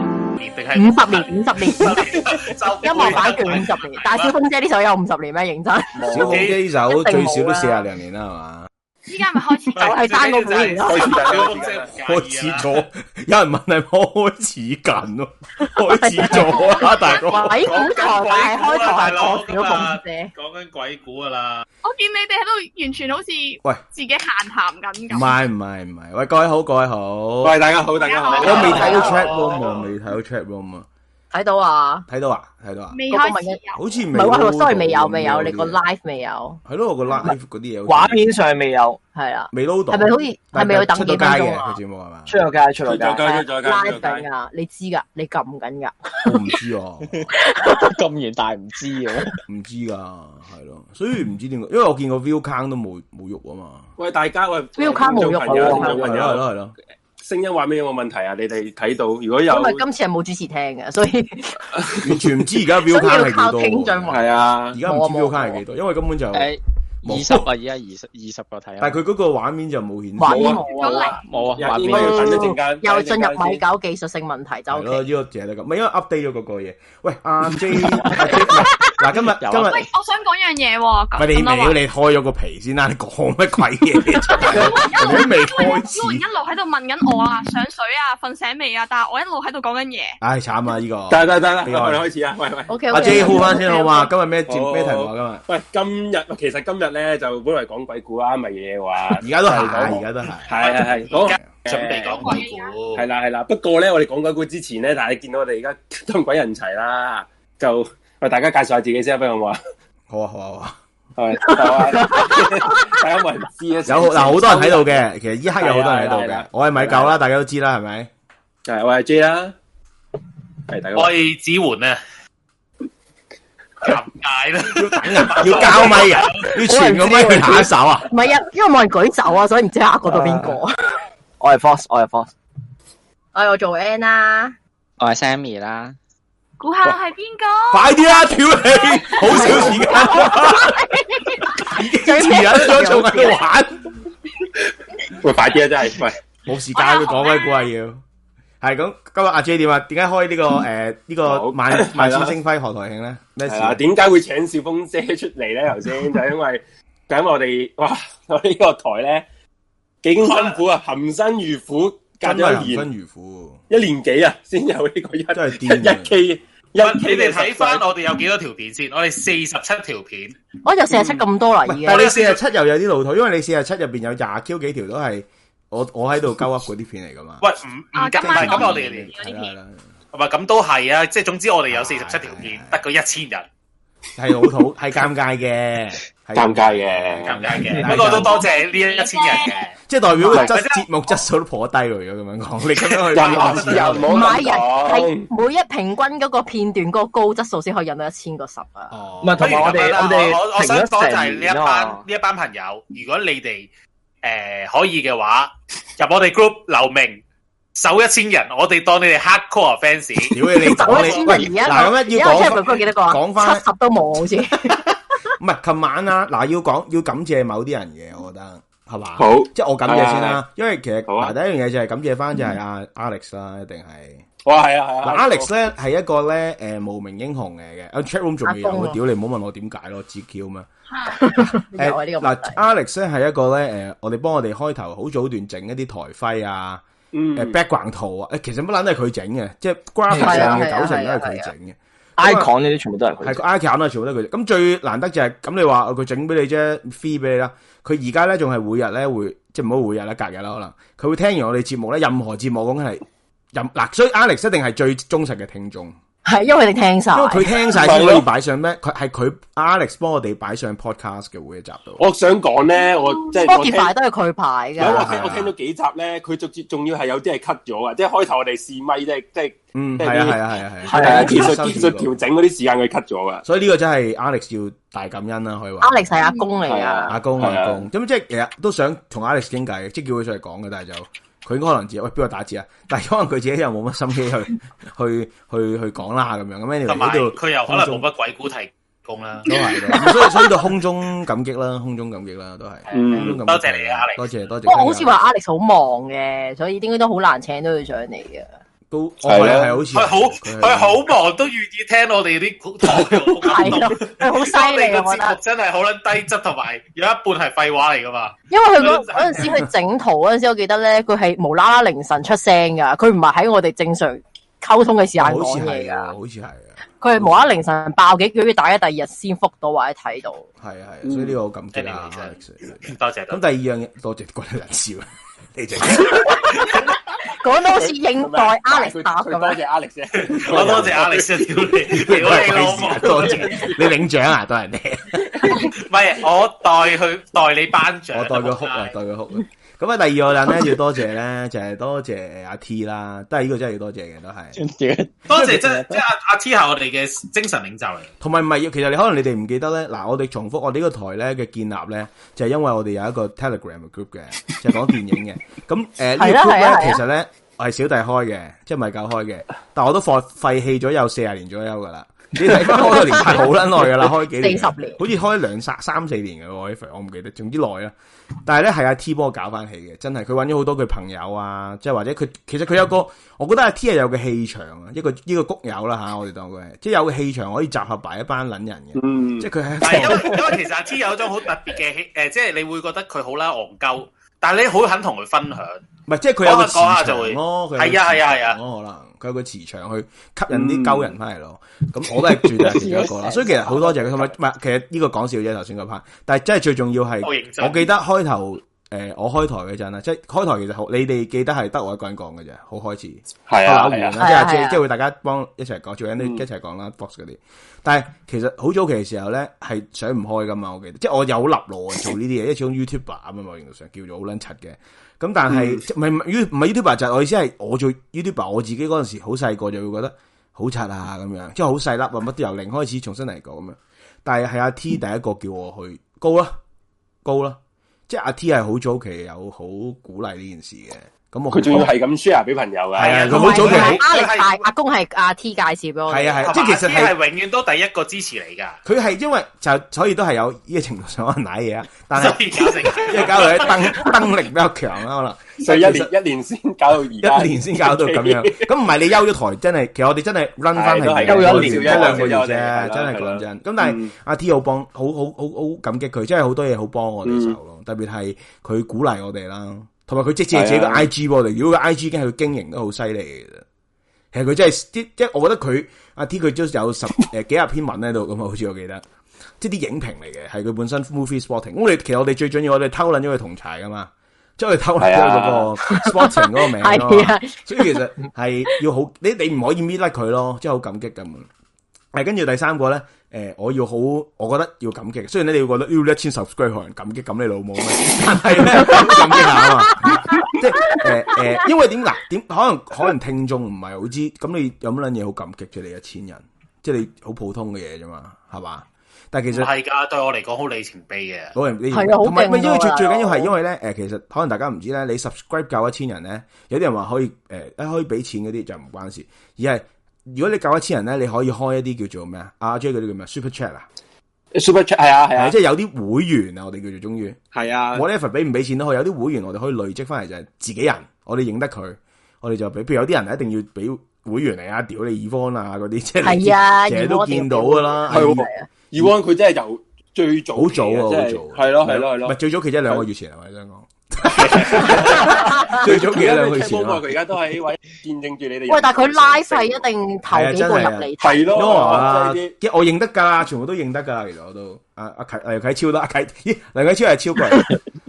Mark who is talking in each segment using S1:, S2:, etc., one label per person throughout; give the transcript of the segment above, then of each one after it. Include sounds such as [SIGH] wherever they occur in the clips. S1: 五十年，五十年，五
S2: 定係
S1: 十年
S2: 就
S1: 音樂版權五十年，大小空姐呢首有五十年咩？認真，
S3: 小
S2: 無機
S3: 鳳機手
S1: 一定
S3: 最
S1: 冇
S3: 少都
S1: 啦
S3: 四廿零年啦，
S4: 依家咪開始
S1: 就係單個古年咯。
S3: 係嘛？開始咗，有人問係咪開始緊咯，開始咗啦，大
S1: [LAUGHS]
S3: 哥。
S1: 喂，古台大開台係講小鳳姐，
S2: 講緊鬼故噶啦，
S4: 我見你哋喺度完全好似
S3: 喂
S4: 自己閒談緊
S3: 唔
S4: 咁。
S3: 係唔係唔係，喂各位好，各位好，我
S5: 喂，大家好，大家好。
S3: 未睇到 chat
S2: 哦
S3: room 啊，未睇到 chat room 啊，
S1: 睇到啊？
S3: 睇到啊，睇到啊，
S4: 未
S1: 嗰個
S4: 開
S1: 問
S4: 始
S1: 緊
S4: 有，
S3: 好似
S1: 唔
S3: 未
S1: 係喎
S3: 喎
S1: ，sorry 未有未有，你個
S3: 拉
S1: live 未有，
S3: 係咯，我個 live 嗰啲嘢好
S6: 畫
S3: 似
S6: 面上未有
S1: 係啦，
S3: 未撈到，
S1: 係咪好似係咪要等
S3: 出
S1: 幾
S3: 到
S1: 分
S3: 街
S1: 鐘
S3: 嘅
S1: 啊
S3: 佢？節目係嘛？
S6: 出咗街，出
S5: 出
S6: 咗
S5: 咗
S6: 街，
S5: 街，出咗
S1: 拉
S5: 街，出咗
S1: 緊
S5: 街。
S1: 噶，你知噶，你撳緊噶。
S3: 我唔知啊，
S6: [LAUGHS] 咁完但係唔知嘅。
S3: 唔知噶，係咯，所以唔知點解，因為我見個 view count 都冇冇喐啊嘛，
S5: 喂，大家喂，
S1: Will 卡冇喐啊
S5: 朋友，
S1: 冇
S5: 聽眾
S3: 係
S5: 朋
S3: 咯係
S5: 友，
S3: 咯係咯，
S5: 聲音畫面有冇問題啊？你哋睇到，如果有
S1: 因，
S5: [LAUGHS]
S1: 為今次係冇主持聽嘅，所以
S3: 完全唔知而家 view
S1: 所以
S3: count
S1: 要
S3: 係
S1: 靠
S3: 幾
S1: 聽
S3: 多
S1: 障
S3: 喎，
S1: 礙。
S5: 係啊
S3: 而，家唔知 view count 係幾多，因為根本就，
S6: 誒，
S3: 冇
S6: 二十啊，而家二十二十個睇啊。
S3: 但係佢嗰個畫面就冇顯示。
S1: 畫面
S4: 咗
S1: 冇啊，
S4: 嚟
S6: 冇啊，畫
S5: 應
S6: 面
S5: 該要
S6: 冇
S5: 等一陣間，
S1: 又進入米
S5: 米
S1: 九技術性問題就
S3: 係咯，
S1: OK。
S3: 呢個淨係得咁，唔係因為 update 咗嗰個嘢。喂，阿
S1: [LAUGHS]
S3: J，阿 J，嗱今日
S6: 有啊
S3: 今
S4: 喂
S3: 日，，
S4: 我想講樣嘢喎。
S3: 喂你
S4: 咁啊多話
S3: 屌你開咗個皮先啦，你講乜鬼
S1: [LAUGHS]
S3: 嘢出嚟？人哋都未開
S4: 因為一
S3: 始，
S4: 路喺度問緊我啊，上水啊，瞓醒未啊？但係我一路喺度講緊嘢。
S3: 唉慘啊呢個。
S5: 得得得
S3: 俾
S5: 得，
S3: 我
S5: 我哋開始啊！喂喂。
S1: OK，
S3: 阿 J 好翻先好嘛？
S5: [LAUGHS]
S1: 嘛？
S3: 今日咩節
S5: 好
S3: 咩題目啊？
S5: 喂，今日其實今日咧就本來講鬼故啊，咪嘢話，
S3: 今日而家都係，
S5: 係
S3: 而家都係。
S5: 係係係，好
S3: [LAUGHS]
S2: 準備講鬼故
S7: [LAUGHS]
S5: 係。啦係啦。不過咧，我哋講鬼故之前咧，但係你見到我哋而家 [LAUGHS] 咁鬼人齊啦，就喂大家介紹下自己先啊，不如好唔好啊？
S3: 好啊好啊好啊！
S5: 係好啊大家冇人知啊，
S3: 有嗱好多人喺度嘅，其實依刻有好多人喺度
S5: 係啦係
S3: 嘅
S5: 啦。
S3: 我係米九啦，大家都知啦，係咪？
S5: 係我係 J 啦，係大家好。
S2: 我係子桓啊，尷尬啦，要等啊
S3: [LAUGHS] 要交咪
S1: [LAUGHS] à?
S3: 啊！要傳個咪去下一手啊！
S1: 唔係啊，因為冇人舉手啊，所以唔知下一個到邊
S3: [LAUGHS]
S1: 個。
S8: [LAUGHS]
S6: 我係 Fox，我係 Fox，
S1: 哎，我做 N 啦，
S6: 我係 Sammy 啦。
S4: 估下係邊個？
S3: 快啲啦，屌
S8: [LAUGHS]
S3: 你！好少時間已經遲緊咗，仲喺度玩，
S5: [LAUGHS] 喂，快啲啊！真係，喂，
S3: 冇時間佢講鬼故啊要。係咁，今日阿 J 點啊？點解
S5: [LAUGHS]
S3: 開呢個誒呢個
S5: 好
S3: 萬萬
S5: 係
S3: 千
S5: 啦
S3: 星輝何台慶咧？咩事
S5: 係
S3: 啊
S5: 啦，？點解會請小峰姐出嚟咧？頭
S3: [LAUGHS]
S5: 先就因為咁，我哋哇，我呢個台咧幾經辛苦啊，含辛茹苦，隔
S3: 真
S5: 咗
S3: 係
S5: 一年
S3: 人。生如虎，
S5: 一年幾啊，先有呢個一
S3: 真係
S5: 一
S3: 癲啊
S5: K 一
S2: 喂，你
S5: K
S2: 哋睇翻我哋有幾多條片先？我哋四十七條片，
S1: 我就四十七咁多啦，已經
S3: 但係你四十七又有啲老土，因為你四十七入邊有廿 Q 幾條都係我我喺度鳩噏嗰啲片嚟噶
S2: [LAUGHS]
S3: 嘛。
S2: 喂，唔唔
S4: 啊
S2: 咁
S4: 今
S2: 唔
S4: 晚
S2: 係咁，
S4: 講
S2: 我
S4: 完
S2: 哋
S4: 嗰啲
S3: 係
S4: 片，
S3: 啦，
S2: 唔係咁都係啊，即係總之我哋有四十七條片，得個一千人，
S3: 係老土，係尷尬嘅，係
S5: 尷尬嘅
S2: 尷尬嘅。不過都多謝呢一千人嘅。
S3: 即係代表個質
S2: 唔係
S3: 節目質素都頗低喎。如果咁樣講，你咁樣去
S5: 又唔
S3: 講
S5: 又唔
S1: 唔
S5: 好
S1: 係
S5: 咁
S1: 人係
S3: 哦
S5: 講，
S1: 每一平均嗰個片段嗰個高質素先可以引到一千個十啊。
S3: 哦，
S6: 唔係同埋我哋
S2: 不如咁樣啦
S6: 我哋
S2: 我我
S6: 停
S2: 想
S6: 咗
S2: 講就係
S6: 成
S2: 呢一
S6: 年
S2: 班
S6: 啊
S2: 呢一班朋友，如果你哋誒可以嘅話，入我哋 group 留名，首一千人，我哋當你哋 hardcore fans。
S3: 屌
S1: [LAUGHS]
S3: 你！你
S1: 走
S3: 講
S1: 一
S3: 你
S1: 千人
S3: 喂
S1: 而家
S3: 嗱咁樣要
S1: 而家 c h a
S3: 講
S1: p 嗰幾多個啊？
S3: 講返
S1: 七十都冇好似。 [LAUGHS]
S3: 唔係琴晚啊，嗱要講要感謝某啲人嘅，我覺得係嘛？
S5: 好
S3: 即係我感謝先啦，因為其實
S5: 好啊
S3: 嗱第一樣嘢就係感謝翻就係阿 Alex 啦，一定係
S5: 哇係啊係啊
S3: 嗱 Alex 咧係一個咧誒無名英雄嚟嘅，啊 chat room 仲未有
S1: 阿峰
S3: 嘅，
S1: 啊
S3: 屌你唔好問我點解咯，自
S1: [LAUGHS]
S3: Q 咩？
S1: 有啊呢個問
S3: 嗱
S1: 題。
S3: Alex 咧係一個咧誒，我哋幫我哋開頭好早段整一啲台徽啊。
S5: 嗯
S3: 誒 background 圖啊，誒其實乜撚都係佢整嘅，即係 graphic
S1: 係啊
S3: 上面
S1: 係啊
S3: 九成都係
S1: 係啊
S3: 佢整嘅，
S6: icon 呢啲全部都係
S3: 啊係
S6: 佢
S3: 個
S6: 整。
S3: icon 啊，全部都係佢整。咁最難得就係咁，你話哦佢整俾你啫，free 俾你啦。佢而家咧仲係每日咧會，即係唔好每日啦，隔日啦可能，佢會聽完我哋節目咧，任何節目講緊係任嗱，所以 Alex 一定係最忠實嘅聽眾，
S1: 係因為你聽晒
S3: 因，為佢聽晒
S5: 啊
S3: 先可以擺上咩？佢係佢 Alex 幫我哋擺上 podcast 嘅每一集度。
S5: 我想講咧，我即係我聽
S1: Spotify 都係佢排
S5: 有
S3: 啊
S5: 我
S1: 㗎。
S5: 聽我聽咗幾集咧，佢逐節仲要係有啲係 cut 咗啊，即係開頭我哋試咪即係即係
S3: 嗯，
S5: 即係
S3: 係啊，
S5: 啲
S3: 係啊，係啊，係啊，
S5: 係啊技
S3: 收
S5: 術
S3: 視
S5: 技術
S3: 率
S5: 調整嗰啲時間佢 cut 咗噶，
S3: 所以呢個真係 Alex 要大感恩啦，可以話。
S1: Alex 係阿公嚟
S5: 係
S1: 㗎
S5: 啊。
S3: 阿公
S5: 係啊
S3: 阿公，咁即係其實都想同 Alex 傾偈嘅，即係叫佢上嚟講嘅，但係就佢應該可能自己喂邊個打字啊？ [LAUGHS] 但係可能佢自己又冇乜心機去 [LAUGHS] 去去去講啦咁樣。咁 anyway
S2: 同埋
S3: 呢度
S2: 佢又可能冇乜鬼故提供啦。
S3: 都係嘅， [LAUGHS] 所以所以到空中感激啦，空中感激啦，都係。
S5: 嗯，
S2: 多謝你啊，Alex
S3: 多謝多謝。
S1: 不過好似話 Alex 好忙嘅，所以應該都好難請到佢上嚟嘅。
S3: 都哦我
S5: 係
S3: 係
S5: 啦
S3: 係好似
S2: 佢好
S3: 係
S2: [LAUGHS] 佢好忙都願意聽我哋啲台我
S1: 係
S2: 感動
S1: 咯，佢好犀利
S2: 我哋
S1: 啊！
S2: 個
S1: 我覺
S2: 節
S1: 得
S2: 目，真係好撚低質，同埋有一半係廢話嚟噶嘛。
S1: 因為佢
S2: [LAUGHS]
S1: 嗰嗰陣時佢整圖嗰陣時，我記得咧，佢係無啦啦凌晨出聲噶，佢唔係喺我哋正常溝通嘅時間
S3: 好似
S1: 講
S3: 係
S1: 嘢
S3: 啊，
S1: 噶，
S3: 好似係啊，
S1: 佢係無啦啦凌晨爆幾句，跟住大家第二日先覆到或者睇到。
S3: 係啊，係啊，所以呢個好
S2: 嗯
S3: 感激啊
S2: Anyway，[LAUGHS]
S3: Alex
S2: 多謝多
S3: 咁
S2: 謝。
S3: 第二樣嘢，多謝關你撚事啊！你就
S1: 講到好似應
S3: [LAUGHS]
S1: 代 Alex 答咁
S5: 佢多
S1: 樣，
S5: 謝 Alex 啫，
S2: 我多謝 Alex 啊！屌你，屌你老母！
S3: 多謝你領獎啊，多人哋，
S1: [LAUGHS]
S2: 唔係我代佢代你頒獎，
S3: 我代佢哭啊，代佢哭啊。咁啊，第二個人咧要多謝咧，就係多謝阿 T 啦，都係呢個真係要多謝嘅，都係。
S2: 多謝即係即係阿阿 T 係我哋嘅精神領袖
S1: [LAUGHS]
S2: 嚟。
S3: 同埋唔係，其實你可能你哋唔記得咧。嗱，我哋重複我哋呢個台咧嘅建立咧，就係、因為我哋有一個 Telegram 嘅 group
S1: [LAUGHS]
S3: 嘅，就係講電影嘅。咁
S1: 係
S3: 誒呢個
S1: 啦係啊
S3: group
S1: 啦
S3: 咧，
S1: 係啦
S3: 其實咧我係小弟開嘅，即係唔係夠開嘅。但我都放廢棄咗有四十年左右噶啦。你睇翻開個年代好撚耐噶啦，開幾年？啊
S1: 40年
S3: 好似開兩三三四年嘅喎，我唔記得，總之耐啦。但係咧係阿 T 幫我搞翻起嘅，真係佢揾咗好多佢朋友啊，即係或者佢其實佢有個，我覺得阿 T 係有個氣場啊，一個呢個谷友啦吓，我哋當佢係，即係有個氣場可以集合埋一班撚人嘅，
S5: 嗯
S3: 即，係佢
S2: 但係因
S3: 係
S2: 為因為其實阿 T 有一種好特別嘅氣 [LAUGHS] 誒，即係你會覺得佢好啦戇鳩，但係你好肯同佢分享。
S3: 唔係即係佢有個磁
S2: 講下
S3: 場
S2: 就會
S3: 咯，佢有個
S2: 係啊係啊嗯
S3: 磁場哦咯，可能佢有個磁場去吸引啲鳩人翻嚟咯。咁我都係絕對係其中一
S1: [LAUGHS]
S3: 個啦，所以其實好多謝佢，同埋唔係其實呢個講笑啫，頭先嗰 part，但係真係最重要係。
S2: 我認真。
S3: 我記得開頭诶、呃我開台嗰陣啦，即係開台其實好，你哋記得係得我一個人講嘅啫，好開始
S5: 係
S3: 打
S5: 啊，
S3: 胡
S5: 係
S3: 啦，
S5: 啊，
S3: 即
S1: 係啊
S3: 係
S1: 係
S3: 即
S1: 啊
S3: 係即係會大家幫一齊講，做緊都
S5: 嗯
S3: 一齊講啦，box 嗰啲。但係其實好早期嘅時候咧，係想唔開噶嘛，我記得，即係我有立路啊做呢
S5: [LAUGHS]
S3: 啲嘢，因為始終 YouTuber 啊嘛，某程度上叫做好撚柒嘅。咁但
S5: 嗯
S3: 係即係唔係唔係 You- 唔係 YouTuber 就係我意思係我做 YouTuber，我自己嗰陣時好細個就會覺得好柒啊咁樣，即係好細粒啊，乜都由零開始重新嚟過咁樣。但係係阿 T 第一個叫我去高啦，高啦，即係阿 T 係好早期有好鼓勵呢件事嘅。咁我
S5: 佢仲要係咁 share 俾朋友㗎，
S2: 係啊
S3: 佢好早期好
S1: 係 Alex 大阿公係阿 T 介紹俾我哋，
S3: 係啊係，即
S2: 係
S3: 係其實係
S2: 係永遠都第一個支持你㗎，
S3: 佢係因為就所以都係有呢個程度上可能舐嘢啊，但
S2: 所
S3: 係
S2: 以搞成咁
S3: 因為搞到啲燈燈力比較強啦，
S5: 所以一
S3: 其
S5: 年
S3: 實
S5: 一年先搞到而
S3: 可能
S5: 家，
S3: 一年先搞到咁樣。咁唔係你休咗台，真係其實我哋真係 run 翻
S5: 係都係
S3: 係休
S6: 休咗
S3: 一
S6: 一
S3: 年
S6: 年
S3: 一兩個月
S5: 休咗一年
S3: 啫，
S5: 係啦
S3: 真係
S5: 係啦
S3: 講真。咁但係
S5: 嗯
S3: 阿 T 好幫，好好好好感激佢，真係好多嘢好幫我哋手咯。特別係佢鼓勵我哋啦，同埋佢即係借自己個
S5: 係啊
S3: I G 我哋。如果個 I G 已經係佢經營得好犀利嘅。其實佢真係即即係我覺得佢阿 T 佢都有十誒幾廿篇文喺度咁啊，好似我記得，即係啲影評嚟嘅，係佢本身 movie spotting。咁我哋其實我哋最緊要我哋偷撚咗佢同柴噶嘛，即係我哋偷撚咗佢嗰個 spotting 嗰個名咯
S1: 啊 [LAUGHS] 係。啊，
S3: 所以其實係要好，你你唔可以搣甩佢咯，即係好感激咁。係跟住第三個咧，诶、我要好，我覺得要感激。雖然咧你會覺得哎要一千 subscribe 可能感激咁你老母咩，但係咧感激下啊嘛。即係诶诶，誒因為點嗱點可能可能聽眾唔係好知，咁你有乜撚嘢好感激啫？你一千人，即係你好普通嘅嘢啫嘛，係嘛？但係其
S2: 唔
S3: 實。
S2: 係㗎，對我嚟講好里程碑嘅。
S3: 老人呢
S1: 係啊好
S3: 同埋
S1: 勁
S3: 唔係因為最
S1: 喎
S3: 最緊要係因為咧，誒其實可能大家唔知咧，你 subscribe 夠一千人咧，有啲人話可以誒、呃可以俾錢嗰啲就唔關事，而係如果你夠一千人咧，你可以開一啲叫做咩啊，阿 J 嗰啲叫咩 Super Chat 啊，
S5: Super Chat 係啊係
S3: 係
S5: 啊
S3: 即係有啲會員啊，我哋叫做終於
S5: 係啊，
S3: whatever 俾唔俾錢都好，有啲會員我哋可以累積翻嚟就係自己人，我哋認得佢，我哋就俾，譬如有啲人一定要俾會員嚟啊，屌你 e v o n 啊嗰啲，即係你
S1: 係啊，
S3: 成日都見到噶啦，
S5: 係喎
S3: 係
S5: 以往佢真係由最早
S3: 好早啊，好
S5: 期
S3: 早
S5: 嘅
S3: 啊，
S5: 真係係咯係咯係
S3: 唔係
S5: 咯，
S3: 最早期即係兩個月前係咪
S5: [LAUGHS]
S3: 想講？最早期一
S5: 啊而家
S3: 兩
S5: 佢
S3: 個月
S5: check
S3: 前
S5: 波
S3: 啊
S5: 過，佢而家都喺位見證住你哋。
S1: 喂，但係佢拉細一定頭幾個入嚟睇，
S5: 係
S3: 因為啊
S5: 咯，即係啲。
S3: 我認得㗎，全部都認得㗎。其實我都啊阿阿啟梁啟超啦，阿啟咦梁啟超係超過人，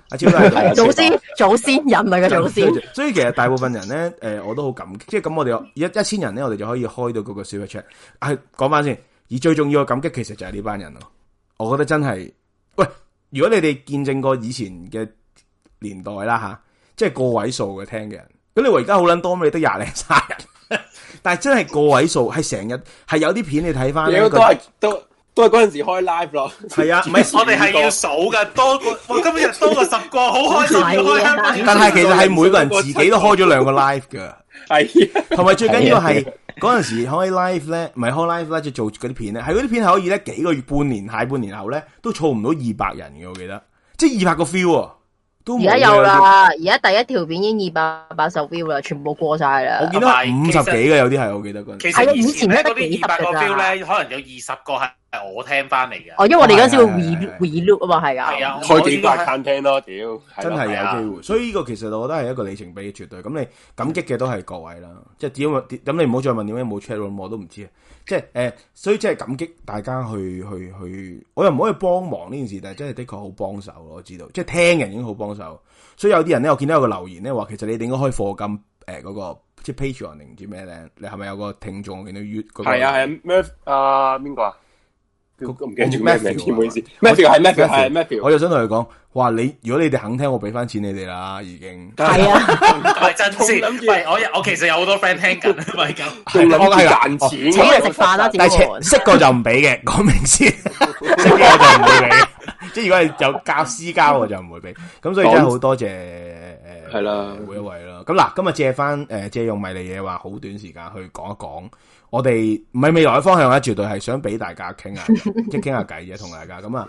S3: 阿
S1: [LAUGHS]
S3: 超都係。啊
S1: 祖先祖先人類嘅
S3: [LAUGHS]
S1: 祖先，
S3: 所以其實大部分人咧，诶、我都好感激，即係咁我哋有一一千人咧，我哋就可以開到嗰個 super chat。係講翻先，而最重要嘅感激其實就係呢班人咯。我覺得真係，喂，如果你哋見證過以前嘅年代啦吓，即係個位數嘅聽嘅人，咁你話而家好撚多，咁你得廿零卅人， [LAUGHS] 但係真係個位數，係成日係有啲片你睇翻咧，
S5: 屌，
S3: 佢
S5: 都係都都係嗰陣時開 live 咯，
S3: 啊
S5: [LAUGHS]
S3: 係啊，唔係。
S2: 我哋係要數㗎，多個我今日多過十個，好開心，
S1: 係啊
S2: 開香港
S3: 但 [LAUGHS] 係其實係每個人自己都開咗兩個 live 㗎。
S2: 啊
S5: 係
S3: 同埋最緊要係
S1: 啊
S3: 嗰阵时開 live 咧，唔係開 live 咧，就做嗰啲片咧，係嗰啲片係可以咧幾個月、半年、下半年後咧，都儲唔到二百人嘅，我記得，即系二百個 feel，喎都
S1: 而
S3: 冇
S1: 家
S3: 啊
S1: 有。啦，而家第一條片已經二百八十 view 啦，全部過晒
S3: 有啲我
S1: 啦。
S3: 見到五十幾嘅有啊啲係，我記得嗰陣。
S2: 其實以
S1: 係啊以前
S2: 前咧
S1: 得
S2: 嗰
S1: 幾
S2: 啲
S1: 十
S2: 二百個
S1: 㗎咋
S2: feel 咧，可能有二十個係係我聽翻嚟嘅。
S1: 哦，因為我哋嗰陣時會
S3: 係係
S1: re reload 啊嘛，係啊。
S2: 係啊，
S5: 开
S2: 我
S5: 几
S2: 應該
S5: 百
S2: 係
S5: can 聽咯，屌，
S3: 真
S5: 係
S3: 係
S5: 咯
S3: 有機會，所以呢個其實我覺得係一個里程碑，絕對。咁你感激嘅都係各位啦，即係點解點咁你唔好再問點解冇 chat room，我都唔知啊。即係誒、呃所以即係感激大家去去去，我又唔可以幫忙呢件事，但係真係的確好幫手咯。我知道，即係聽人已經好幫手。所以有啲人咧，我見到有個留言咧話，其實你哋應該開課金誒嗰、個即係 Patreon 定唔知咩咧？你係咪有個聽眾我見到 U 嗰、
S5: [LAUGHS]
S3: 個
S5: 係啊係啊，Murph 啊邊個啊？
S3: 嗰
S5: 我唔記得咗咩名，
S3: Matthew 啊
S5: 唔好意思
S3: 我
S5: ，Matthew 係 Matthew 係
S3: Matthew
S5: Matthew，
S3: 我就想同佢講，哇！你如果你哋肯聽，我俾翻錢你哋啦，已經。
S1: 係啊，
S2: 唔係真
S5: [LAUGHS] 諗
S2: 先。[LAUGHS]
S5: 住
S2: 喂，我我其實有好多 friend 聽
S5: [LAUGHS]
S2: 緊，咪咁。
S5: 仲諗住
S3: 我係啊
S5: 賺錢
S1: 請
S5: 嘅，
S1: 人食飯啦，
S3: 但
S1: 點
S3: 係
S1: 會
S3: 赤識過就唔俾嘅，講明先。 [LAUGHS] 識過我就唔會俾， [LAUGHS] 即係如果係有教私交我就唔會俾。咁所以真係好多謝誒，
S5: 係啦
S3: 每一位啦。咁嗱，今日借翻誒借用迷你嘢話，好短時間去講一講。我哋唔係未來嘅方向啊，絕對係想俾大家
S1: [LAUGHS]
S3: 傾下嘅，即係傾下偈嘅，同大家咁啊。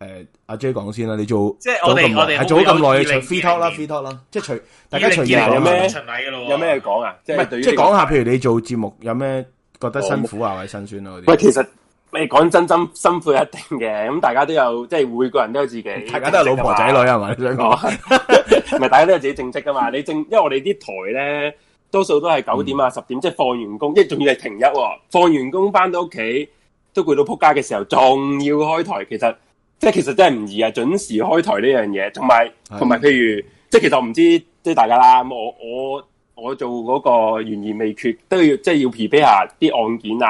S3: 誒，阿 J 講先啦，你做
S2: 即係我哋
S3: 做咁耐
S2: 我哋
S3: 係做咗咁耐，
S2: 好
S3: 你
S2: 有
S3: 隨 free talk 啦
S2: 二零
S3: ，free talk 啦，即係隨大
S2: 二
S3: 家
S2: 零
S3: 隨
S2: 二
S3: 意
S2: 零
S3: 講
S5: 有咩
S3: 啦
S2: 巡禮嘅咯喎，
S5: 有咩講啊？即
S3: 唔
S5: 係
S3: 係
S5: 對於
S3: 即係
S5: 呢個
S3: 講下，譬如你做節目有咩覺得辛苦啊，或者辛酸啊嗰啲。
S5: 喂，其實你講真真辛苦一定嘅，咁大家都有即係每個人都有自己，
S3: 大家都係老婆仔女係咪？你想講？
S5: 唔係大家都有自己正職噶嘛？你正，因為我哋啲台咧，多數都係九點
S3: 嗯
S5: 啊、十點，即係放完工，即係仲要係停一喎。放完工翻到屋企都攰到撲街嘅時候，仲要開台，其實即係其實真係唔易啊！準時開台呢樣嘢，同埋
S3: 係
S5: 同埋，譬如即係其實我唔知即係大家啦，咁我我我做嗰個懸而未決，都要即係要 prepare 下啲案件啊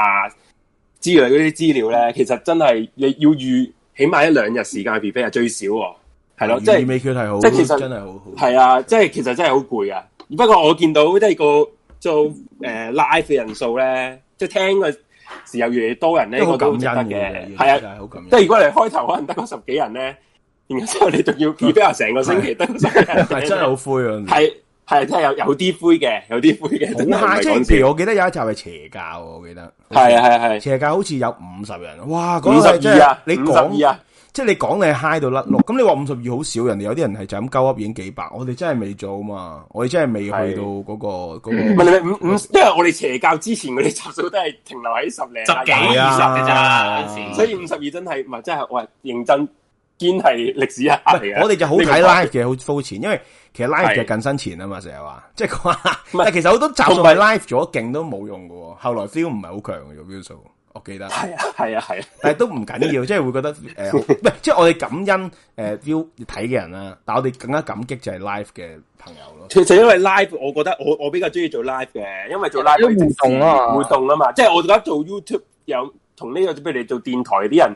S5: 之類嗰啲資料咧，其實真係你要預起碼一兩日時間 prepare 最少喎、係咯，即係
S3: 懸而。未決係好，
S5: 即係其實
S3: 真係好好。
S5: 係啊，即係其實真係好攰啊。不過我見到即係個做诶 live 嘅人數咧，即係聽嘅時候越嚟越多人咧，
S3: 都好
S5: 我
S3: 感
S5: 都
S3: 恩
S5: 值得
S3: 嘅，
S5: 嘅。係啊，
S3: 真係好感
S5: 即係
S3: 恩。
S5: 如果你開頭可能得個十幾人咧，然後之後你仲
S3: [LAUGHS]
S5: 要 prepare 成個星期得個十幾人，
S3: 係真係好灰啊！
S5: 係係真係有有啲灰嘅，有啲灰嘅，真係唔
S3: 好
S5: 係
S3: 蝦，即
S5: 講
S3: 係譬
S5: 笑。
S3: 如我記得有一集係邪教喎，我記得
S5: 係啊係啊係，
S3: 邪教好似有五十人，哇！
S5: 五
S3: 嗰個
S5: 十
S3: 真
S5: 二
S3: 係
S5: 啊，
S3: 你
S5: 五十二
S3: 講，
S5: 啊，
S3: 即係你講你係嗨到甩碌。咁你話五十二好少人，有啲人係就咁鳩噏已經幾百，我哋真係未做啊嘛，我哋真係未去到嗰個嗰
S5: 唔係你咪五五，因為我哋邪教之前嗰啲集數都係停留喺十零
S2: 十幾
S5: 廿
S3: 係
S2: 二
S3: 啊
S2: 十嘅咋嗰陣時
S5: 所以五十二真係唔係真係喂認真堅係歷史一刻嚟
S3: 個。
S5: 嘅。
S3: 我哋就好
S5: 呢個
S3: 睇 live 嘅，好膚淺，因為其實 live
S5: 係
S3: 嘅近身前啊嘛，成日話，即係講下。
S5: 唔係
S3: 但其實好多集數
S5: 同埋
S3: 係 live 咗勁都冇用嘅喎，後來 feel 唔係好強嘅 view 數，我記得。
S5: 係啊係啊係啊，
S3: 但系都唔緊要，即係會覺得
S5: [LAUGHS]
S3: 诶，唔、係即係我哋感恩诶 view 睇嘅人啦，但我哋更加感激就係 live 嘅朋友咯。
S5: 其實因為 live，我覺得我我比較中意做 live 嘅，因為做 live
S6: 有互動啊嘛
S5: 互動啊嘛，即係我覺得做 YouTube 有同呢個，譬如你做電台啲人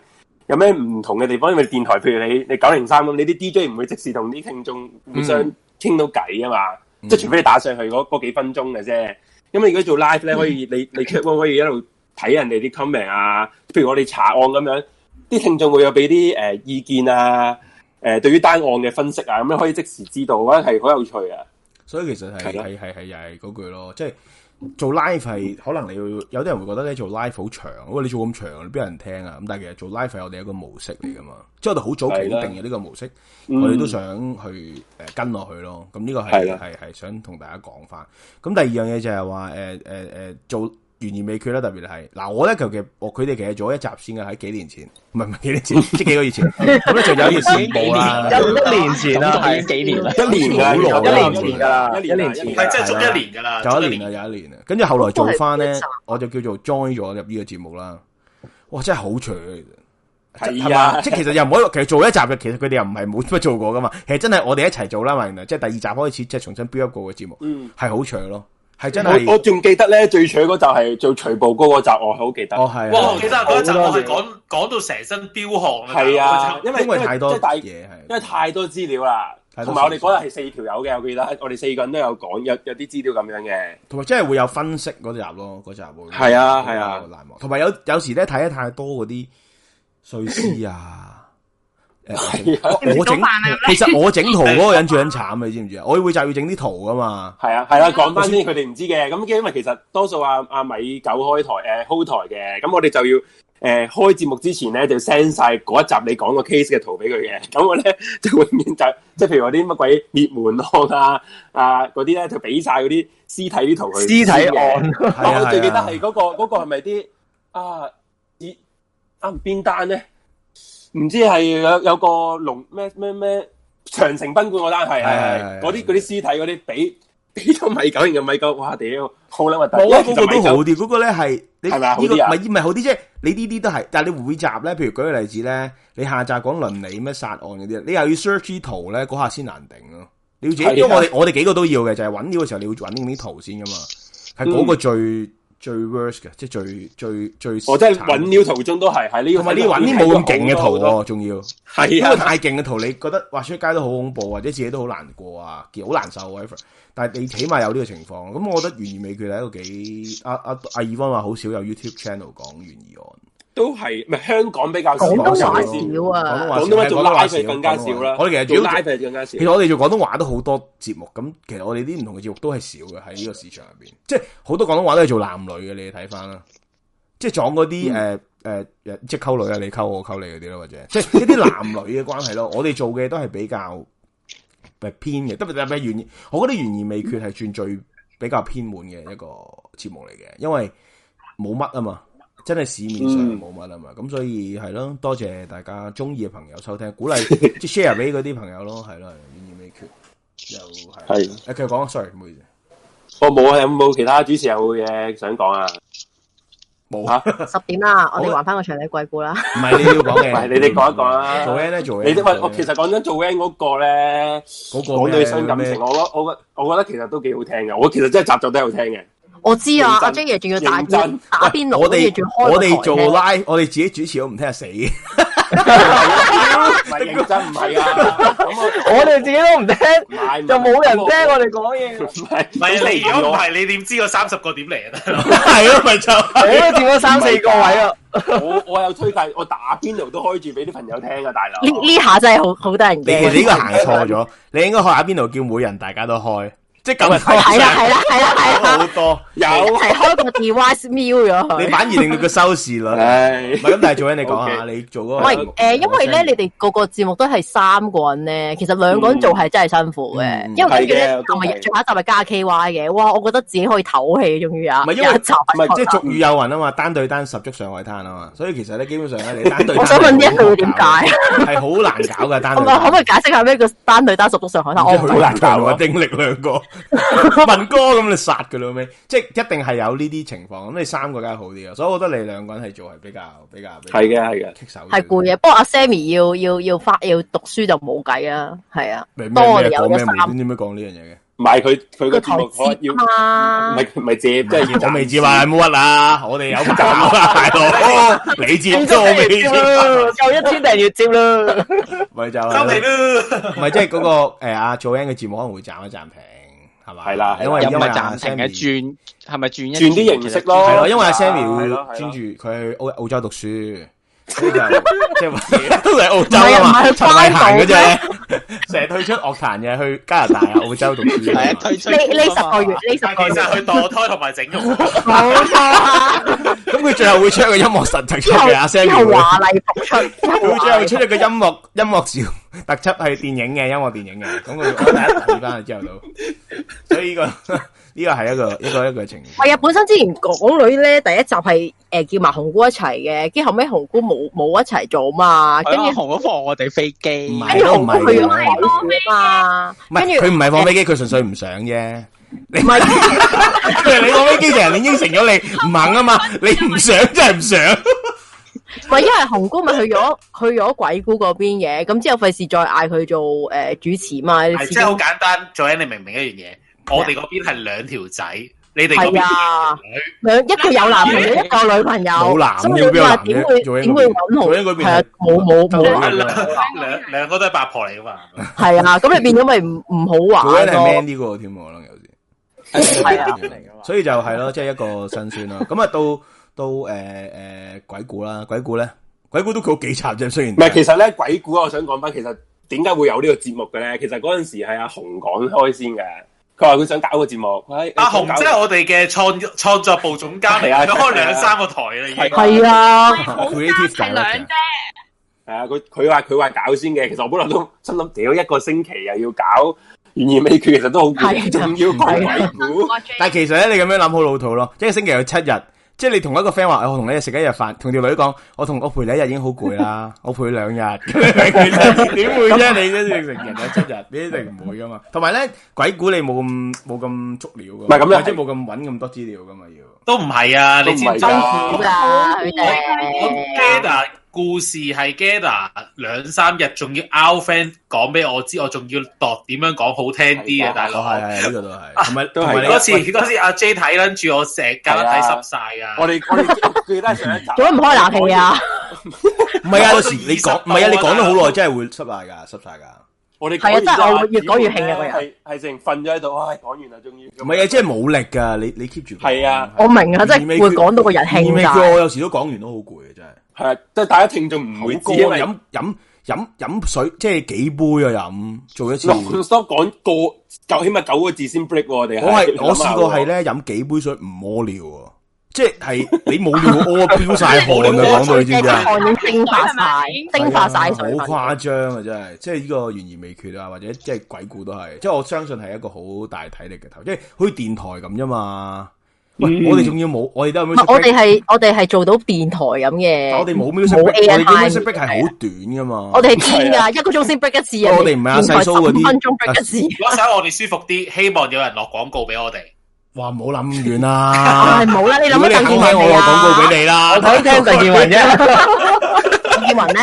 S5: 有咩唔同嘅地方？因為電台譬如你你九零三咁，你啲 DJ 唔會即時同啲聽眾互相
S6: 嗯
S5: 傾到偈啊嘛，即係除非你打上去嗰嗰幾分鐘嘅啫。咁你如果做 live
S6: 嗯
S5: 咧，可以你你 chat room 可以一路睇人哋啲 comment 啊，譬如我哋查案咁樣，啲聽眾會有俾啲誒意見啊，誒、對於單案嘅分析啊，咁樣可以即時知道，我覺得係好有趣啊！
S3: 所以其實係
S5: 係咯
S3: 係係係又係嗰句咯，即係做 live 係可能你要有啲人會覺得咧做 live 好長，喂你做咁長，你邊有人聽啊？咁但係其實做 live 係我哋一個模式嚟噶嘛，即係我哋好早期已經
S5: 係啦
S3: 定咗呢個模式，
S5: 嗯
S3: 我哋都想去诶跟落去咯。咁呢個係
S5: 係啦
S3: 係係想同大家講翻。咁第二樣嘢就係話诶诶诶做。懸而未決啦，特別係嗱，我咧求其我佢哋其實做咗一集先嘅，喺幾年前，唔係唔係幾年前，即係幾個月前，咁咧就有件事報啦，
S6: 一年前啦，係幾年啦，
S5: 一年
S3: 好
S5: 啊，
S3: 耐
S6: 一
S3: 啦
S6: 年前㗎啦，一年前
S5: 一年
S2: 唔係
S5: 前
S2: 真係足一年㗎啦，
S3: 有
S2: 足
S3: 一年啦，啊有一年啦，跟住後來做翻
S1: 都係
S3: 咧
S1: 一集，
S3: 我就叫做 join 咗入呢個節目啦。哇，真係好長啊！其實
S5: 係啊
S3: 嘛，即係其實又唔可以話，其實做一集嘅，其實佢哋又唔係冇乜做過噶嘛。其實真係我哋一齊做啦嘛，原來即係第二集開始即係重新 build up 過嘅節目，
S5: 嗯，
S3: 係好長咯，係真
S5: 我我
S3: 係。
S5: 仲記得咧，最長嗰集係做徐步高嗰集，我好記得。
S3: 哦，係
S2: 哇！
S3: 啊
S2: 我記得嗰集我係講講到成身彪汗
S5: 係啊，因為
S3: 因為太多
S5: 即係大
S3: 嘢
S5: 因
S3: 係。
S5: 為太多資料啦，
S3: 太
S5: 同
S3: 多
S5: 埋我哋
S3: 信息
S5: 嗰日係四條友嘅，我記得我哋四個人都有講，有有啲資料咁樣嘅。
S3: 同埋真係會有分析嗰集咯，嗰集會
S5: 係啊
S3: 會
S5: 係啊
S3: 難忘。同埋有有時咧睇得太多嗰啲碎
S5: [LAUGHS]
S3: 屍啊，誒
S5: 啊
S3: 我
S4: 食唔
S3: 我整
S4: 到飯啊
S3: 其實我整圖嗰個人最撚慘啊，你知唔知啊？我會就要整啲圖噶嘛，
S5: 係啊，係啦、講翻先，佢哋唔知嘅。咁因為其實多數阿阿米九開台誒、呃、hold 台嘅，咁我哋就要诶、开節目之前咧，就 send 晒嗰一集你講個 case 嘅圖俾佢嘅。咁我咧 [LAUGHS] 就永遠就即係譬如話啲乜鬼滅門案啊啊嗰啲咧，就俾晒嗰啲屍體啲圖佢。
S6: 屍體案
S5: 啊
S3: 係啊
S5: 我最記得
S3: 係啊
S5: 係嗰、個嗰、個係咪啲啊？咦啱邊單咧？唔知係有有個龍咩咩咩長城賓館嗰單係係
S3: 係係係
S5: 係嗰啲嗰啲屍體嗰啲俾 [LAUGHS] 俾咗米九，然後米九哇屌好撚核突。
S3: 冇啊，
S5: 因為其
S3: 嗰
S5: 實
S3: 個
S5: 米
S3: 都
S5: 九
S3: 好啲，嗰個咧係你
S5: 係咪啊
S3: 呢個
S5: 好啲啊
S3: 咪咪好啲，即係你呢啲都係，但係你每集咧，啊譬如舉個例子咧，你下集講倫理咩殺案嗰啲，你又要 search 啲圖咧，嗰下先難定咯。你要自己，
S5: 係啊
S3: 因為我哋我哋幾個都要嘅，就係揾料嘅時候你要揾呢啲圖先噶嘛，
S5: 嗯
S3: 係嗰個最最 worst 嘅，即係最最最
S5: 我哦真係
S3: 慘
S5: 揾料途中都係喺呢個，
S3: 同埋你要揾啲冇咁勁嘅圖喎，仲要。
S5: 係
S3: 因為
S5: 啊，
S3: 太勁嘅圖，你覺得畫出街都好恐怖，或者自己都好難過啊，好難受啊。whatever 但係你起碼有呢個情況，咁我覺得懸疑未決啊係一個幾阿阿阿爾芬話好少有 YouTube channel 講懸疑案，
S5: 都係唔係香港比較少
S1: 廣東話
S5: 廣
S3: 少
S5: 東
S1: 少啊，
S5: 話
S3: 廣
S5: 廣
S3: 東
S5: 東
S3: 話
S5: 話
S3: 少
S5: 做 live 更加少啦。
S3: 我哋其實
S5: 做
S3: 主要
S5: live 係更加少
S3: 其。實我哋做廣東話都好多節目，咁其實我哋啲唔同嘅節目都係少嘅喺呢個市場入邊，即係好多廣東話都係做男女嘅，你睇翻啦，即係撞嗰啲誒
S5: 嗯
S3: 誒誒，即係溝女啊，你溝我，我溝你嗰啲咯，或者即係一啲男女嘅關係咯。我哋做嘅都係比較誒偏嘅，特別特別懸疑，我覺得懸疑未決係算最比較偏門嘅一個節目嚟嘅，因為冇乜啊嘛。真係市面上
S5: 嗯
S3: 冇乜啊嘛，咁、所以係咯，多謝大家中意嘅朋友收聽，鼓
S5: [LAUGHS]
S3: 勵即係 share 俾嗰啲朋友咯，係咯，懸疑未決。又係，
S5: 係
S3: 誒，繼續講，sorry，唔好意思，
S5: 我冇啊，有冇其他主持有冇嘢想講啊？
S3: 冇
S5: 嚇
S1: 十點啦，我
S3: 好
S1: 哋
S3: 啊
S1: 還翻個長底貴股啦。
S3: 唔係你要講
S5: 喂
S3: 嘅，，
S5: 你哋講一講啊。
S3: 做 N 咧，做 N，
S5: 你哋喂，我其實講真，做 N 嗰個咧，
S3: 嗰個
S5: 講
S3: 咩
S5: 對傷感情，
S3: 咩
S5: 我覺我覺我覺得其實都幾好聽嘅。我其
S3: [LAUGHS]
S5: 實真係集集都有聽嘅。
S1: 我知啊，
S5: 認真
S1: 阿 J 爺仲要打
S5: 認真
S1: 打邊爐，
S3: 我
S1: 跟住
S3: 哋
S1: 仲要開個
S3: 我哋
S1: 台
S3: 做
S1: 咧
S3: live，我哋自己主持都唔聽啊死，唔
S5: 唔係認真，唔
S2: [LAUGHS]
S5: 係啊。咁
S6: 我哋自己都唔聽，
S5: 唔係
S6: 就冇人聽我
S3: [LAUGHS]
S6: 哋講嘢。
S5: 唔係
S2: 唔係啊你如果唔
S5: 我
S2: 係，你點知個三十個點
S5: [LAUGHS]
S2: 嚟啊？大佬
S3: 係咯，咪就
S6: 我都佔咗三四個位
S3: 啊
S6: 啦。
S5: 我我有推介，我打邊爐都開住俾啲朋友聽啊，大佬。
S1: 呢呢下真係好好得人
S3: 你其實呢
S1: 驚。
S3: 個行錯咗，你應該學下邊度叫每人大家都開，即係咁係
S1: 係啦係啦係啦係啦，
S3: 好多，
S5: 有，
S1: 係開個 device mute 咗佢
S3: 你。反而令到個收視率，唔
S5: 唉，
S3: 係咁，但係做 N 你講下，
S5: OK
S3: 你做
S1: 唔
S3: 嗰個節
S1: 係
S3: 目，
S1: 诶，因為咧，你哋個個節目都係三個人咧，其實兩個人做係真係辛苦
S5: Ừ.
S1: 嘅。
S3: 嗯
S1: 因為跟住
S5: 係
S1: 咧
S5: 嘅，都
S1: 同
S5: 係
S1: 埋最後一集咪加 K Y 嘅，哇！我覺得自己可以唞氣，終於啊，
S3: 唔係因為
S1: 有一集
S3: 唔係即係俗語有云啊嘛，單對單十足上海灘啊嘛，所以其實咧基本上咧你單對單，
S1: 我想問呢一句點解？
S3: 係好啊難搞噶單
S1: 可唔
S3: 對
S1: 可可唔
S3: 單
S1: 可以解釋下咩叫單對單十足上海灘？我
S3: 真係
S1: 唔
S3: 好難搞啊！丁力兩個文哥咁你殺佢老尾，即係一定係有呢啲情況。咁你三個梗係好啲啊，所以我覺得你兩個人係做係比較比較
S5: 係嘅，係嘅。
S3: 棘手，
S1: 係攰嘅。。不過阿 Sammy 要要要翻要讀書就冇計啊，係啊。
S3: 咩咩
S1: 當我哋
S3: 咩
S1: 有
S3: 講
S1: 咗
S3: 咩無
S1: 三
S3: 端點解講呢樣嘢嘅？
S5: 唔係佢佢個
S1: 個
S5: 節
S1: 台
S5: 目可能要
S1: 節啊
S3: Ờ.
S1: 嘛，
S5: 唔係唔係借，即係要
S3: [LAUGHS] 我未接話你冇屈啊！我哋
S5: [LAUGHS]
S3: 有搞啊，大佬，你接咗我未接 [LAUGHS] 啊？
S6: 夠一千訂閱接啦。
S3: 咪就
S2: 收皮
S3: 係
S2: 啦！
S3: 唔係即係嗰個誒阿 Joanne 嘅節目可能會暫一暫停係嘛？
S5: 係啦
S3: 因為
S8: 又
S3: 因
S8: 唔
S3: 為
S8: 係
S3: 阿
S8: 暫停嘅
S3: Sammy
S8: 轉，係咪轉一
S5: 轉啲形式咯
S3: 係咯，因為阿
S5: 係啊
S3: Sammy 會
S5: 係咯係咯
S3: 專注佢去澳澳洲讀書，所以就即係都嚟澳洲啊
S1: 唔係唔
S3: 嘛，
S1: 係去
S3: 陳慧嫻嗰
S1: 關
S3: 隻，成日退出樂壇嘅，去加拿大啊、澳洲讀書
S8: 其實係啊，
S3: 啊嘛。
S8: 推出
S1: 呢呢十個月呢
S2: 但
S1: 十
S2: 係
S1: 個
S2: 其實
S1: 月
S2: 佢墮胎同埋整容。
S1: 冇 [LAUGHS] 錯啊。
S3: 咁佢最後會出一個音樂神特輯
S1: 之後
S3: 嘅，阿
S1: 之
S3: Sammy
S1: 後
S3: 會
S1: 華麗復
S3: [LAUGHS]
S1: 出，之後
S3: 佢
S1: 華
S3: 最後
S1: 麗
S3: 出一個音樂音樂小特輯係電影嘅音樂電影嘅，
S1: [LAUGHS]
S3: 咁佢我第一睇翻之後都，所以呢個 [LAUGHS] 呢個係一個一個一個情況。
S1: 系啊，本身之前港女咧第一集係诶叫埋紅姑一齊嘅，跟住後尾紅姑冇冇一齊做嘛，
S8: 跟
S1: 跟
S8: 住
S1: 住
S8: 紅嗰放我哋飛機，
S3: 唔
S1: 跟
S3: 係
S1: 住
S3: 都唔
S1: 紅
S3: 係
S1: 姑去咗
S3: 嘅
S1: 海選嘛，
S3: 唔係
S1: 跟住
S3: 佢唔係放飛機，佢純粹唔想啫。 [LAUGHS]
S1: 唔係
S3: 佢話你放飛機就人哋應承咗你唔肯啊嘛，你唔想真係唔想。
S1: 唔係因為紅姑咪去咗去咗鬼姑嗰邊嘅，咁之後費事再嗌佢做诶主持嘛，
S2: 係即係好簡單。做緊你明唔明一樣
S5: 啊
S2: 嘢？我哋嗰邊係兩條仔，你哋嗰
S1: 係
S2: 邊
S1: 啊，兩一個有男朋友，一個有女朋友，
S3: 冇男嘅
S1: 所以
S3: 邊有
S1: 你話
S3: 男嘅
S1: 點會
S3: 做嘢嗰邊
S1: 點會揾
S3: 做嘢嗰
S1: 紅？
S3: 邊
S1: 係啊，冇冇
S3: 得
S1: 冇
S3: 啦
S2: 兩兩兩個都係八婆嚟噶嘛？
S1: 係啊，咁你變咗咪唔唔好
S3: 做
S1: 玩
S3: 人係
S1: 咯
S3: man，啲個添喎，可能有
S5: [LAUGHS]
S3: 時。
S1: 係啊。
S3: 所以就係咯，即係一個辛酸咯。咁啊，到到诶诶鬼故啦，鬼故咧，鬼故都佢好幾集啫，雖然
S5: 唔係，其實咧鬼故啊我想講翻，其實點解會有呢個節目嘅咧？其實嗰陣時係阿紅講開先嘅，佢話佢想搞個節目，喂
S2: 阿紅即係我哋嘅創創作部總監嚟，
S5: 係啊
S2: 佢開兩三個台啦已經。
S1: 系啊，
S4: 好
S3: creative
S4: 係兩啫，
S5: 係啊，佢佢話佢話搞先嘅，其實我本來都心諗屌一個星期又要搞懸而未決，其實都好攰，
S1: 係
S5: [LAUGHS] 仲要講鬼
S4: 辛苦
S5: 故。
S4: 啊 J，
S3: 但系其實咧，你咁樣諗好老土咯，一個星期有七日，即係你同一個 friend 話，哎我同你食一日飯，同條女講，我同我陪你一日已經好攰啦，我陪你兩日， [LAUGHS] 點會啫？你一定成人有七日，你一定唔會噶嘛。同埋咧，鬼故你冇咁冇咁足料噶，
S5: 唔係咁樣
S3: 即係冇咁揾咁多資料噶嘛要。
S2: 都唔係啊，你知唔知
S5: 都唔係
S1: 辛
S5: 㗎
S1: 苦噶佢
S2: 我
S1: 哋。
S2: gather 故事係 gather 兩三日，仲要 out friend 講俾我知，我仲要度點樣講好聽啲
S5: 係
S2: 嘅，
S5: 㗎
S2: 大
S3: 哦，係
S2: 佬。
S3: 係係呢個都係，
S2: [LAUGHS]
S3: 同埋
S5: 都係
S3: 同埋你
S2: 嗰次嗰次阿 J 睇跟住我成架
S5: 係啊
S2: 睇濕晒㗎。
S5: 我哋
S1: [LAUGHS]
S5: 我哋記得上一集
S1: 做乜唔開冷氣啊？
S3: 唔係啊，
S2: 我
S3: 有時你講
S2: 20
S3: 唔係啊，你講咗好耐，
S2: 度
S3: 真係會濕晒㗎，濕晒㗎。
S5: 我哋
S1: 係啊真係我會越講越興啊個人
S5: 係係成瞓咗喺度，唉，講完啦，終於
S3: 唔係啊，即係冇力㗎，你你 keep 住講。
S5: 係啊
S1: 我明啊，即係會講到個人
S3: 而
S1: 興
S3: 未
S1: 噶。
S3: 我有時都講完都好攰啊，真係。
S5: 係啊，即係大家聽眾唔會知，
S3: 好
S5: 因
S3: 高啊
S5: 為
S3: 飲飲飲飲水，即係幾杯啊飲，做一次。
S5: non
S3: 我
S5: [LAUGHS] stop 講個九起碼九個字先 break 喎，我哋
S3: 係
S5: 你諗
S3: 我
S5: 下
S3: 試過係
S5: 喎，
S3: 咧飲幾杯水唔屙尿喎，即係你冇尿屙飆晒汗啊！講到你知
S1: 即
S3: 唔
S1: 係
S3: 知
S1: 啲
S3: 啊？
S1: 汗已經蒸發晒，蒸發晒水
S3: 係
S1: 分。
S3: 啊好誇張啊！真係，即係呢個懸而未決啊，或者即係鬼故都係，即係我相信係一個好大體力嘅頭，即係好似電台咁啫嘛。喂，我哋仲要冇，我哋都有
S1: 唔
S3: music
S1: 係我
S3: break，
S1: 哋係我哋係做到電台咁
S3: 但
S1: 嘅，
S3: 我哋冇 music
S1: 冇
S3: break，我哋
S1: airtime
S3: 嘅 music break 係好短噶嘛。
S1: 我哋係天㗎，一個鐘先 break 一次啊！
S3: 我哋唔係阿細蘇
S1: 電
S3: 嗰啲啊
S1: 台15分鐘 break 一次。
S2: [LAUGHS] 如果想我哋舒服啲，希望有人落廣告俾我哋。
S3: 哇，唔好諗咁遠啦
S1: 唉，。冇啦，你
S3: 如
S1: 諗
S3: 果你
S1: 一
S3: 肯
S1: 鄧
S3: 聽
S1: 健
S3: 我
S1: 文嚟
S3: 落廣告
S1: 啊？
S3: 俾你啦。
S6: 我想聽鄧健文啫，
S1: 鄧健文咧，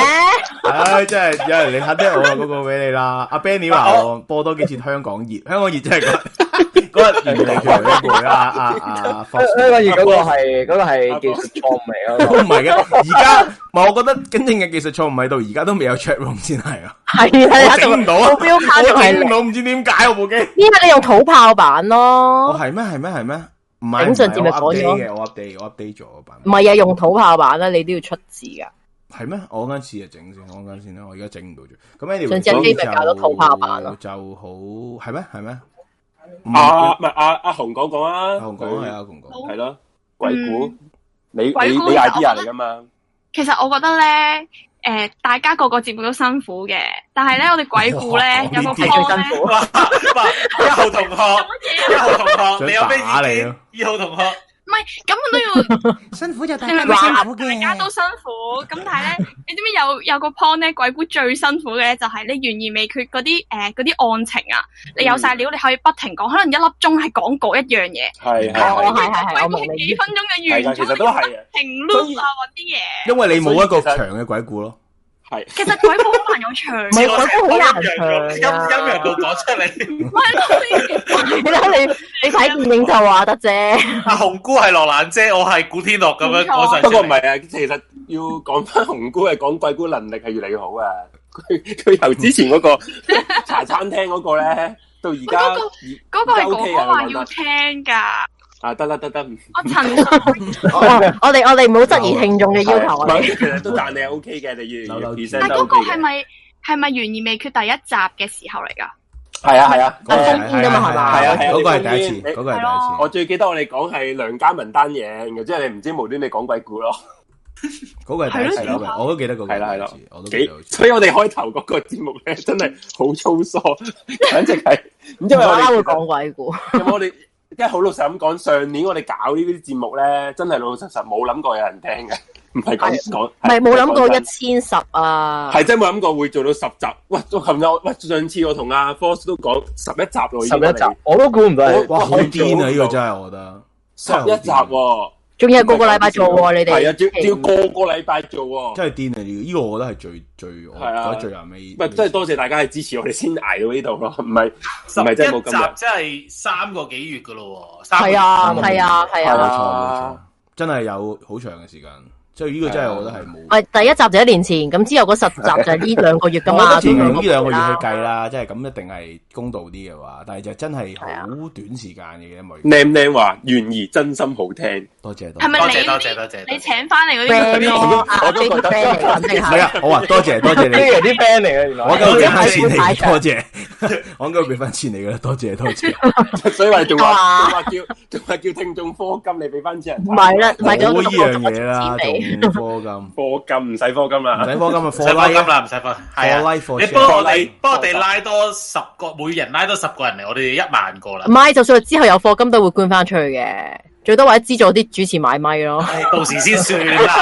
S3: 唉，真系有人你肯聽我嗰個俾你啦。阿 Benny 話我播多幾次香港熱，香港熱真係嗰嗰日原嚟佢嗰個啦，阿阿阿 Fox
S6: 呢個月嗰個係嗰個係技術錯誤嚟啊
S3: 都
S6: 咯。
S3: 唔係嘅。而家唔係，我覺得真正嘅技術錯誤喺度，而家都未有 chat room 先係啊。
S1: 係啊，
S3: 我整唔到啊
S1: 目標卡仲
S3: 我
S1: 係
S3: 整唔
S1: 零。
S3: 到，唔知點解我部機。
S1: 因為你用土炮版
S3: 我
S1: 咯，
S3: 係咩？係咩？係咩？唔係
S1: 頂
S3: 唔
S1: 盡節
S3: 係
S1: 目
S3: 我
S1: 講
S3: update
S1: 咗
S3: 嘅，我 update 我 update 咗個版
S1: 唔係啊，用土炮版啦，你都要出字㗎。
S3: 系咩？我嗰阵次就整先，我嗰阵先啦，我而家整唔到住。咁 anyway，
S1: 上次阿 J 咪搞到套下版咯
S3: 就好係咩？係咩？唔
S5: 啊唔係阿阿紅講講啊，
S3: 阿紅講係阿紅講，
S5: 係咯，鬼故
S4: 嗯，
S5: 你你你
S4: 鬼故就
S5: idea
S4: 我覺得
S5: 嚟噶嘛？
S4: [LAUGHS] 其實我覺得咧，诶，大家個個節目都辛苦嘅，但係咧，我哋鬼
S3: [LAUGHS]
S4: 故
S3: 哇
S4: 咧有個
S3: 呢啲
S4: p
S1: 係最辛
S2: [LAUGHS]
S4: 咧，
S1: 苦。
S2: 一號同學，一號同學，你有咩
S3: 想打
S2: 意
S3: 你
S2: 見
S3: 啊？
S2: 二號同學，
S4: 唔係根本都要。
S3: [LAUGHS] 辛苦就大
S4: 你明唔明啊？大家都辛苦，咁但係咧， [LAUGHS] 你知唔知有有個 point 咧？鬼故最辛苦嘅咧就係你懸而未決嗰啲诶嗰啲案情啊，你有晒料，你可以不停講，可能一粒鐘係講嗰一樣嘢，啊
S5: 係係
S1: 哦係
S5: 係
S1: 係係
S4: 鬼故
S1: 我明
S4: 係
S1: 你
S4: 幾分鐘嘅
S5: 係啊，
S4: 完
S5: 其
S4: 咗，
S5: 實都係啊，
S4: 停
S5: 所
S4: loop
S5: 以
S4: 啊，搵啲嘢。
S3: 因為你冇一個
S5: 所以其實
S3: 長嘅鬼故咯。
S5: 係
S4: 其實鬼故好難有長，
S5: [LAUGHS]
S1: 唔係鬼故好難唱㗎
S2: 陰陰陽到講出嚟，
S4: 唔係咯
S1: 你睇你睇電影就話得啫，
S2: 阿紅姑係羅蘭姐，我係古天樂咁樣講晒出嚟。
S5: 不過唔係啊，其實要講翻紅姑係講鬼姑能力係越嚟越好啊！佢佢由之前嗰
S4: [LAUGHS]
S5: 個茶餐廳嗰個咧，到而家
S4: 喂嗰個嗰個係哥哥話要聽㗎，
S5: 啊得啦得得，唔 [LAUGHS]
S4: 我陳述
S1: 我我哋我哋唔好質疑聽眾嘅要求我哋。
S5: 係其實都但你係 O K 嘅，你越
S3: 扭扭
S5: 越
S3: 轉
S4: 但
S5: present
S4: 係
S5: 都
S4: 嗰
S5: O
S4: 個
S5: K
S4: 係
S5: 嘅，
S4: 咪係咪懸而未決第一集嘅時候嚟㗎？
S5: 係啊係啊。
S1: 我封煙㗎嘛係嘛
S3: 係啊係啊
S5: 係啊
S3: 嗰個係第
S5: 你
S3: 一
S5: 封
S3: 次，
S5: 煙
S3: 嗰個係
S4: 係
S3: 第
S5: 我
S3: 一次，
S5: 最記得我哋講係梁家文單嘢，然後之後你唔知無端你講鬼故咯，
S3: 嗰個係第一次，
S5: 係咯
S3: 嗰個係我都記得嗰個
S5: 係啦係
S3: 係
S5: 啦
S3: 第一次，我都記
S5: 幾
S3: 得好似。
S5: 所以我哋開頭嗰個節目
S3: [LAUGHS]
S5: 咧真係好粗疏，簡直係，因為
S1: 無
S5: 我
S1: 啦啦
S5: 哋
S1: 會講鬼故，
S5: 咁我哋即係好老實咁講，上年我哋搞呢啲節目咧，真係老老實實冇諗過有人聽嘅，唔係講講，
S1: 唔係冇諗過一
S5: 係
S1: 千十啊，
S5: 係真冇諗過會做到十集。喂，我琴日我喂上次我同阿 Force 都講十一集咯，已
S6: 十
S5: 經
S6: 一集，我都估唔到係。
S3: 哇，好癲啊！呢個
S5: 真
S3: 真係我覺得。
S5: 十一集喎，
S1: 仲要係個個禮拜做喎，你
S5: 係啊，
S1: 哋
S5: 仲要個個禮拜做喎。
S3: 真係癲啊！呢個呢個我覺得係最最，我
S5: 係啊
S3: 覺得最後尾。
S5: 唔係真係多謝大家嘅支持，我哋先捱到呢度咯，唔係
S2: 十
S5: 唔係
S2: 一
S5: 真係冇今日
S2: 集，真係三個幾月噶咯喎，三個
S1: 係啊係啊係啊
S3: 冇
S5: 係。
S3: 錯
S5: 啊
S3: 冇錯，真係有好長嘅時間。所以呢個真係我覺得係冇。
S1: 喂，第一集就一年前，咁之後嗰十集就係呢兩個月噶
S3: [LAUGHS] 我覺
S1: 嘛，
S3: 得就用呢兩個月
S1: 啦
S3: 去計啦，即係咁一定係公道啲嘅話，但係就真係好短時間嘅因為
S5: 靓唔靓话，悬而真心好听。
S3: 多謝多謝
S4: 係咪
S2: 多
S4: 你
S2: 謝多
S4: 嗰
S2: 謝多
S4: 啲
S2: 謝
S4: 你請翻嚟嗰啲啊
S1: friend 咯，阿
S5: 我都
S1: J
S5: 覺得
S1: friend 嚟肯定
S3: 唔係
S1: 係。
S3: 啊，我話多
S1: [LAUGHS]
S3: 謝多謝你，
S6: 呢啲啲 friend 嚟嘅，原來
S3: 我夠俾翻錢你
S1: 係啊
S3: 多謝， [LAUGHS] 我夠俾翻錢你噶啦，多謝多 [LAUGHS] 謝。
S5: 所以话仲
S1: 啊 [LAUGHS]
S5: 话仲话叫仲话叫听众科金，你俾翻钱人
S1: 唔係
S3: [LAUGHS]
S1: 啦，唔係
S3: 冇
S1: 咁
S3: 呢樣嘢
S1: 我
S3: 啦，
S1: 知
S3: 仲課 [LAUGHS] 金，
S5: 科金唔使科金
S3: 唔
S5: 啦。
S3: 使課
S2: [LAUGHS] 唔
S3: 金啊，
S2: 使
S3: 課
S2: 放
S3: 拉
S2: 金
S3: 啊，
S2: 啦，唔使放。系啊，
S3: 課拉課
S2: 你幫我
S5: share
S2: 哋幫我哋拉多十個，每人拉多十個人嚟，我哋一萬個啦
S1: 唔。係，就算係之後有課金都會捐翻出去嘅，最多或者資助啲主持買咪咯。
S2: 到時先算啦。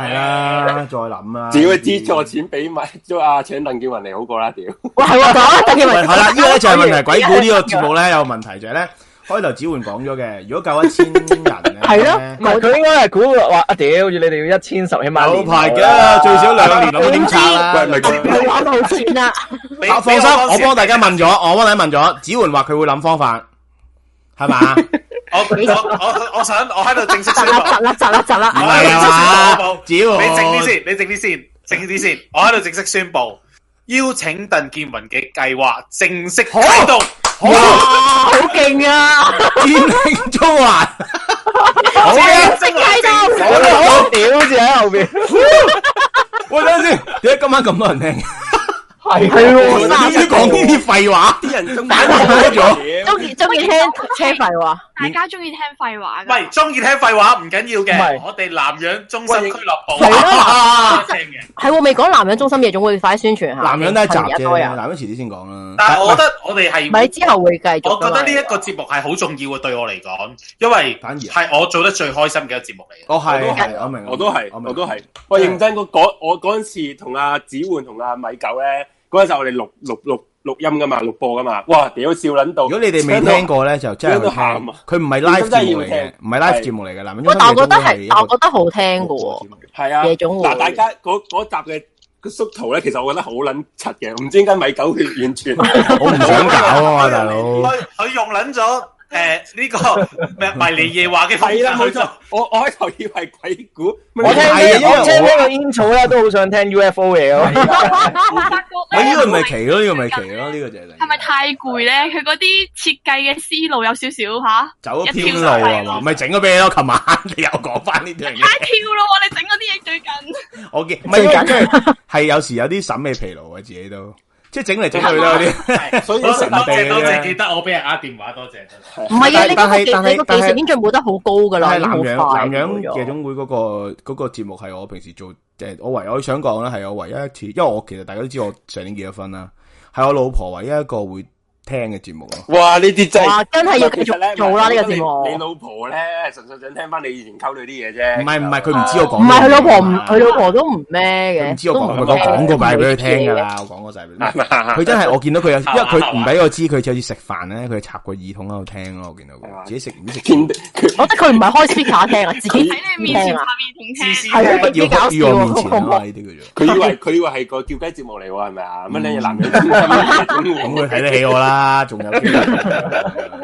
S3: 係啦，再諗啊啦。
S5: 只要資助錢俾埋，都啊請鄧建雲嚟好過啦，屌！
S1: 哇，係喎，講鄧健
S3: 喂，
S1: 文哎
S3: 系啦，呢個咧
S1: [LAUGHS]
S3: 就係問題。鬼故呢個節目咧有問題就係咧，開頭子焕講咗嘅，如果夠一千人咧，
S1: 係咯
S6: 唔係佢應該係估話啊屌，要你哋要一千十起碼
S3: 有
S6: 年
S3: 排
S6: 頭啦
S3: 嘅，最少兩年咁點拆啦？
S5: 喂咪佢
S1: 佢 [LAUGHS] 玩到好錢啦，
S2: 俾
S3: 啊放心，我幫大家問咗，我幫大家問咗，子焕話佢會諗方法，係嘛？
S2: 我我我我想我喺度正式
S1: 窒
S2: 宣
S1: 啦窒
S2: 布，
S1: 啦窒啦窒
S3: 唔
S1: 啦，
S3: 係啊嘛
S2: 我冇，
S3: 子焕，
S2: 你靜啲先，你靜啲先，靜啲先。我喺度正式宣布，邀請鄧建文嘅計劃正式啟動。
S3: 好啊，
S1: 好勁
S3: [LAUGHS]
S1: 啊！
S3: 戰勝中環，好啊！
S1: 正喺度，
S6: 有個屌字喺後邊，
S3: 喂，等陣先，點解今晚咁多人聽？
S6: 係喎
S3: 點知講呢啲廢話？
S5: 啲人中
S3: 打開咗，
S1: 中意中意聽車廢話。
S4: 大家中意聽廢話
S2: 唔
S4: 㗎
S2: 係中意聽廢話唔緊要
S6: 唔係
S2: 嘅，我哋南洋中心俱樂部
S1: 喂係
S2: 啊，聽嘅。
S1: 係喎，未講南洋中心夜總會，快啲宣傳下。
S3: 男人都一集
S1: 而家
S3: 啫，
S1: 多人
S3: 男人遲啲先講啦。
S2: 但係我覺得我哋係
S1: 唔係之後會繼續㗎
S2: 我
S1: 嘛。
S2: 覺得呢一個節目係好重要嘅，對我嚟講，因為
S3: 反而
S2: 係我做得最開心嘅一個節目嚟嘅。
S3: 我係
S5: 我都
S3: 係，我明，
S5: 我都係，
S3: 明
S5: 我都係。我認真嗰嗰我嗰陣時同阿子焕同阿米九咧，嗰陣時我哋錄錄錄錄音噶嘛，錄播噶嘛。哇！屌笑撚到！
S3: 如果你哋未聽過咧，就真係去聽。
S5: 聽到喊啊
S3: 佢唔係
S5: 認
S3: live
S5: 真真係
S3: 節
S5: 要
S3: 目嚟嘅
S5: 聽，
S3: 唔係 live 節目嚟嘅。男人
S1: 喂，但我覺得
S3: 一
S1: 係，
S3: 個
S1: 但我覺得好聽嘅喎。
S3: 唔
S5: 係啊，
S1: 夜總會
S5: 嗱，大家嗰嗰集嘅個縮圖咧，其實我覺得好撚柒嘅，唔知點解米九佢完
S3: [LAUGHS]
S5: 全我
S3: 想搞啊，大佬。
S2: 佢佢用撚咗誒呢個咩迷離夜話嘅方
S5: 係啦，冇
S2: 法去
S5: 錯
S2: 做，。
S5: 我我開頭以為鬼故，
S6: 我聽
S3: 係啊因為
S6: 聽
S3: 我
S6: 我聽聽個煙草咧，都好想聽 UFO 嘢咯。
S4: 我發覺
S3: 喂
S4: 咧
S3: 呢個咪奇咯，呢個咪奇咯，呢個就係
S4: 係咪太攰咧？佢嗰啲設計嘅思路有少少吓，
S3: 走咗
S4: 一跳
S3: 偏路
S4: 上
S3: 啊
S4: 嚟
S3: 嘛？
S4: 咯
S3: 咪整咗俾你咯。琴 [LAUGHS] 晚你又講翻呢樣嘢
S4: 太。跳咯！你整嗰啲嘢最近
S3: 我見唔係因為真係係有時有啲審美疲勞啊，自己都即係整嚟整去都有啲。
S2: [LAUGHS] 係啊
S5: 所以
S2: 多謝
S5: 神
S2: 多
S3: 秘
S2: 謝
S3: 嘅
S2: 多
S3: 啫
S2: 謝，記得我俾人呃電話，多謝多
S1: 唔
S2: 謝。
S1: 係啊，你
S3: 但
S1: 嗰個
S3: 係但
S1: 技
S3: 係
S1: 你個技
S3: 但係
S1: 術已經進步得好高㗎啦，
S3: 係
S1: 已經
S3: 南
S1: 好
S3: 洋
S1: 快
S3: 南洋
S1: 咗
S3: 夜總會嗰、個嗰、個節目係我平時做，即係我唯我想講咧係我唯一一次，因為我其實大家都知我上年結咗婚啦，係我老婆唯一一個會聽嘅節目咯。
S5: 哇！呢啲真係
S1: 哇，真係要繼續做啦呢個節
S5: 你你
S1: 目。
S5: 老婆咧，純粹想聽翻你以前溝女啲嘢啫。
S3: 唔係唔係，佢唔知我
S1: 唔
S3: 講咩
S1: 係
S3: 㗎嘛。
S1: 佢老婆唔，佢老婆都唔咩
S3: 佢
S1: 嘅，
S3: 唔知我
S1: 都
S3: 講
S1: 唔聽
S3: 咩，我講過埋俾佢聽㗎。啦，我講過晒俾佢聽。
S5: 係
S3: 佢真係我見到佢有，
S2: 係
S3: 因
S2: 嘛
S3: 為佢唔俾我知，佢好似食飯咧，佢插個耳筒喺度聽咯。我見到
S5: 係嘛
S3: 佢自己食唔知食
S5: 見
S3: 邊，
S1: 我覺得佢唔係開 speaker 聽啊，自己
S4: 喺你面前
S1: 聽啊
S4: 拍，面同
S2: 思思
S4: 聽，
S1: 係啊
S3: 不要哭於我
S1: 好
S3: 面前啊
S1: 恐怖
S3: 嘛！呢啲叫做。
S5: 佢以為 [LAUGHS] 佢以為係個叫雞節目嚟喎，係咪啊？乜你男人
S3: 咁
S5: 咁
S3: 佢睇得起我啦， [LAUGHS] 仲有機會，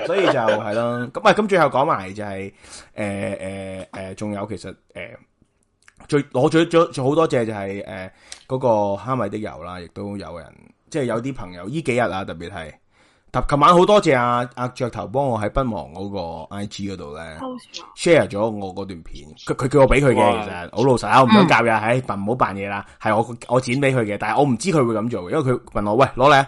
S3: 所以就係咯。咁啊，咁最後講埋就係誒誒誒，仲、有其 [LAUGHS] 實誒、最我最最最好多謝就係誒嗰個哈米的油啦，亦都有人即係有啲朋友呢幾日啊，特別係。特琴晚好多謝阿阿雀頭幫我喺奔忙嗰個 I G 嗰度咧 share 咗我嗰段片，佢佢叫我俾佢嘅，
S5: 哇
S3: 其實好老實，
S1: 嗯
S3: 我唔想教嘅，唉、扮唔好扮嘢啦，係我我剪俾佢嘅，但係我唔知佢會咁做，因為佢問我喂攞嚟啊，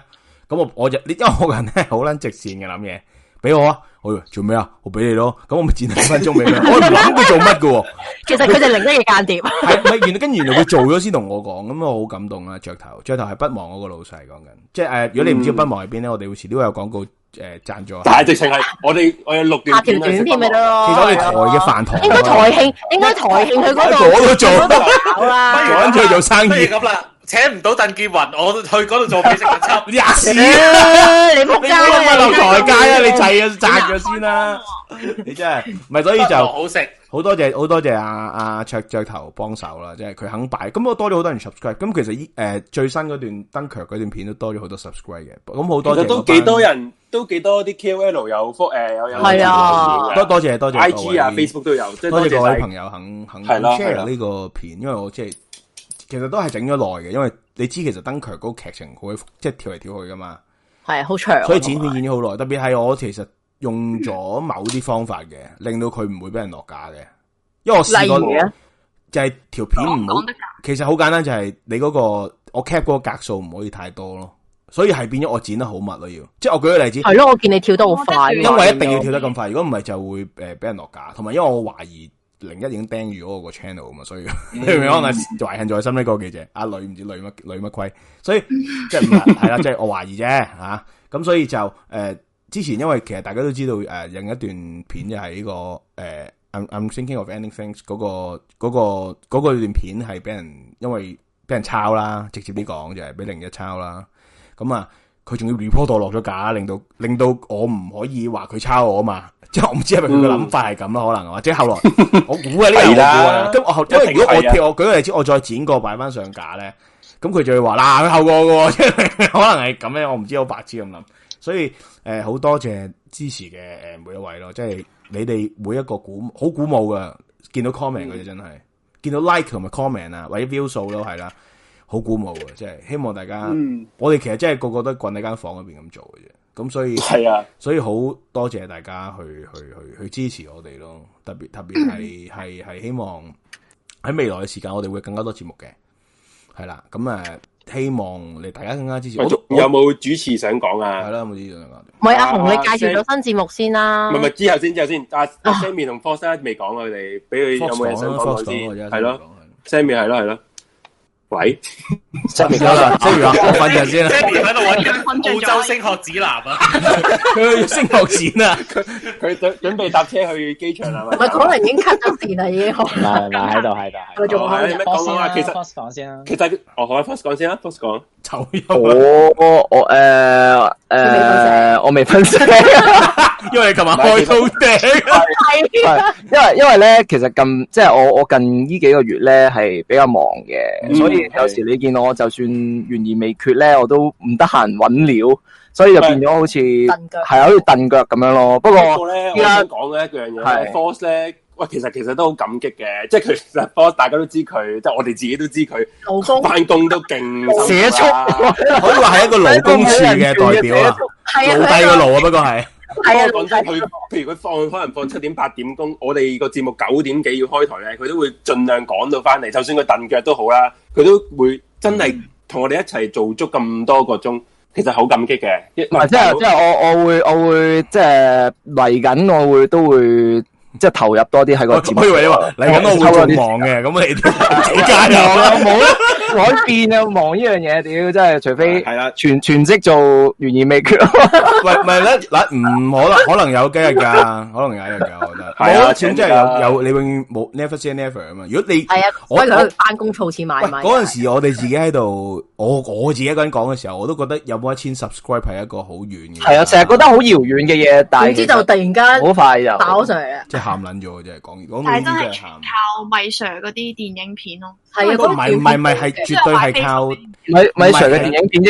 S3: 咁我我就你因為我個人 [LAUGHS] 咧好撚直線嘅諗嘢，俾我啊，我話做咩啊？我俾你咯，咁我咪剪兩分鐘俾佢，
S1: [LAUGHS]
S3: 我唔諗佢做乜嘅喎。
S1: 其實佢就另一嘢間諜。
S3: 系咪？原來跟住原來佢做咗先同我講，咁我好感動啦！雀頭，雀頭係不忘嗰個老細講緊，即係诶、呃如果你唔知
S5: 嗯
S3: 不忘喺邊咧，我哋會遲啲會有廣告诶赞助。啊
S5: 但係直情係我哋我有六
S1: 拍
S5: 段啊
S1: 條短片咪得
S3: 其
S1: 咯。
S3: 實我哋台嘅飯堂，
S1: [LAUGHS]
S3: 啊
S1: 應該台慶，應該台 [LAUGHS] 慶佢嗰度
S3: 我都做，
S1: 嗰度搞
S2: 不如
S1: 啦。
S2: 咁啦
S3: 趕佢做生意
S2: 不如咁啦，請唔到鄧建雲，我去嗰度做美食
S3: [LAUGHS]
S2: 特輯。
S3: 吔屎啊！
S1: 你
S3: 你
S1: 仆街
S3: 唔好
S1: 啊！
S3: 乜落
S1: 你
S3: 台街啊！你砌啊，賺咗先啦！你真係唔係，所以
S2: 不
S3: 就
S2: 落好食。
S3: 好多謝好多謝阿阿卓雀頭幫手啦，即係佢肯擺，咁我多咗好多人 subscribe。咁呃其實依誒最新嗰段 Dunkirk 嗰段片都多咗好多 subscribe 嘅，咁好
S5: 其
S3: 多謝
S5: 實都
S3: 嗰班
S5: 幾多人都幾多啲 KOL 有覆诶有有
S1: 係啊
S3: 多多謝多謝
S5: I
S3: 各
S5: G
S3: 位
S5: 啊 Facebook 都有，即係多
S3: 多謝
S5: 謝
S3: 各位
S5: 晒
S3: 朋友肯肯
S5: 係啦係
S3: share
S5: 啦
S3: 呢個片，因為我即係其實都係整咗耐嘅，因為你知其實登強嗰個劇情好鬼複即係跳嚟跳去噶嘛，
S1: 系好啊长，
S3: 所以剪片剪咗好耐。特別係我其實用咗某啲方法嘅，令到佢唔會俾人落架嘅，因為我試過
S1: 例如呢
S3: 就係條片唔好
S4: 講得㗎，
S3: 其實好簡單，就係你嗰、個我 cap 嗰個格數唔可以太多咯，所以係變咗我剪得好密咯要，即係我舉個例子。
S1: 系咯，我见你跳得好快，
S4: 因
S3: 因為一定要跳得咁快，如果唔係就會诶俾人落架，同埋因為我懷疑零一已經盯住嗰個 channel 啊嘛，所以 [LAUGHS] 你明唔明？可能懷恨在心呢個記者，阿女唔知女乜女乜鬼，所以即係唔係係啦，即係我懷疑啫吓，咁、所以就诶、呃之前因為其實大家都知道诶、呃另一段片就係呢、個个呃 I'm I'm thinking of ending things 嗰、個嗰、個嗰、個段片係俾人因為俾人抄啦，直接啲講就係俾零一抄啦，咁啊。佢仲要 report 到落咗架，令到令到我唔可以話佢抄我啊嘛。即係我唔知係咪佢嘅諗法係咁啦，可能或者 [LAUGHS] 後來我估啊呢個我
S5: 係
S3: 估
S5: 啦
S3: 啊。咁我後因為如啊果我
S5: 一定係
S3: 跳，我舉個例 [LAUGHS] 子，我再剪過擺翻上架咧，咁佢就會話嗱佢後過嘅喎，即係可能係咁咧，我唔知好白痴咁諗。所以誒好、多謝支持嘅誒、呃每一位咯，即係你哋每一個鼓好鼓舞噶，見到 comment
S5: 嗯
S3: 佢哋真係見到 like 同埋 comment 啊，或者 view 數都係啦，好鼓舞嘅，即係希望大家。
S5: 嗯，
S3: 我哋其實真係個個都滾喺間房嗰邊咁做嘅啫。咁所以
S5: 係啊，
S3: 所以好多謝大家去去去去支持我哋咯。特別特別
S5: [LAUGHS]
S3: 係係係希望喺未來嘅時間，我哋會更加多節目嘅。係啦，咁誒，希望你大家更加支持。
S5: 喂
S3: 我
S5: 仲
S3: 我
S5: 有冇主持想講
S3: 係
S5: 啊？
S3: 啦，冇知道啦。
S1: 唔系阿红，你介绍咗新节目先啦
S5: 唔係唔。係，之後先之後先，阿
S1: 啊
S5: Sammy 同 Fox 咧未講啊，佢哋俾佢有冇嘢想講佢
S3: Fox 講啊啦，Fox 講
S5: 先？
S3: 啦
S5: 係咯，
S3: 我
S5: ，Sammy 係咯係咯，喂，
S3: 真係
S5: [LAUGHS]
S3: 講啦。即係話我瞓陣先啦，
S2: Sammy 喺度
S4: 瞓
S2: 揾
S4: 着咗
S2: 緊澳洲升學指南啊！
S3: 佢去升學展啊！
S5: [LAUGHS] 佢準準備搭車去機場啊係
S1: 唔系
S5: 咪？
S1: 可能已经 cut 咗线啦，已
S3: [LAUGHS]
S1: 经。
S8: 唔係唔係喺度喺度喺度。
S1: 我仲
S5: 哦係你
S1: 開
S5: 咩講講啊？其實
S8: Fox 講先啦，
S5: 其實我可唔可以 Fox 講先啊，Fox 講。
S3: 走音啊！
S6: 我我诶诶，我未分析，
S3: 因為你琴晚開到頂， [LAUGHS]
S1: 系
S6: 因為因為咧，其實近即係我我近呢幾個月咧係比較忙
S5: 嗯
S6: 嘅，所以有時你見我就算懸而未決咧，我都唔得閒揾料，所以就變咗好似
S1: 蹬腳
S6: 係啊好似蹬腳咁樣哦咯。不
S5: 不
S6: 過
S5: 過咧，我
S6: 依家
S5: 想講咧一樣嘢咧
S6: 係
S5: ，Force 咧，喂，其實其實都好感激嘅，即係佢其實 Force 大家都知佢，即係我哋自己都知佢
S1: 老公
S5: 翻工都勁
S6: 社畜
S5: 辛苦啦 [LAUGHS]
S3: 可以話係一個勞工處嘅代表啊，
S1: 系啊，
S3: 奴隸嘅奴啊，不過係。
S1: 系啊，
S5: 不過講真，佢譬如佢放可能放七點八點工，我哋個節目九點幾要開台咧，佢都會盡量趕到翻嚟，就算佢蹬腳都好啦，佢都會真係
S6: 嗯
S5: 同我哋一齊做足咁多個鐘，其實好感激嘅。一
S6: 啊唔係即係即係我我會我會即係嚟緊，我會都會即係投入多啲喺個節目。
S3: 我以為你話嚟緊我會仲忙嘅，咁
S5: [LAUGHS]
S3: 你都加油啦！
S6: 冇
S1: 啊
S6: 得 [LAUGHS] 改變啊！忙呢樣嘢，屌真係除非
S5: 係啦
S6: 全全職做懸而未決
S3: 喂，唔係咧，嗱，唔可能，可能有幾日㗎，可能有一日㗎，我覺得。
S5: 係啊
S3: 冇啊，錢真
S5: 請
S3: 係
S5: 假
S3: 有有，你永遠冇 never say never 啊嘛。如果你
S1: 系啊，
S3: 我
S1: 所以
S3: 我
S1: 佢翻工储钱买
S3: 喂
S1: 米。
S3: 嗰陣時，我哋自己喺度，我我自己一個人講嘅時候，我都覺得有冇一千 subscribe 係一個好遠嘅。
S6: 係啊，成日覺得好遙遠嘅嘢，但
S1: 点
S6: 係
S1: 知
S6: 其
S1: 就
S6: 實
S1: 突然间
S6: 好快就
S1: 爆上嚟啦。啊
S3: 即係喊撚咗，真係講講到
S4: 但
S3: 呢
S4: 係真
S3: 啲
S4: 係
S3: 真係
S4: 全
S3: 喊。
S4: 靠米 Sir 嗰啲電影片咯。
S1: 系啊，
S3: 唔係唔係唔係，係
S4: 即
S3: 絕
S4: 係
S3: 對
S4: 話
S3: 係靠
S4: Facebook
S6: 米米 Sir 嘅電影片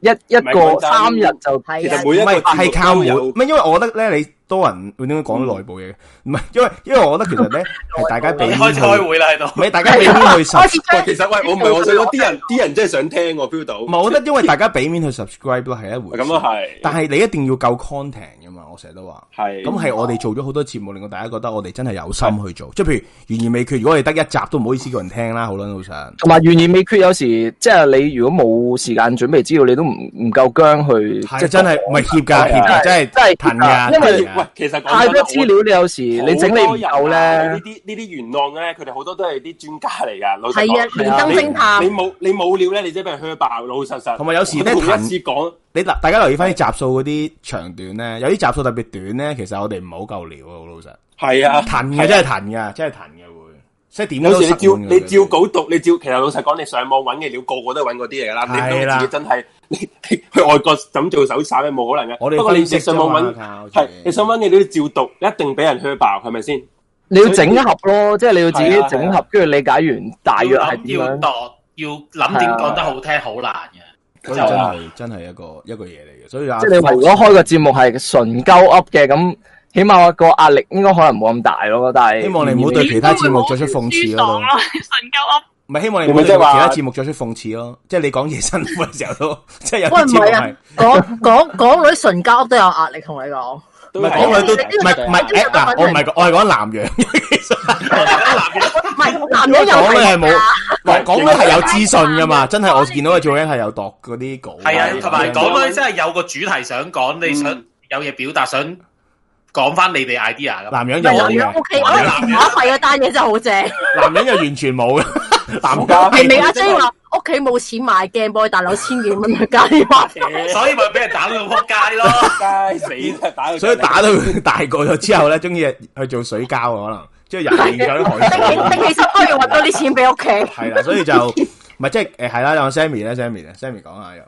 S6: 一日一一個三日就
S1: 係啊
S5: 其實每一
S3: 唔
S5: 個
S3: 係係
S5: 節
S3: 靠
S5: 目都
S3: 每，
S5: 有
S3: 唔係因為我覺得咧，你多人會點樣講內部嘢嘅？唔係因為因為我覺得其實
S1: [LAUGHS]
S3: 咧係大家俾
S2: 你開始開會啦喺度。
S3: 唔係大家俾面去 s u
S1: 開始將
S5: 其實喂，我唔係我想講，啲人啲人真係想聽我 feel 到，
S3: 唔係，我覺得因為大家俾面去 subscribe 咯，係一回事。
S5: 咁啊係，
S3: 但係你一定要夠 content 噶嘛，我成日都話。
S5: 係
S3: 咁係我哋做咗好多節目，令到大家覺得我哋真係有心去做。即係譬如懸而未決，如果我哋得一集都唔好意思叫人聽啦，好啦，老實。
S6: 同埋懸而未決，有時即係你如果冇時間準備資料，你都唔唔夠姜去即啊
S3: 係真係唔係協㗎，協㗎，真
S6: 真
S3: 係
S6: 係
S3: 騰
S6: 㗎
S3: 㗎。
S6: 因為
S3: 騰㗎
S5: 喂，其實
S6: 太
S5: 講
S6: 多
S5: 真
S6: 資料，你有時
S5: 我
S6: 你整理唔夠
S5: 好多人啊呢
S6: 咧，
S5: 啲呢啲元朗咧，佢哋好多都係啲專家嚟㗎，老實
S1: 系啊，
S5: 講。
S1: 連登偵探
S5: 你冇你冇料咧，你真係俾人 h 爆，老老實實。
S3: 同埋有時咧
S5: 我都每
S3: 騰
S5: 一次講，
S3: 你嗱，大家留意翻啲集數嗰啲長短咧，有啲集數特別短咧，其實我哋唔係好夠料啊，好老實。
S5: 係啊，
S3: 騰嘅真係騰㗎，真係騰嘅會，即係點
S5: 有
S3: 都
S5: 時你
S3: 塞
S5: 照
S3: 滿㗎
S5: 你照稿讀，你照其實老實講，你上網揾嘅料，個個都係揾嗰啲嚟㗎啦。你
S3: 係
S5: 都
S3: 啦
S5: 自己真係你你去外國咁做手耍咧，冇可能嘅。
S3: 我哋
S5: 不過你
S3: 分析
S5: 上
S3: 啫嘛
S5: 網揾
S3: 靠
S5: 係
S3: 自己
S5: 你想揾嘅料，你照讀一定俾人 h 爆，係咪先？
S6: 你要整合咯，即係你要自
S5: 係
S6: 己
S5: 啊
S6: 整合，跟住理解完大約係點
S2: 要諗
S6: 樣。
S2: 要度，要諗點講得好聽，好難嘅。
S3: 所以真係真係一個一個嘢嚟嘅。所以啊，
S6: 即係你話如果開個節目係純鳩噏嘅，咁起碼個壓力應該可能冇咁大咯。但係
S3: 希望你唔好對其他節目作出諷
S5: 啊
S3: 刺
S4: 舒
S3: 嗰度
S4: 爽咯，神鳩噏。
S3: 唔係希望你唔好對其他節目作出諷刺咯。即係你講夜辛苦嘅時候都， [LAUGHS] 即係有啲節目
S1: 喂唔係啊
S3: 係。
S1: 講講講女純交都有壓力，同你講。
S5: 都
S3: 唔係
S5: 係
S3: 講女都
S1: 你呢
S3: 唔
S1: 個
S3: 係
S1: 你
S3: 唔係
S1: 呢個
S3: app 啊，我唔係我係講南洋，
S1: 唔係啊男人有
S3: 講女係 [LAUGHS]
S1: 壓力
S3: 冇
S1: 㗎，
S3: 嗱講女係有資訊噶嘛，真係我見到嘅 Joanne 係有度嗰啲稿，
S2: 係啊，同埋
S5: 講
S2: 講咧，真係有個主題想講，你想有嘢表達，想講翻你哋 idea 咁。
S3: 南洋就冇
S1: 男人
S3: 嘅
S1: O K，我覺得電話費嗰單嘢真係好正。
S3: 男人就完全 [LAUGHS] 冇嘅，男家
S1: 係咪阿 J 話屋企冇錢買 Game Boy，大佬千幾蚊去加啲話費？
S2: 所以咪俾人打到仆街咯。
S5: 街死啦，打佢
S3: 所以打到佢 [LAUGHS] 大個咗之後咧，中意去做水膠啊，可能即係人
S1: [LAUGHS]
S3: 咗啲海水。
S1: 拎起拎起身都要搵多啲錢俾屋企。
S3: 系啦，所以就唔係即係诶系啦，有 Sammy 咧，Sammy 咧，Sammy 講下又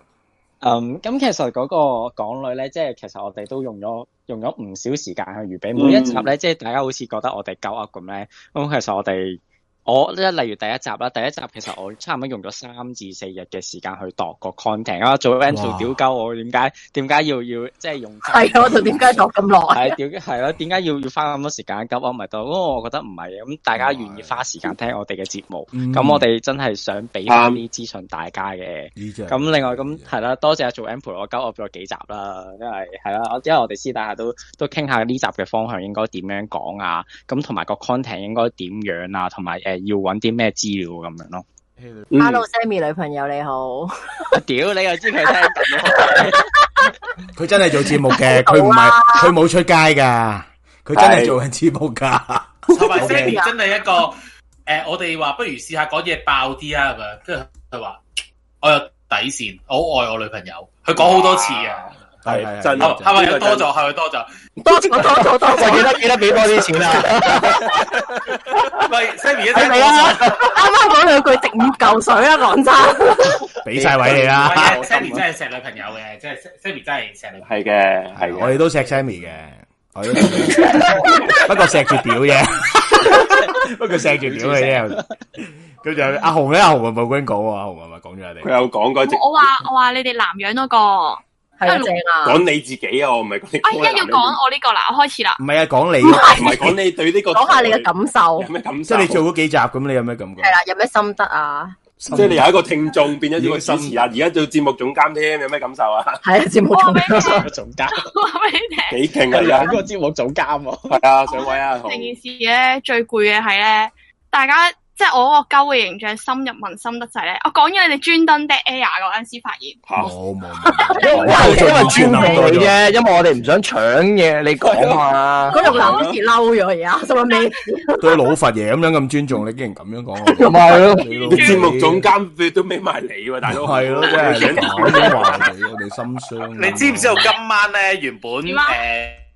S8: 嗯，咁其實嗰個港女咧，即係其實我哋都用咗用咗唔少時間去預
S3: 嗯
S8: 備每一集咧，即係大家好似覺得我哋鳩噏咁咧，咁其實我哋我即係例如第一集啦，第一集其實我差唔多用咗三至四日嘅時間去度個 content 啊，做 N
S3: 哇
S8: 做屌鳩我點解點解要要即係用
S1: 係啊，我就點解度咁耐？
S8: 係點係咯？點解要要花咁多時間鳩噏咪得？因為我覺得唔係嘅咁，大
S3: 哦
S8: 家願意花時間聽我哋嘅節目，
S3: 嗯
S8: 咁我哋真係想俾翻啲資訊大家嘅。
S3: 嗯
S8: 咁另外咁係啦，多謝阿做 M 陪我交我咗幾集啦，因為係啦，我因為我哋私底下都都傾下呢集嘅方向應該點樣講啊，咁同埋個 content 應該點樣啊，同埋誒要揾啲咩資料咁樣咯。
S1: [LAUGHS]
S5: 嗯
S1: Hello Sammy 女朋友你好，
S8: [LAUGHS] 屌你又哎知佢聽
S1: [LAUGHS]
S8: 緊
S3: 佢真係做節目
S4: [LAUGHS]
S3: 嘅，佢唔係佢冇出街噶，佢真係做緊節目噶。
S2: 同埋 Sammy 真係一個誒，我哋話不如試下講嘢爆啲啊咁樣，跟住佢話我有底線，我好愛我女朋友，佢講好多次啊，
S3: 係
S5: 係
S3: 係
S5: 真
S2: 係咪
S3: 係
S2: 係咪有多咗？係咪多咗？
S1: 多謝多謝多謝。
S6: 記得記得俾多啲錢啊！
S2: [LAUGHS] 喂，Sammy 一
S1: 係咪
S2: 聽
S1: 啊？啱啱講兩句值五嚿水啊！講真，
S3: 俾晒位你啦。
S2: 係 Sammy 真係錫女朋友嘅，即係 Sammy 真係錫女朋友。
S5: 係嘅，係
S3: 我
S5: 嘅。
S3: 哋都錫 Sammy 嘅，我哋都錫佢不過錫住屌
S4: [LAUGHS]
S3: 啫，不過錫住屌嘅啫。佢就阿紅咧，阿紅咪冇跟講喎，阿紅咪咪講咗我
S5: 佢
S3: 哋。
S5: 有講嗰只
S4: 我話我話你哋南洋嗰個，
S1: 係啊正啊！
S5: 講你自己啊，我唔係講你。
S4: 我而家要講我呢個啦，我開始啦。
S3: 唔係啊，講你，
S5: 唔係講你對呢個
S1: 講下你嘅感受
S5: 有咩感
S3: 即
S5: 受？
S3: 係你做嗰幾集咁，你有咩感覺？
S1: 係啦，有咩心得
S6: [LAUGHS]
S1: 啊？
S5: 即係你由一個聽眾變咗一個主持人，而家做節目總監添，有咩感受啊？
S1: 係啊，節目
S4: 我話
S1: 中
S4: 俾你聽，
S8: 個總監，
S4: 我話俾你聽。
S5: 幾勁
S8: 佢兩
S5: 啊！
S8: 個節目總監喎。
S5: 係啊，上位啊，
S4: 成件
S5: 紅
S4: 事咧最攰嘅係咧，大家即係我嗰個鳩嘅形象深入民心得滯咧。我講咗你哋專登 dead air 嗰陣時，發現
S5: 嚇
S3: 冇冇冇，
S6: 因為
S3: 我哋做完全
S6: 因為
S3: 能多
S6: 尊敬你
S3: 咗。
S6: 啫，因為我哋唔想搶嘢，你講嘛。
S1: 嗰條男好似嬲咗而家，心
S6: [LAUGHS]
S1: 諗咩？
S3: 對老佛爺咁樣咁尊重，你竟然咁樣講我，
S6: 咁咪係咯，
S3: 你老
S5: 你節目總監都俾埋你喎，大佬
S3: 係咯，真係啊你咁樣話我哋，我哋心傷。
S2: 你知唔知道今晚咧原本
S4: 點啊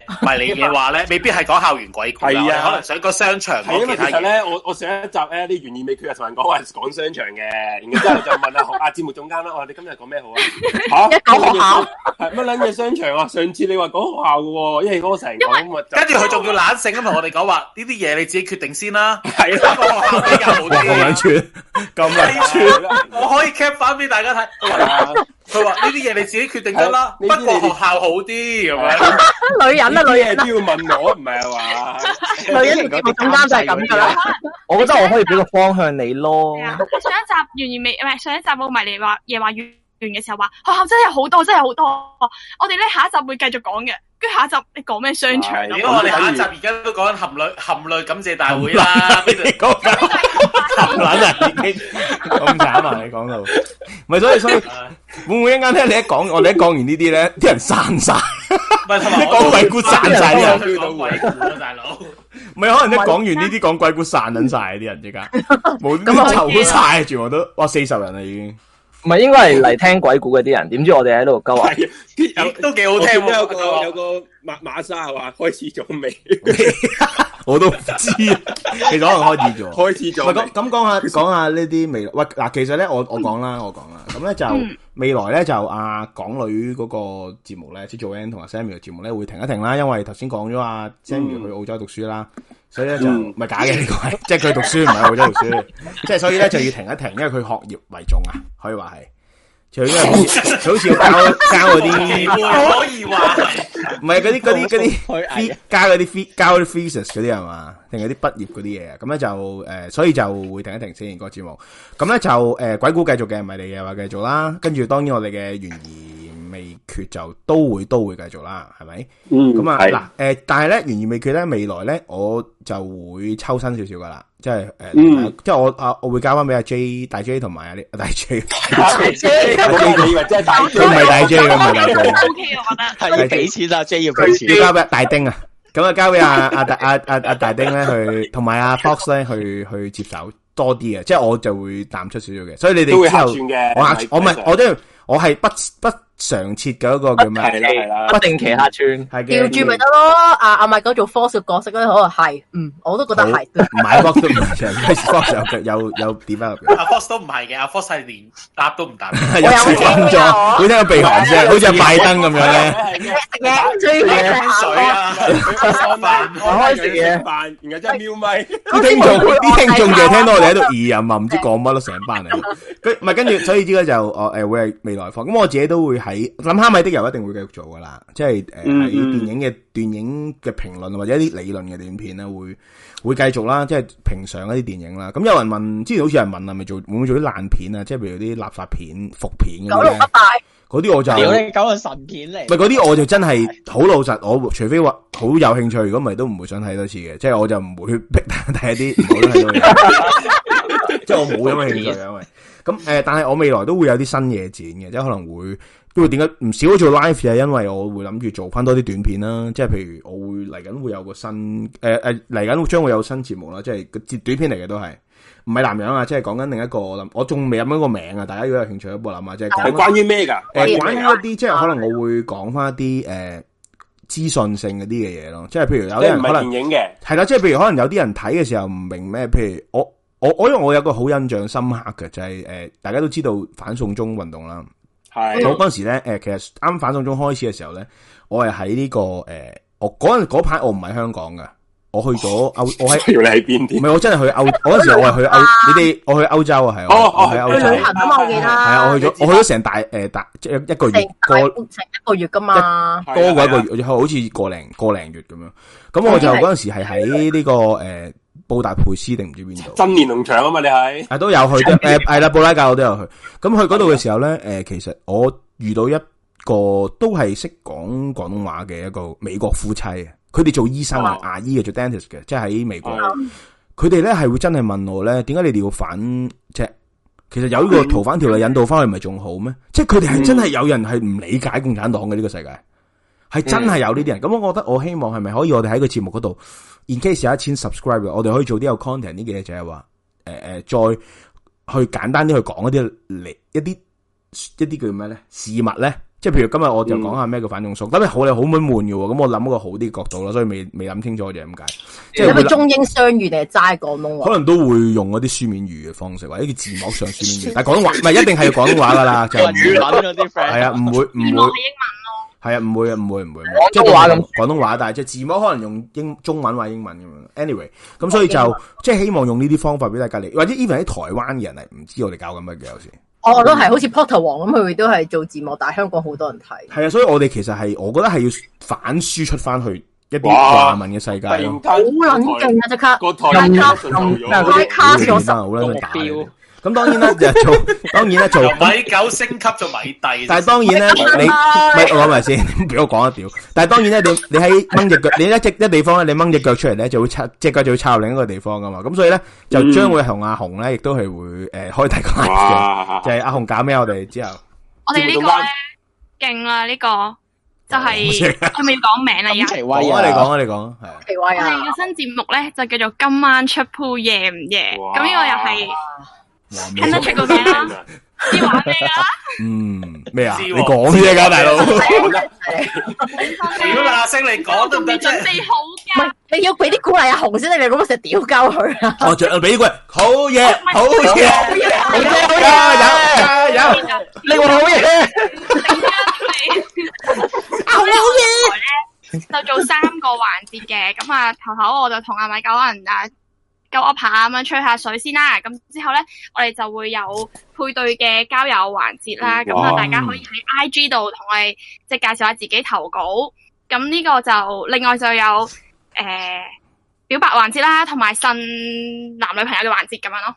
S2: 誒唔係你嘅話咧，未必係講校園鬼故啦，
S5: 係啊
S2: 我哋可能想講商場
S5: 係
S2: 嗰
S5: 因
S2: 其
S5: 為其
S2: 他
S5: 實
S2: 嘢。
S5: 咧，我我上一集咧啲懸疑未決啊，同人講話講商場嘅，然後之後就問阿阿節目總監啦，我話你今日講咩好啊？
S1: 一
S5: 嚇
S1: 講學校
S5: 係乜撚嘢商場啊？上次你話講學校嘅喎，因為嗰個成日講咁啊，
S2: 跟住佢仲要懶性咁同我哋講話，呢啲嘢你自己決定先啦。
S5: 係
S2: 不
S5: 啦，
S2: 過學校比較好
S3: 哇咁
S2: 啲，
S3: 樣串，咁樣
S5: 係啦
S2: 我可以 cap 翻俾大家睇。佢話佢話呢啲嘢你自己決定得啦，不
S5: 係
S2: 過
S5: 啊呢啲你哋
S2: 學校好啲咁
S5: 係
S2: 樣。
S1: 女人啊，
S5: 呢
S1: 女
S5: 啲嘢
S1: 人啊
S5: 都，要問我，唔係話
S1: 女人節目中間就係咁噶啦。
S6: 我覺得我可以俾個方向你咯
S4: 係。啊，上一集完完未唔係上一集我迷你話夜話完嘅時候話學校真係好多，真係好多。我哋咧下一集會繼續講嘅，跟住下一集你講咩商啊場
S5: 係
S4: 咁？
S2: 如果我哋下一集而家都講緊含淚含淚感謝大會啦，邊度
S3: 你講緊冚撚啊！已經咁慘啊！你
S2: [LAUGHS]
S3: 講到，唔係所以所以會唔會一間咧？你一講我哋一講完呢啲咧，啲人散晒，
S2: 唔係同埋
S3: 講鬼故散
S6: 晒
S3: 啲人
S2: 去講鬼故啊，大佬。
S3: 唔係可能一講完呢啲講鬼故散撚晒啲人即刻，冇咁
S1: 啊
S3: 籌晒，全部都呃哇四十人啦啊已經。
S6: 唔係應該係嚟聽鬼故嗰啲人，點知我哋喺度鳩啊？
S5: 係有
S2: 都幾好
S5: 我
S2: 聽
S5: 見
S2: 喎，
S5: 到有個有
S2: 我
S5: 個馬馬莎話開始咗未？
S3: 我 [LAUGHS] 都唔知，其實可能開始咗。
S5: 開始咗
S3: 唔係
S5: 未。
S3: 咁咁講下講下呢啲未來，喂嗱，其實咧我我講啦，我講啦，咁咧就、
S4: 嗯
S3: 未來咧就啊港女嗰個節目咧，即係 Joanne 同埋 Samuel 嘅節目咧會停一停啦，因為頭先講咗啊 Samuel 去澳洲讀書啦，所以咧就
S5: 嗯
S3: 唔係假嘅呢個係， [LAUGHS] 即係佢讀書唔係去澳洲讀書，即係所以咧就要停一停，因為佢學業為重啊，可以話係。就因為好似就好似要交交嗰
S2: 機
S3: 啲，
S2: 會可以話係
S3: 唔係嗰啲嗰啲嗰啲
S8: 好虛偽啊
S3: fee- 交嗰啲 fee- 交嗰啲 thesis 嗰啲係嘛，定係啲畢業嗰啲嘢啊？咁咧就诶、呃所以就會停一停先個節目。咁咧就诶、呃鬼故繼續嘅唔係你嘅話繼續啦。跟住當然我哋嘅懸疑未決就都會都會繼續啦，係咪？
S5: 嗯，
S3: 咁啊
S5: 係
S3: 嗱，诶、但係咧懸疑未決咧，未來咧我就會抽身少少噶啦，即係诶，呃
S5: 嗯
S3: 即係我啊，我會交翻俾阿 J 大 J 同埋阿呢大 J。
S5: 我你以為真係大
S3: 都唔係大 J 咁唔係大 J
S4: O K，我覺得。
S8: 系要俾钱啊，J 要俾
S3: 要
S8: 钱。
S3: 交俾大丁啊，咁啊交俾阿阿大阿阿阿大丁咧去，同埋阿 Fox 咧去去接手多啲嘅，啊即系我就會淡出少少嘅，所以你
S5: 都
S3: 哋
S5: 會
S3: 之
S5: 客
S3: 後
S5: 串嘅，
S3: 我客我咪
S5: 係
S3: 我都要我係不不常設嘅一個叫咩？
S5: 係啦係啦，
S6: 不定期客串。
S3: 係
S1: 調
S3: 嘅，
S1: 轉咪得咯，阿阿麥哥做 force 嘅角色咧，可能係，嗯，我都覺得係。
S3: 唔買 Fox 都唔係 Fox 有有有 develop 嘅。
S2: 阿 Fox 都唔係嘅，阿 Fox 係連答都唔答。
S3: 入
S1: 有
S3: 住
S1: 聽㗎我
S3: 瞓咗，會聽到鼻鼾聲，好似阿拜登咁樣咧。
S1: 食嘢最叻
S2: 飲水
S1: 係
S2: 啊，食飯。
S5: 開
S6: 食嘢
S5: 飯，然後真係瞄咪。
S3: 啲聽眾啲聽眾就聽到我哋喺度咦啊嘛，唔知講乜咯，成班嚟。佢唔係跟住，所以依家就我誒會係未來放。咁我自己都會喺諗蝦米的油一定會繼續做噶啦，即係誒喺
S5: 嗯嗯
S3: 電影嘅電影嘅評論啊或者一啲理論嘅短片咧，會會繼續啦，即係評上一啲電影啦。咁有人問，之前好似有人問啊係咪做會唔會做啲爛片啊？即係譬如啲垃圾片、伏片
S1: 九
S3: 嗰啲
S1: 龍啊不，敗，
S3: 咧嗰啲我就。
S8: 屌你搞個神片嚟
S3: 唔係，嗰啲我就真係好老實，我除非話好有興趣，如果唔係都唔會想睇多次嘅，即係我就唔會逼大家睇一啲唔好睇到嘅嘢，即係我冇咁嘅興趣，因為咁誒、呃但係我未來都會有啲新嘢展嘅，即係可能會，因為點解唔少做 live 就係因為我會諗住做翻多啲短片啦，即係譬如我會嚟緊會有個新誒誒嚟緊將會有新節目啦，即係個節短片嚟嘅都係。唔係南洋啊，即係講緊另一個，我諗我仲未諗緊個名啊，大家如果有興趣，幫我諗下，即係
S5: 係
S3: 講緊
S5: 關於咩啊㗎？
S1: 嗯
S3: 诶，關於一啲即係可能我會講翻一啲诶资讯性嗰啲嘅嘢咯，即係譬如有
S5: 即
S3: 啲
S5: 係唔
S3: 人可
S5: 係
S3: 能
S5: 電影嘅，
S3: 係啦，即係譬如可能有啲人睇嘅時候唔明咩，譬如我我我因為我有個好印象深刻嘅就係呃大家都知道反送中運動啦，我
S5: 係
S3: 嗰陣時咧诶、呃其實啱反送中開始嘅時候咧，我係喺呢個诶、呃我嗰陣嗰排我唔喺香港噶，我去咗歐，我喺
S5: 需哦要你喺邊
S3: 唔
S5: 啲？
S3: 係我真係去歐，我嗰陣時我
S5: [LAUGHS]
S3: 係去歐，你哋我去歐洲啊，係
S5: 哦
S3: 我我去
S5: 哦
S3: 歐洲，
S1: 去旅
S3: 係
S1: 行啊嘛，我記得。
S3: 啊，我去咗我去咗成大诶大即係一個
S1: 成
S3: 月
S1: 大
S3: 個。
S1: 成一個月噶嘛，
S5: 係啊
S3: 多過一個
S5: 係啊
S3: 月，好似個零個零月咁樣。咁我就
S1: 係
S3: 嗰陣時係喺呢個誒布達佩斯定唔知邊
S5: [LAUGHS]
S3: 度。
S5: 新年農場啊嘛，你係
S3: 啊，都有去，誒係啦，布拉格我都有去。咁去嗰度嘅時候咧，誒、其實我遇到一個都係識講廣東話嘅一個美國夫妻啊，佢哋做醫生啊、牙醫嘅，做 dentist 嘅，即係喺美國。
S5: 係
S3: 佢哋咧係會真係問我咧，點解你哋要反啫？其實有呢個逃犯條例引導翻去，唔係仲好咩？即係佢哋係真係有人係唔理解共產黨嘅呢個世界，係真係有呢啲人。咁、我覺得我希望係咪可以我哋喺個節目嗰度，in case 有一千 subscribe，嘅我哋可以做啲有 content 呢嘅嘢，就係話誒誒，再去簡單啲去講一啲嚟一啲一啲叫咩咧事物咧。即係譬如今日我就講下咩叫反中數，咁你好你好悶悶嘅喎，咁我諗一個好啲嘅角度啦，所以未未諗清楚就係咁解。即
S1: 你
S3: 係會
S1: 咪中英雙語定係齋廣東
S3: 可
S1: 話？
S3: 能都會用嗰啲書面語嘅方式，或者叫字幕上書面語，但係廣東話唔係一定係廣東話噶啦，就
S8: 話
S3: 唔會
S8: 語文嗰啲 friend
S3: 係啊，唔會唔
S4: 字幕
S3: 會
S4: 係英文咯，
S3: 係啊，唔會啊，唔會唔會，唔會
S6: 廣東話咁
S3: 即係廣東話，但係即係字幕可能用英中文或者英文咁樣。anyway，咁所以就即係希望用呢啲方法俾大家嚟，或者 even 喺台灣嘅人係唔知我哋搞緊乜嘅有時。
S1: 我哦都係好似 Potter 王咁，佢都係做字幕，但係香港好多人睇。
S3: 係啊，所以我哋其實係我覺得係要反輸出翻去一啲
S5: 哇
S3: 華文嘅世界
S5: 突
S3: 咯。
S5: 然間
S1: 好撚勁啊！即刻
S5: 個台
S1: 任
S5: 個台信號
S1: 任
S5: 咗
S1: 拉卡咗十
S3: 真係好撚想打你
S8: 目標
S3: 哋。咁當然啦，就做當然啦，做
S2: 由米九升級做米帝，
S3: 但系当 [LAUGHS] 然咧，你咪我講埋先， [LAUGHS] 俾我講一屌。但係當然咧，你你喺掹只腳，你一隻一地方咧，你掹只腳出嚟咧，就會插只腳就會插入另一個地方噶嘛。咁所以咧，就將會同阿紅咧，亦都係會诶开第個 live
S5: 哇
S3: 嘅，就！係阿紅搞咩我哋之後，
S4: 我哋呢個咧勁啦，呢個就係係咪要講名啦？而
S8: 咁
S4: 家
S8: 奇
S3: 講
S8: 威
S3: [LAUGHS] 啊，你
S8: 啊！
S3: 講啊，你講 [LAUGHS] 啊，係啊
S1: 奇怪
S4: 我哋
S1: 啊！
S4: 嘅新節目咧就叫做今晚出鋪夜唔夜，
S5: 哇
S4: 咁呢個又係
S3: 哇
S4: 聽得出
S3: 咩？
S4: 個名
S3: [LAUGHS]
S4: 啦，啊知玩咩啦？
S3: 嗯，咩啊？
S2: 知
S3: 你
S2: 喎啊
S3: 講咩噶，
S2: [LAUGHS]
S3: 大 [LAUGHS] 佬？
S1: [LAUGHS]
S2: 屌啦，阿星你講都
S4: 仲
S2: 唔
S4: 未
S2: 得，即
S4: 準
S2: 係
S4: 備好
S1: 唔
S4: 㗎
S1: 係，你要俾啲鼓勵阿紅先，你哋咁樣成日屌鳩佢啊！
S3: 我着俾佢，好嘢，好嘢，好嘢，好嘢，加
S7: dạ.
S3: 油，加油！
S6: 你話好嘢，
S4: 好嘢！就做三個環節嘅，咁啊頭頭我就同阿米九可能啊鳩噏下咁樣吹下水先啦。咁之後咧，我哋就會有配對嘅交友環節啦。咁啊，
S9: 哇
S4: 大家可以喺 I G 度同我哋即係介紹下自己投稿。咁呢個就另外就有诶、呃表白環節啦，同埋呻男女朋友嘅環節咁樣咯。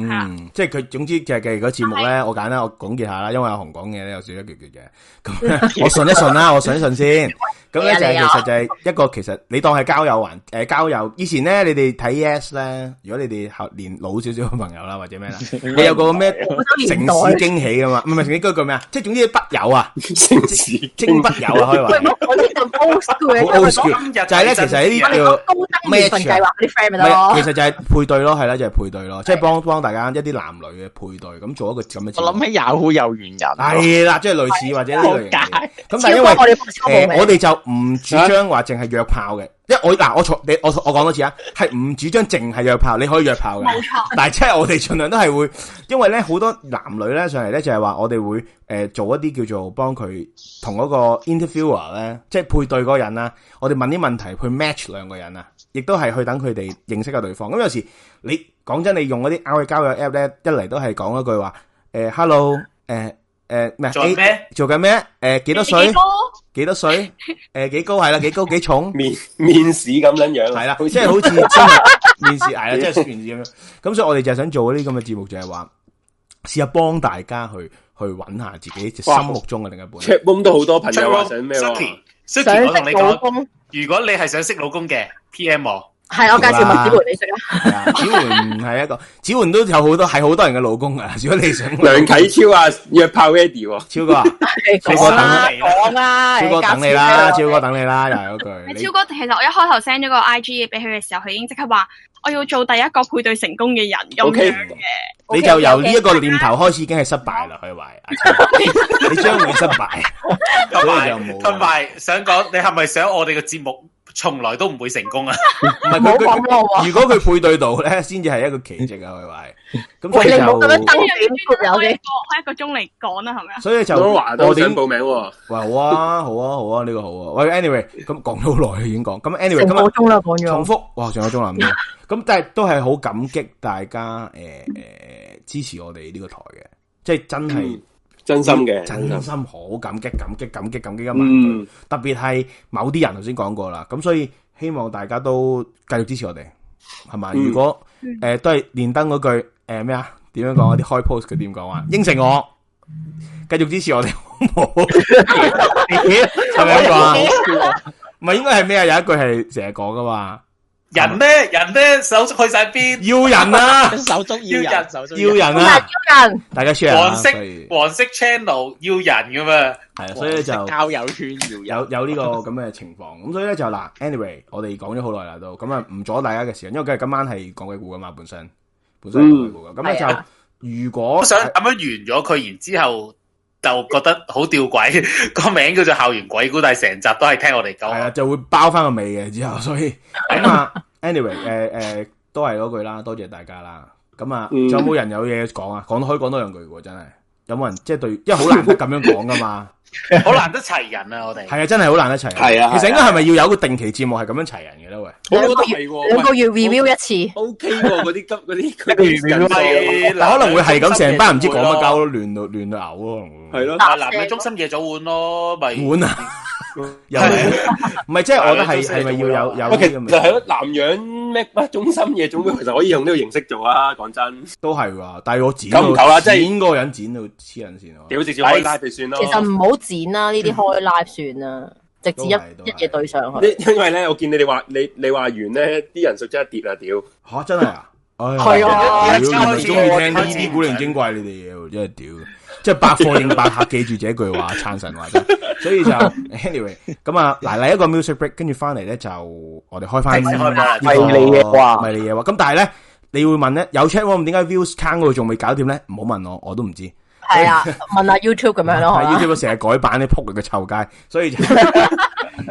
S3: 嗯，即系佢，总之就系嘅個節目咧，我揀啦，我總結下啦，因為阿紅講嘢咧有少少一橛橛嘅，
S10: [LAUGHS]
S3: 咁呢我順一順啦，我順一順先。咁咧就係
S10: 你
S3: 其
S10: 啊
S3: 實就係一個其實你當係交友環诶交友。以前咧你哋睇 Yes 咧，如果你哋後年老少少嘅朋友啦
S10: [LAUGHS]
S3: 或者咩啦，你有個咩
S10: 我
S3: 城
S10: 年
S3: 市
S10: 代
S3: 驚喜啊嘛，唔係唔係城市嗰句咩啊？即係總之筆
S10: [LAUGHS]
S3: 友啊，
S5: 城市
S3: 精筆
S1: [LAUGHS]
S3: 友啊可以話
S1: 喂，。我呢度 old school 嘅，因
S3: 好
S1: 為
S3: old
S1: 講
S3: school，就係咧，其實呢啲叫
S1: 啊
S3: 啊
S1: 我哋講高登月份計劃嗰啲 friend 咪得
S3: 唔係
S1: 咯
S3: 其。實就係配對咯，係啦，就係配對咯，即係幫幫大家一啲男女嘅配對，咁做一個咁嘅節目。
S8: 我諗起 Yahoo 有緣人，
S3: 係啦，即係類似或者呢類型嘅。咁但係因
S1: 超過我
S3: 為
S1: 哋超過我
S3: 誒
S1: 哋
S3: 我哋就唔主張話淨係約炮嘅，因為我嗱我錯你我我講多次啊，係唔主張淨係約炮，你可以約炮嘅。
S4: 冇錯
S3: 但係即係我哋盡量都係會，因為咧好多男女咧上嚟咧就係話我哋會诶做一啲叫做幫佢同嗰個 interviewer 咧，即係配對嗰個人啦，我哋問啲問題去 match 兩個人啊，亦都係去等佢哋認識下對方。咁有時你講真，你用嗰啲 out 嘅交友 app 咧，一嚟都係講一句話。诶、h e l l o 诶、诶，咩、
S2: 做緊咩
S3: A- 做緊咩？诶、幾多歲
S4: 你幾高？
S3: 幾多歲？诶、幾高係啦？幾高幾重？
S5: 面面试咁樣樣
S3: 係啦，
S5: 好
S3: 即
S5: 似
S3: 係好似真係面試捱啦，即係面試咁樣。咁所以我哋就係想做呢啲咁嘅節目，就係話試下幫大家去去揾下自己心目中嘅另一半。
S5: chat room 都好多朋友話想咩喎？
S2: Suki，Suki，我同你
S1: 老
S2: 講，
S1: 公，
S2: 如果你係想識老公嘅，PM 我。
S1: 係我介紹麥子培你識啊。
S3: 係啊子媛唔係一個，子媛都有好多係好多人嘅老公噶。如果你想
S5: 梁啟超啊，約炮 ready 喎，
S3: 超哥啊，
S1: 講啦，講啦，
S3: [LAUGHS] 超哥等你啦，超哥等你啦，又係嗰句。你
S4: 超哥，其實我一開頭 send 咗個 I G 俾佢嘅時候，佢已經即刻話我要做第一個配對成功嘅人咁
S5: OK
S4: 樣嘅。
S3: 你就由呢一個念頭開始已經係失敗啦，可以話係。你將會失敗。
S2: 同
S3: 所以就冇
S2: 埋
S3: 啦
S2: 同埋想講，你係咪想我哋嘅節目從來都唔會成功啊？
S3: 唔係佢佢如果佢配對到咧，先至係一個奇蹟啊！佢話係，咁所以
S1: 喂，你唔好咁樣
S3: 就
S1: 登點闊有
S4: 開一
S1: 嘅，
S4: 個開一個鐘嚟講啦，係咪啊？
S3: 所以就
S5: 董華都
S3: 我
S5: 想
S3: 點
S5: 報名喎。
S3: 喂好啊好啊好啊呢個好啊喂 anyway 咁講咗好耐啦已經講咁 anyway
S1: 成
S3: 今
S1: 個
S3: 日
S1: 鐘啦講咗。
S3: 重複哇仲有鐘啦
S5: [LAUGHS]
S3: 唔到咁但係都係好感激大家誒誒支持我哋呢個台嘅，即係真係
S5: 嗯真心嘅，
S3: 真心好感激感激感激感激一萬句
S5: 嗯，
S3: 特別係某啲人頭先講過啦，咁所以希望大家都繼續支持我哋，係嘛？
S5: 嗯
S3: 如果诶、呃都係連登嗰句诶咩啊？點樣講啊？啲開 post 佢點講啊？
S5: 嗯
S3: 應承我，繼續支持我哋好唔
S5: [LAUGHS]
S3: 好？係咪咁講啊？
S5: [LAUGHS]
S3: 唔係應該係咩啊？有一句係成日講噶嘛，
S2: 人咧，人咧，手足去晒邊？
S3: 要人啊，
S8: [LAUGHS] 手足要
S2: 要人
S8: 人，手足
S3: 要
S8: 要人。
S3: 人
S1: 但
S3: 啊，
S1: 係人
S3: 大家 share 啊
S2: 黃色
S3: 所以
S2: 黃色 channel 要人咁啊！
S3: 係啊，所以就
S8: 交友圈要
S3: 有有呢個咁嘅情況，咁所以咧就嗱，anyway，我哋講咗好耐啦都，咁啊唔阻大家嘅時間，因為今日今晚係講鬼故噶嘛，本身本身係講鬼故噶，咁咧
S1: 係啊
S3: 就如果
S2: 我想咁樣完咗佢，然之後就覺得好吊詭， [LAUGHS] 個名叫做校園鬼故，但係成集都係聽我哋
S3: [LAUGHS] 係啊
S2: 講。
S3: 就會包翻個尾嘅之後， [LAUGHS] 所以
S8: [LAUGHS]
S3: 咁啊，anyway，誒誒都係嗰句啦，多謝大家啦，咁啊，仲
S5: 嗯
S3: 有冇人有嘢講啊？講可以講多兩句喎，真係有冇人即係對，因為好難得咁樣講噶嘛，
S2: 好難得齊人啊！我哋
S3: 係啊，真係好難得齊人，
S5: 係啊哦
S3: 其
S5: 係啊
S3: 實應該係咪要有一個定期節目係咁樣齊人嘅咧？喂，
S5: 我覺得係喎，
S1: 兩個
S5: 喂
S1: 月 review 一次，
S5: OK 喎，嗰啲金嗰啲嗰
S2: 唔
S5: 啲
S2: 係
S3: 但可能會係咁，成班唔知講乜
S2: 鳩，
S3: 鳩咯，亂到亂到嘔啊咯，可能會
S5: 係咯，
S2: 但係男女中心夜早碗咯，咪
S3: 碗啊，又係 [LAUGHS] 唔係即係我覺得係係咪要有有
S5: 喂，其
S3: 啲
S5: 實
S3: 咁
S5: 係咯
S3: 嘅，
S5: 南洋咩乜中心夜總會其實可以用呢個形式做啊，講真，
S3: 都係喎，但係我剪
S5: 夠唔夠啦即係
S3: 剪嗰個人剪到黐人啊線喎，
S5: 屌直接開 live 就算咯
S1: 其。實唔好剪啦，呢啲開 live 算啦，直接
S3: 都係都
S1: 一
S3: 係
S1: 一嘢對上去。
S5: 因因為咧，我見你哋話你你話完咧，啲人數真係跌啊！屌，
S3: 吓真係啊，係
S1: 係啊
S3: 屌原來中意聽呢
S2: 開始
S3: 啲古靈精怪你哋嘢喎，真係屌，即係百貨 [LAUGHS] 應百客，記住這句話，撐神話真係，所以就 anyway 咁啊，嗱嚟一個 music break，跟住翻嚟咧就我哋開翻
S2: 平時開翻
S3: 呢個
S6: 迷你嘢話
S3: 迷你嘢話，咁但係咧。你會問咧，有 chat room 點解 views count 嗰度仲未搞掂咧？唔好問我，我都唔知。 [LAUGHS]
S1: 係啊，問下 YouTube 咁樣咯，係
S3: 係啊
S1: 嘛
S3: YouTube 成日改版啲扑佢嘅臭街，所以就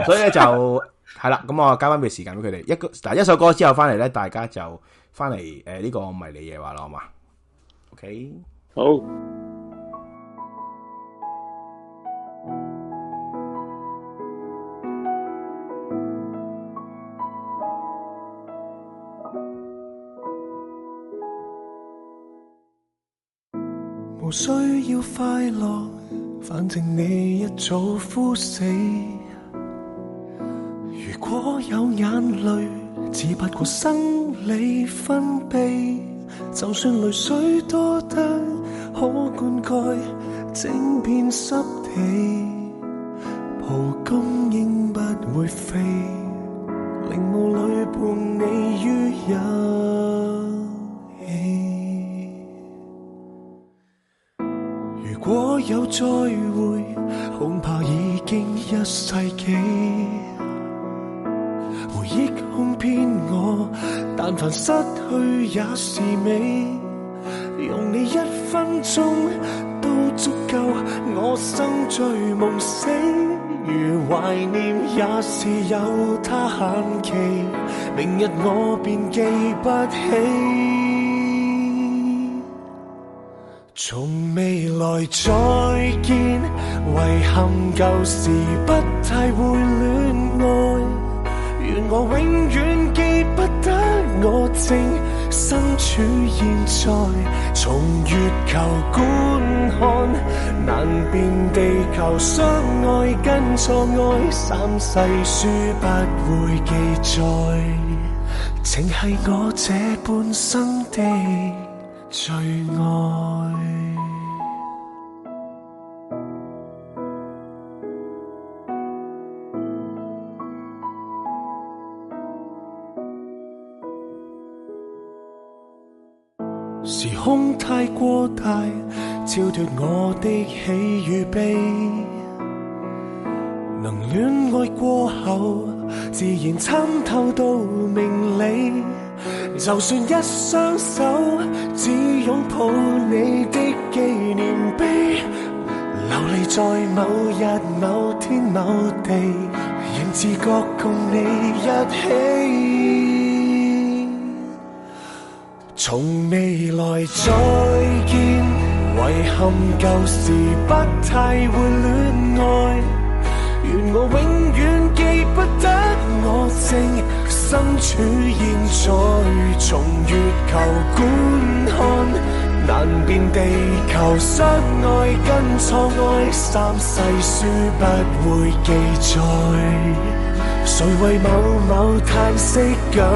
S3: 所以咧就系啦。咁我交翻俾時間俾佢哋一個嗱一首歌之後翻嚟咧，大家就翻嚟诶呢個迷你夜話啦，好嘛？OK，
S5: 好。
S11: Hãy subscribe cho kênh Ghiền Mì Gõ Để không bỏ lỡ
S9: 無需要快樂，反正你一早枯死。如果有眼淚，只不過生理分泌，就算淚水多得可灌溉整片濕地，蒲公英不會飛，陵墓裏伴你於一起。如果有再會，恐怕已經一世紀。回憶哄騙我，但凡失去也是美。用你一分鐘都足夠，我生醉夢死。如懷念也是有它限期，明日我便記不起。從未來再見，遺憾舊時不太會戀愛。願我永遠記不得我正身處現在，從月球觀看，難辨地球相愛跟錯愛，三世書不會記載，情係我這半生的最愛。時空太過大，超脱我的喜與悲。能戀愛過後，自然參透到明理。就算一雙手只擁抱你的紀念碑，流離在某日某天某地，仍自覺共你一起。從未來再見，遺憾舊時不太會戀愛。願我永遠記不得我正身處現在，從月球觀看，難辨地球相愛跟錯愛，三世書不會記載，誰為某某嘆息感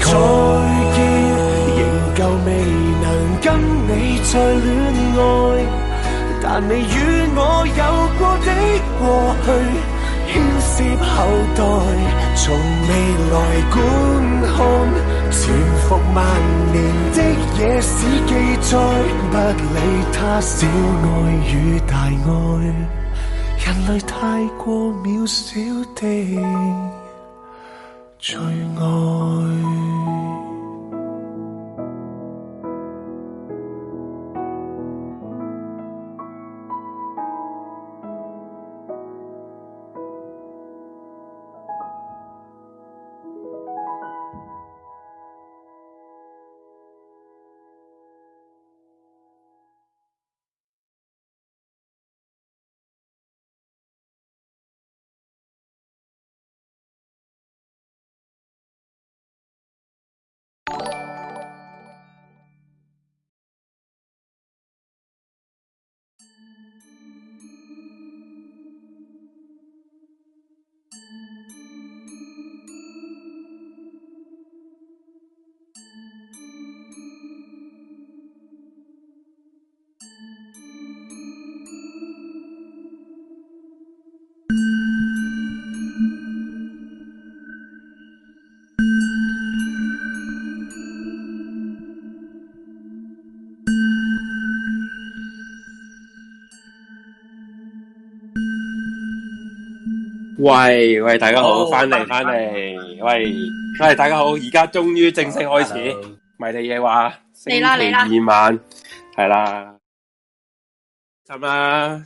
S9: 慨？再見，仍舊未能跟你再戀愛，但你與我有過的過去，牽涉後代，從未來觀看，潛伏萬年的野史記載，不理他小愛與大愛，人類太過渺小的最愛。
S5: 喂喂，大家好，
S2: 好
S5: 翻嚟
S2: 返
S5: 翻
S2: 嚟
S5: 嚟，喂喂，大家好，而家終於正式開始迷你嘢話，星期
S4: 嚟啦嚟啦
S5: 二晚系啦，咁啦，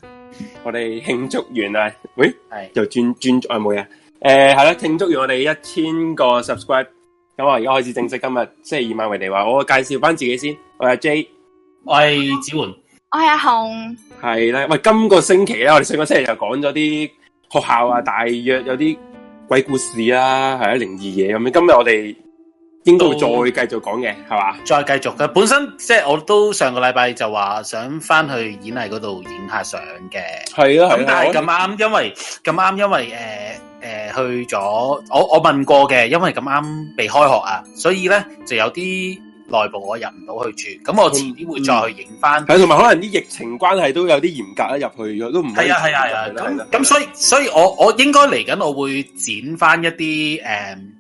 S5: 我哋慶祝完啦，喂，
S2: 係
S5: 又轉轉啊冇嘢，诶係啦，慶祝完我哋一千個 subscribe，咁啊我而家開始正式今日星期二晚迷你話，我介紹翻自己先，我係 J。
S2: 我系子桓，
S4: 我係阿紅，
S5: 系啦，喂，今個星期咧，我哋上個星期就講咗啲學
S2: 嗯
S5: 啊校啊，大約有啲鬼故事啦、係啊，靈異嘢咁樣。今日我哋應該會
S2: 哦
S5: 再繼續講嘅，係嘛？
S2: 再繼續嘅。本身即係我都上個禮拜就話想翻去演藝嗰度影下相嘅，
S5: 係啊，
S2: 咁但係咁啱，因為咁啱，因為誒誒、呃呃去咗，我我問過嘅，因為咁啱未開學啊，所以咧就有啲內部我入唔到去住，咁
S5: 嗯
S2: 我遲啲會再去影翻。
S5: 係啊同埋可能啲疫情關係都有啲嚴格啦，入去咗都唔可以
S2: 係啊係啊係啊，
S5: 係啦
S2: 咁咁所以所以我我應該嚟緊我會剪翻一啲誒、嗯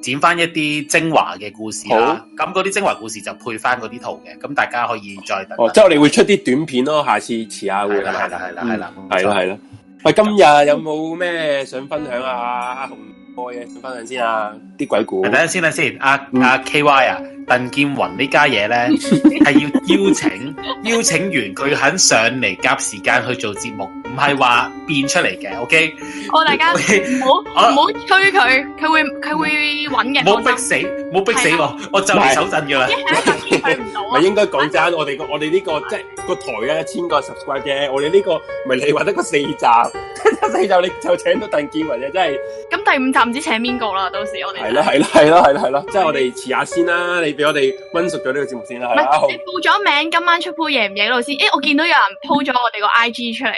S2: 剪翻一啲精華嘅故事啦，咁嗰啲精華故事就配翻嗰啲圖嘅，咁大家可以再等。
S5: 哦，即係我哋會出啲短片咯，下次遲下會
S2: 係啦係啦係啦係啦
S5: 係啦係啦。喂，今日有冇咩想分享啊？阿紅哥嘅想分享先啊，啲鬼故
S2: 等。
S5: 嗯
S2: 下先啦先，阿阿 K Y 啊，鄧建雲呢家
S5: [LAUGHS]
S2: 嘢咧係要邀請，邀請完佢肯上嚟夾時間去做節目，唔係話變出嚟嘅，OK？
S4: 我大
S2: [LAUGHS]
S5: [LAUGHS]
S4: 家唔好
S2: 啊
S4: 唔好催佢，佢會佢會揾嘅。
S2: 冇逼
S4: 放心
S2: 死，冇逼死我，我就嚟手震㗎啦。
S4: 啊一係一唔到
S5: 咪
S4: 啊！
S5: 應該講真，我哋個我哋呢個即係個台啊，一千個 subscribe 啫。我哋呢個咪你話得個四集， [LAUGHS] 四集你就請到鄧建雲嘅，真係
S4: 咁第五集唔知請邊個啦，到時我哋
S5: 係啦係啦係啦係啦係啦，即係我哋遲下先啦。你俾我哋温熟咗呢個節目先啦，係
S4: 唔
S5: 啦。阿
S4: 係
S5: 紅
S4: 你報咗名，今晚出鋪夜唔夜路先？誒，我見到有人 po 咗我哋個 I G 出嚟，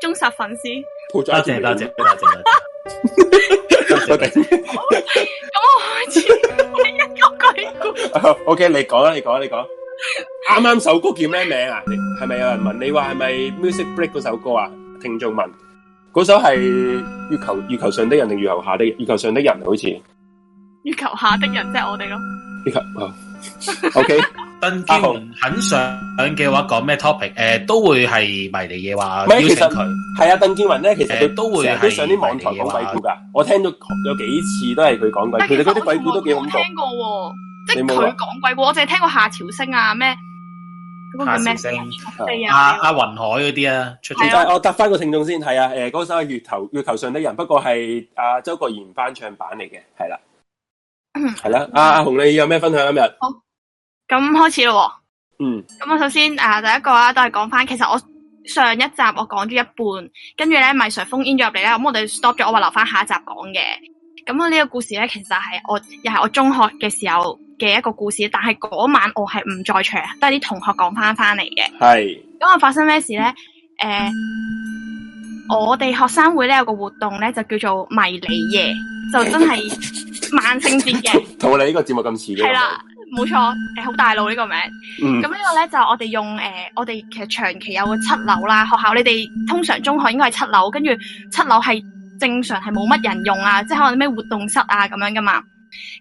S4: 忠實粉絲。
S5: 抱
S2: 多
S5: 咗一
S2: 謝
S5: 條
S2: 多謝多謝多謝。
S5: 我哋
S4: 咁我開始一個鬼故，
S5: [LAUGHS] O K，你講啊啦，你講啦，你講。啱啱首歌叫咩名啊？你係咪有人問你話係咪 Music Break 嗰首歌啊？聽眾問，嗰首係月球月球上的人定月球下的人月球上的人啊好似月
S4: 月球下的人即係我哋咯。
S5: 球啊。O K，
S2: 鄧建雲肯上嘅話，講咩 topic？誒，都會係迷你嘢話
S5: 唔
S2: 邀
S5: 係其
S2: 請
S5: 實
S2: 佢。
S5: 係啊，鄧建雲咧，其實佢
S2: 誒都會
S5: 成日都上啲網台講鬼故噶。我聽咗有幾次都係佢講鬼
S4: 但
S5: 故，
S4: 其實
S5: 佢哋嗰
S4: 我
S5: 啲鬼故都幾恐怖。
S4: 冇聽過喎，即係
S5: 你冇啊
S4: 佢講鬼故，我淨係聽過夏朝星啊咩嗰個叫咩啊
S2: 夏朝星
S4: 地
S2: 阿
S4: 啊，
S2: 阿雲海嗰啲啊，出
S5: 唔
S2: 咗
S4: 係啊
S5: 係，我答翻個聽眾先，係啊，誒、嗰首係月球月球上的人，不過係阿、周國賢翻唱版嚟嘅，係啦，係啦，阿阿紅你有咩分享今日？
S4: 嗯咁開始咯喎。
S5: 嗯，
S4: 咁我首先啊，第一個啦，都係講翻，其實我上一集我講咗一半，跟住咧咪 Sir 封煙咗入嚟啦，咁我哋 stop 咗，我話留翻下一集講嘅。咁呢個故事咧，其實係我又係我中學嘅時候嘅一個故事，但係嗰晚我係唔在場，都係啲同學講翻翻嚟嘅。
S5: 係
S4: 咁我發生咩事咧？誒、我哋學生會咧有個活動咧，就叫做迷你夜，就真係萬聖節嘅，
S5: 同我哋呢個節目咁似嘅，
S4: 係啦，冇錯，誒、好大路呢個名。
S5: 嗯
S4: 咁，呢個咧就我哋用誒、呃我哋其實長期有個七樓啦，學校你哋通常中學應該係七樓，跟住七樓係正常係冇乜人用啊，即係可能咩活動室啊咁樣噶嘛。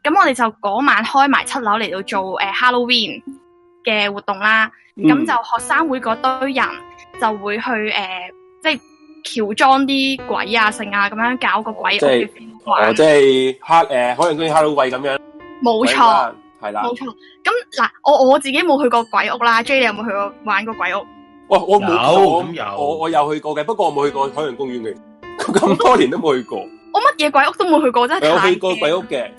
S4: 咁我哋就嗰晚開埋七樓嚟到做誒、呃 Halloween 嘅活動啦。咁、
S5: 嗯
S4: 就學生會嗰堆人就會去誒、呃即係喬裝啲鬼啊、剩啊咁樣搞個鬼屋
S5: 即係
S4: 嘅 feel
S5: 哦，
S4: 玩
S5: 即係哈誒海洋公園 Hello 喂咁樣，
S4: 冇錯。，
S5: 係啦
S4: 冇，錯，咁嗱，我我自己冇去過鬼屋啦，J 你有冇去過玩過鬼屋？
S5: 哇，我冇
S2: 有
S5: 我
S2: 咁有
S5: 我我有去過嘅，不過我冇去過海洋公園嘅， [LAUGHS] 咁多年都冇去過，
S4: 我乜嘢鬼屋都冇去過，真係
S5: 啊我
S4: 太
S5: 去過鬼
S4: 屋，
S5: 屋嘅，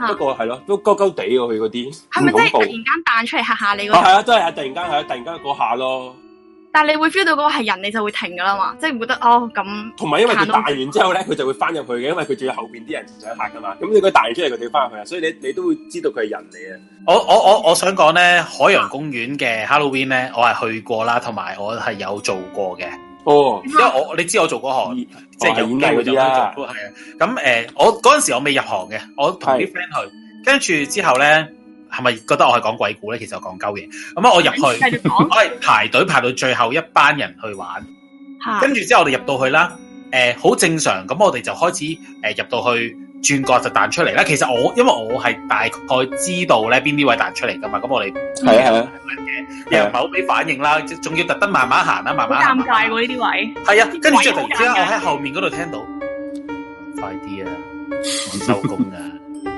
S4: 嚇
S5: 不過係咯，都鳩鳩地喎，去
S4: 係
S5: 嗰啲，
S4: 咪真
S5: 唔恐
S4: 係突然
S5: 怖，
S4: 間彈出嚟嚇下你嗰
S5: 啊
S4: 種？
S5: 係啊，真係啊突然間係啊，突然間嗰下咯。
S4: 但係你會 feel 到嗰個係人，你就會停噶啦嘛，即係唔覺得哦咁。
S5: 同埋因為佢
S4: 行到
S5: 彈完之後咧，佢就會翻入去嘅，因為佢仲有後邊啲人唔想嚇噶
S4: 嗯
S5: 嘛。咁你佢彈完出嚟，佢就要翻入去啊，所以你你都會知道佢係人嚟啊嘅。
S2: 我我我我想講咧，海洋公園嘅 Halloween 咧，我係去過啦，同埋我係有做過嘅，
S5: 哦，
S2: 因為我你知我做嗰行，即係有機會就
S5: 演藝嗰啲啦
S2: 做，係啊。咁誒、呃我嗰陣時我未入行嘅，我同啲 friend 去，跟住之後咧，係咪覺得我係講鬼故咧？其實我講鳩嘢。咁啊，我入去，
S4: 繼續講
S2: [LAUGHS] 我係排隊排到最後一班人去玩。
S4: 嚇，
S5: [LAUGHS]
S2: 跟住之後我哋入到去啦，誒、好正常，咁我哋就開始誒、入到去轉角就彈出嚟啦。其實我因為我係大概知道咧邊啲位彈出嚟噶嘛，咁我哋
S5: 係啊係啊，
S2: 又唔係好俾反應啦，即仲要特登慢慢行啦，慢
S5: 啊
S4: 好
S2: 慢行
S4: 尷。尬喎呢啲位。
S2: 係啊，跟住之後
S4: 好尷
S2: 突然
S4: 尬
S2: 之間我喺後面嗰度聽到，快啲啊，我收工啊！ [LAUGHS]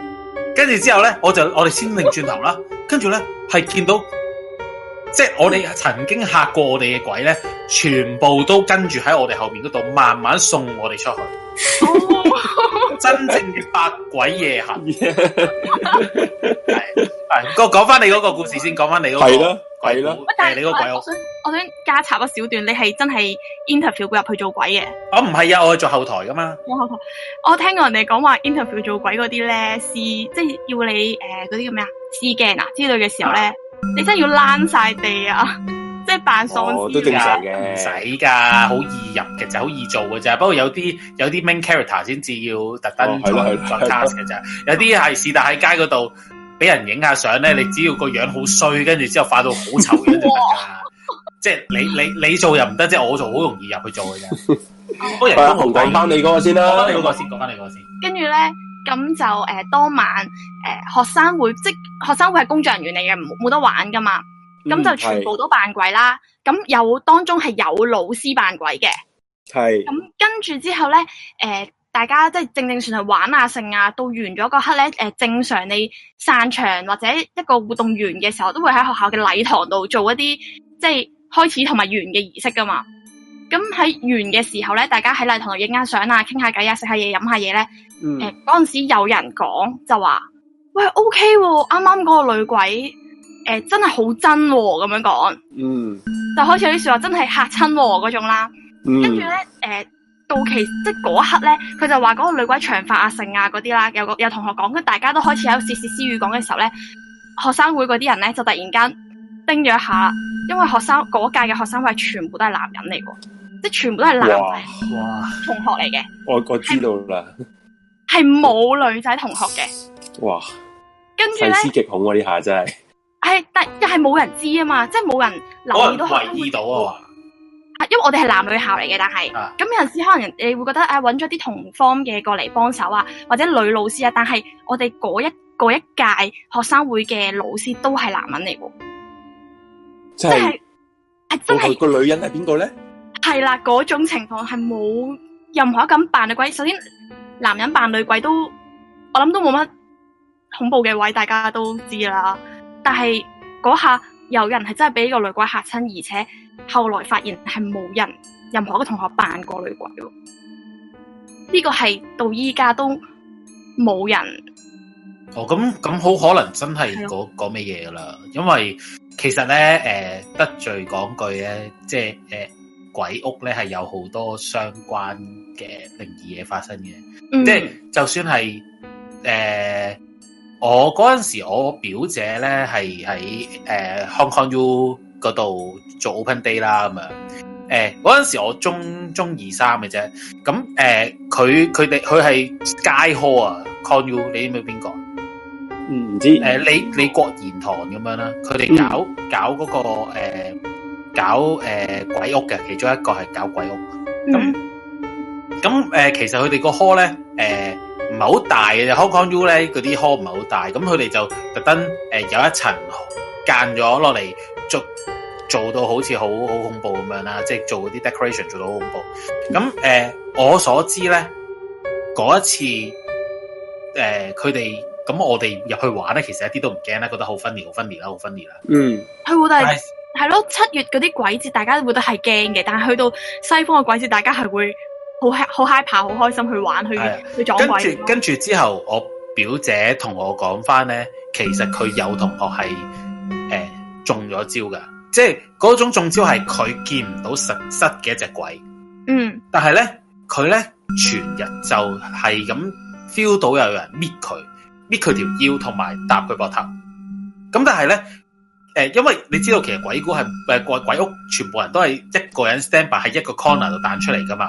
S2: 跟住之後咧，我就我哋先擰轉頭啦，跟住咧係見到。即係我哋曾經嚇過我哋嘅鬼咧，全部都跟住喺我哋後面嗰度，慢慢送我哋出去。
S4: 哦
S5: [LAUGHS]
S2: 真正嘅百鬼夜行，係係嗰講翻你嗰個故事先，講翻你嗰個
S5: 係咯
S2: 鬼故
S5: 係咯
S4: 喂
S2: 誒
S4: 但
S2: 你
S4: 係
S2: 嗰個鬼
S4: 我
S2: 屋
S4: 我。想我想加插一小段，你係真係 interview 過入去做鬼嘅。
S2: 我唔係啊，我係做後台噶嘛。
S4: [LAUGHS] 我聽過人哋講話 interview 做鬼嗰啲咧，試即係要你诶嗰啲叫咩啊，試鏡啊之類嘅時候咧，你真係要躝晒地啊， [LAUGHS] 即係扮喪屍啊
S5: 哦都正常嘅
S2: 啊
S5: 嗯
S2: 唔使噶，好易入嘅就好易做嘅咋。不過有啲有啲 main character 先至要特登
S5: 哦係
S2: 再
S5: 咯係咯
S2: 再 cast 嘅咋。有啲係是但喺街嗰度俾人影下相
S5: 嗯
S2: 咧，你只要個樣好衰，跟住之後化到好醜樣就
S5: [LAUGHS]
S2: 得噶。即係你你你做又唔得，即係我做好容易入去做嘅咋。
S5: [LAUGHS]
S2: 不過人
S5: 阿
S2: 工好
S5: 啊紅
S2: 低
S5: 講翻你嗰個先
S2: 講
S5: 啦，
S2: 翻你嗰個先，講翻你嗰個先。
S4: 跟住咧，咁就誒、呃、當晚誒、呃、學生會，即學生會係工作人員嚟嘅，冇冇得玩噶嘛。咁
S5: 嗯
S4: 就全
S5: 係
S4: 部都扮鬼啦。咁有當中係有老師扮鬼嘅。
S5: 係
S4: 咁跟住之後咧，誒、大家即係正正常常玩啊剩啊，到完咗嗰刻咧，誒、正常你散場或者一個活動完嘅時候，都會喺學校嘅禮堂度做一啲即係開始同埋完嘅儀式噶嘛。咁喺完嘅時候咧，大家喺禮堂度影下相啊，傾下偈啊，食下嘢飲下嘢咧。
S5: 嗯
S4: 誒嗰陣時有人講就話：喂，OK 喎，啱啱嗰個女鬼誒、真係好真喎、咁樣講，
S5: 嗯
S4: 就開始有啲説話真係嚇親喎嗰種啦。跟住
S5: 嗯
S4: 咧，誒、到期即係嗰一刻咧，佢就話嗰個女鬼長髮啊、剩啊嗰啲啦，有個有同學講，跟住大家都開始喺度竊竊私語講嘅時候咧，學生會嗰啲人咧就突然間叮咗一下啦，因為學生嗰屆嘅學生會係全部都係男人嚟喎，即係全部都係男
S5: 哇
S4: 仔同學嚟嘅，
S5: 我我知道啦，
S4: 係冇女仔同學嘅。
S5: 哇
S4: 跟住
S5: 細
S4: 咧，
S5: 思極恐啊呢下真係，
S4: 係但又係冇人知啊嘛，即係冇人留
S2: 我
S4: 意
S2: 人
S4: 到學生
S2: 懷
S4: 會
S2: 疑到啊，
S4: 啊，因為我哋係男女校嚟嘅，但係咁、
S2: 啊
S4: 有陣時可能你會覺得啊，揾咗啲同方嘅過嚟幫手啊，或者女老師啊，但係我哋嗰一嗰一屆學生會嘅老師都係男人嚟喎，
S5: 真
S4: 即
S5: 係
S4: 係係真
S5: 個
S4: 係
S5: 個女人係邊個咧？
S4: 係啦，嗰種情況係冇任何一咁扮女鬼。首先，男人扮女鬼都我諗都冇乜恐怖嘅位，大家都知啦。但係嗰下有人係真係俾呢個女鬼嚇親，而且後來發現係冇人任何一個同學扮過女鬼喎。呢、個係到依家都冇人
S2: 哦，咁咁好可能真係嗰嗰咩嘢噶啦，因為其實咧誒、得罪講句咧，即係誒、鬼屋咧係有好多相關嘅靈異嘢發生嘅，
S4: 嗯
S2: 即係就算係誒、我嗰陣時我表姐咧係喺誒 Hong Kong U 嗰度做 open day 啦咁樣。誒嗰陣時我中中二三嘅啫，咁誒佢佢哋佢係街 hall 啊 c o n U，你知唔知邊個？
S5: 嗯唔 [LAUGHS] 知嗯
S2: 誒、李李國賢堂咁樣啦，佢哋搞、搞嗰、個、呃、搞誒、呃鬼屋嘅，其中一個係搞鬼屋。
S4: 嗯
S2: 咁咁誒，其實佢哋個 hall 咧誒唔係好大嘅啫，Hong Kong U 咧嗰啲 hall 唔係好大，咁佢哋就特登誒、呃有一層間咗落嚟做做到好似好好恐怖咁樣啦，即係做嗰啲 decoration 做到好恐怖。咁誒、呃我所知咧嗰一次。誒佢哋咁我哋入去玩咧，其實一啲都唔驚啦，覺得好 funny 好 funny 啦，好 funny 啦。
S5: 嗯
S4: 佢會但
S2: 但
S4: 係
S2: 係
S4: 係咯，七月嗰啲鬼節大家會都係驚嘅，但係去到西方嘅鬼節，大家係會好 hi- 好 high 爬、好開心去玩、去
S2: 係啊
S4: 去撞
S2: 跟
S4: 鬼
S2: 住
S4: 咯。
S2: 跟住之後，我表姐同我講翻咧，其實佢有同學係誒、中咗招噶，即係嗰種中招係佢見唔到實質嘅一隻鬼，
S4: 嗯，
S2: 但係咧佢咧全日就係咁 feel 到有人搣佢，搣佢條腰同埋搭佢膊頭。咁但係咧，誒、因為你知道其實鬼故係誒鬼鬼屋，全部人都係一個人 stand by 喺一個 corner 度彈出嚟噶嘛，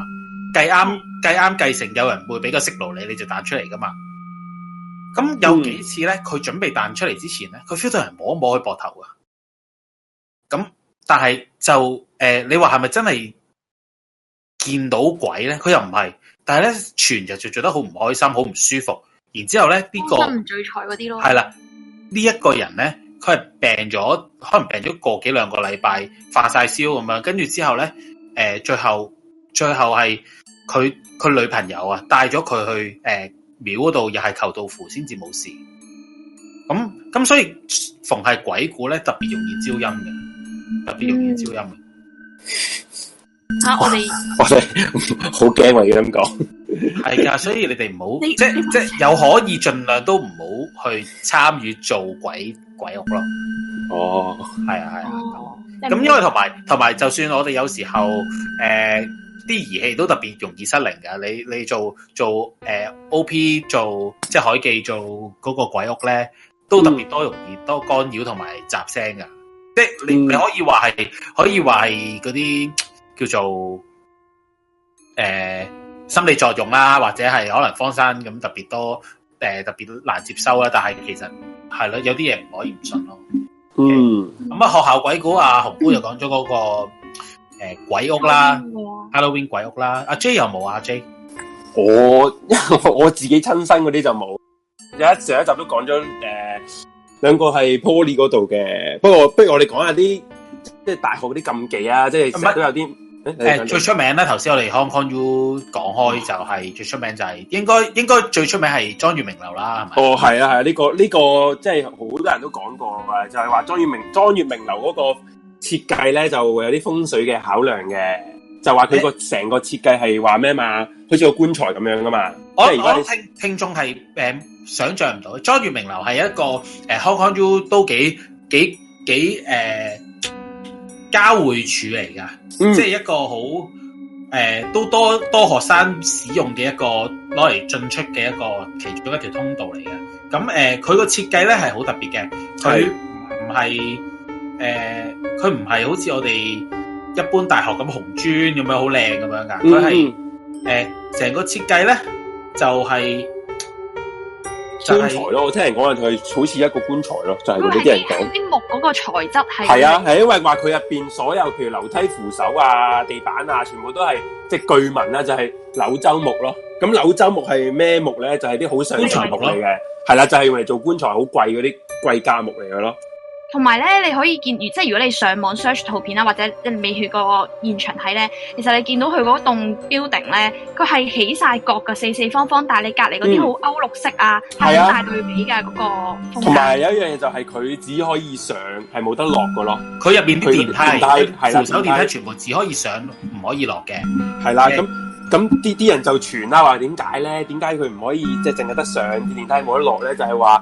S2: 計啱計啱計成有人會俾個息路你，你就彈出嚟噶嘛。咁有幾次咧，佢準備彈出嚟之前咧，佢 feel 到人摸一摸佢膊頭啊。咁但係就誒、呃你話係咪真係見到鬼咧？佢又唔係，但係咧全日就做得好唔開心，好唔舒服。然之後咧呢、個。
S4: 真唔聚財嗰啲咯。
S2: 系啦，呢、一個人咧，佢係病咗，可能病咗個幾兩個禮拜，發晒燒咁樣，跟住之後咧，诶、最後最後係佢佢女朋友啊，帶咗佢去诶廟嗰度，又係求道符先至冇事。咁咁所以逢係鬼故咧，特別容易招陰嘅，特別容易招陰嘅。
S4: 嚇啊我哋
S5: 我哋好驚喎，要咁講，
S2: 系噶，所以你哋唔好
S4: 你
S2: 即
S4: 你
S2: 即有可以盡量都唔好去參與做鬼鬼屋咯。
S5: 哦，
S2: 系
S4: 嗯
S2: 啊系啊，
S7: 嗯
S2: 咁咁因為同埋同埋，就算我哋有時候誒啲儀器都特別容易失靈㗎。你你做做誒、呃 OP 做即係海記做嗰個鬼屋咧，都特別多容易多干擾同埋雜聲㗎。即係你你可以話係可以話係嗰啲叫做誒、呃心理作用啦，或者係可能荒山咁特別多誒、呃特別難接收啦。但係其實係咯，有啲嘢唔可以唔信咯。
S5: 嗯，
S2: 咁啊，學校鬼故啊，紅姑就講咗嗰個呃鬼屋啦，Halloween 鬼屋啦。阿 J 有冇啊阿？J
S5: 我 [LAUGHS] 我自己親身嗰啲就冇。有一上一集都講咗诶，两、兩個係 Poly 嗰度嘅。不過不如我哋講下啲即係大學嗰啲禁忌啊，即係成日都有啲誒、你
S2: 誒
S5: 講
S2: 最出名咧，頭先我哋 Hong Kong U 講開就係最出名就係應該應該最出名係莊月明樓啦，係咪？
S5: 哦，係啊，係啊，呢、個呢、個即係好多人都講過啊，就係話莊月明莊月明樓嗰個設計咧，就會有啲風水嘅考量嘅，就話佢個成個設計係話咩嘛，好似個棺材咁樣噶嘛，
S2: 我
S5: 即係如果
S2: 我
S5: 你
S2: 聽聽眾係誒想像唔到，莊月明樓係一個誒、呃 Hong Kong U 都幾幾幾誒、呃交匯處嚟㗎，
S5: 嗯
S2: 即係一個好誒、呃都多多學生使用嘅一個攞嚟進出嘅一個其中一條通道嚟嘅。咁誒佢個設計咧係好特別嘅，佢
S5: 係
S2: 唔係誒佢唔係好似我哋一般大學咁紅磚咁樣好靚咁樣㗎，佢係、
S5: 嗯
S2: 诶，成、個設計咧就係就
S5: 棺
S2: 係
S5: 材咯，我聽人講係佢好似一個棺材咯，就係
S4: 因
S5: 嗰
S4: 為
S5: 啲啲人
S4: 啲
S5: 講。
S4: 啲木嗰個材質係
S5: 係啊，係因為話佢入边所有，譬如樓梯扶手啊、地板啊，全部都係即系據聞啊啦，就係柳州木咯。咁柳州木係咩木咧？就係啲好上
S2: 棺材
S5: 層
S2: 木
S5: 木
S2: 咯
S5: 嚟嘅，係啦，就係用嚟做棺材，好貴嗰啲貴價木嚟嘅咯。
S4: 同埋咧，你可以見，即係如果你上網 search 圖片啦，啊或者你未去過現場睇咧，其實你見到佢嗰棟 building 咧，佢係起晒角嘅四四方方，但係你隔離嗰啲
S5: 嗯
S4: 好歐陸式啊，係
S5: 係啊
S4: 好大對比嘅嗰個
S5: 同
S4: 風
S5: 埋
S4: 格。
S5: 有一樣嘢就係佢只可以上，係冇得落嘅咯。
S2: 佢入边啲電
S5: 佢電梯
S2: 梯、
S5: 係啦
S2: 扶手電
S5: 電
S2: 梯
S5: 梯
S2: 全部只可以上唔可以落嘅，
S5: 係啦，
S2: Okay
S5: 咁咁啲啲人就傳啦，話點解咧？點解佢唔可以即係淨係得上電梯冇得落咧？就係話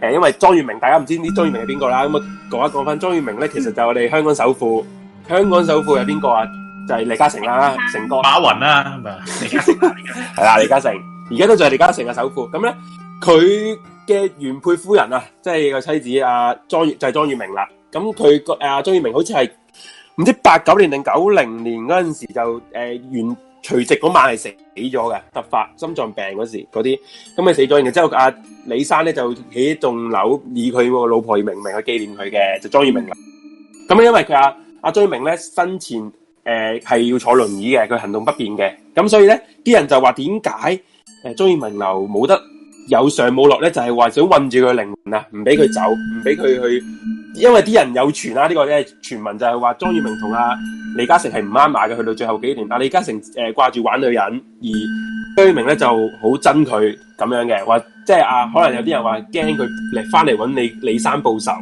S5: 誒，呃因為莊月明大家唔知啲莊月明係邊個啦。咁我講一講翻莊月明咧，其實就係我哋香港首富。香港首富係邊個啊？就係、李嘉誠啦，成哥
S2: 馬雲啦咁啊，李嘉誠
S5: [LAUGHS] 係啦，李嘉誠而家都仲係李嘉誠嘅首富。咁咧，佢嘅原配夫人啊，即係個妻子啊，莊月就係、莊月明啦。咁佢個啊莊月明好似係唔知八九年定九零年嗰陣時就誒、呃、原除夕嗰晚係死咗嘅，突發心臟病嗰時嗰啲，咁佢死咗。然之後阿、李生咧就起一棟樓以佢個老婆而命名去紀念佢嘅，就莊月明啦。咁因為佢阿阿莊月明咧生前誒係、要坐輪椅嘅，佢行動不便嘅，咁所以咧啲人就話點解誒莊月明樓冇得有上冇落咧？就係、話想困住佢靈魂啊，唔俾佢走，唔俾佢去，因為啲人有傳啦、呢、個咧傳聞就係話莊月明同阿李嘉誠係唔啱埋嘅，去到最後幾年，阿李嘉誠誒、呃、掛住玩女人，而莊月明咧就好憎佢咁樣嘅，話即係啊，可能有啲人話驚佢嚟翻嚟揾李李生報仇，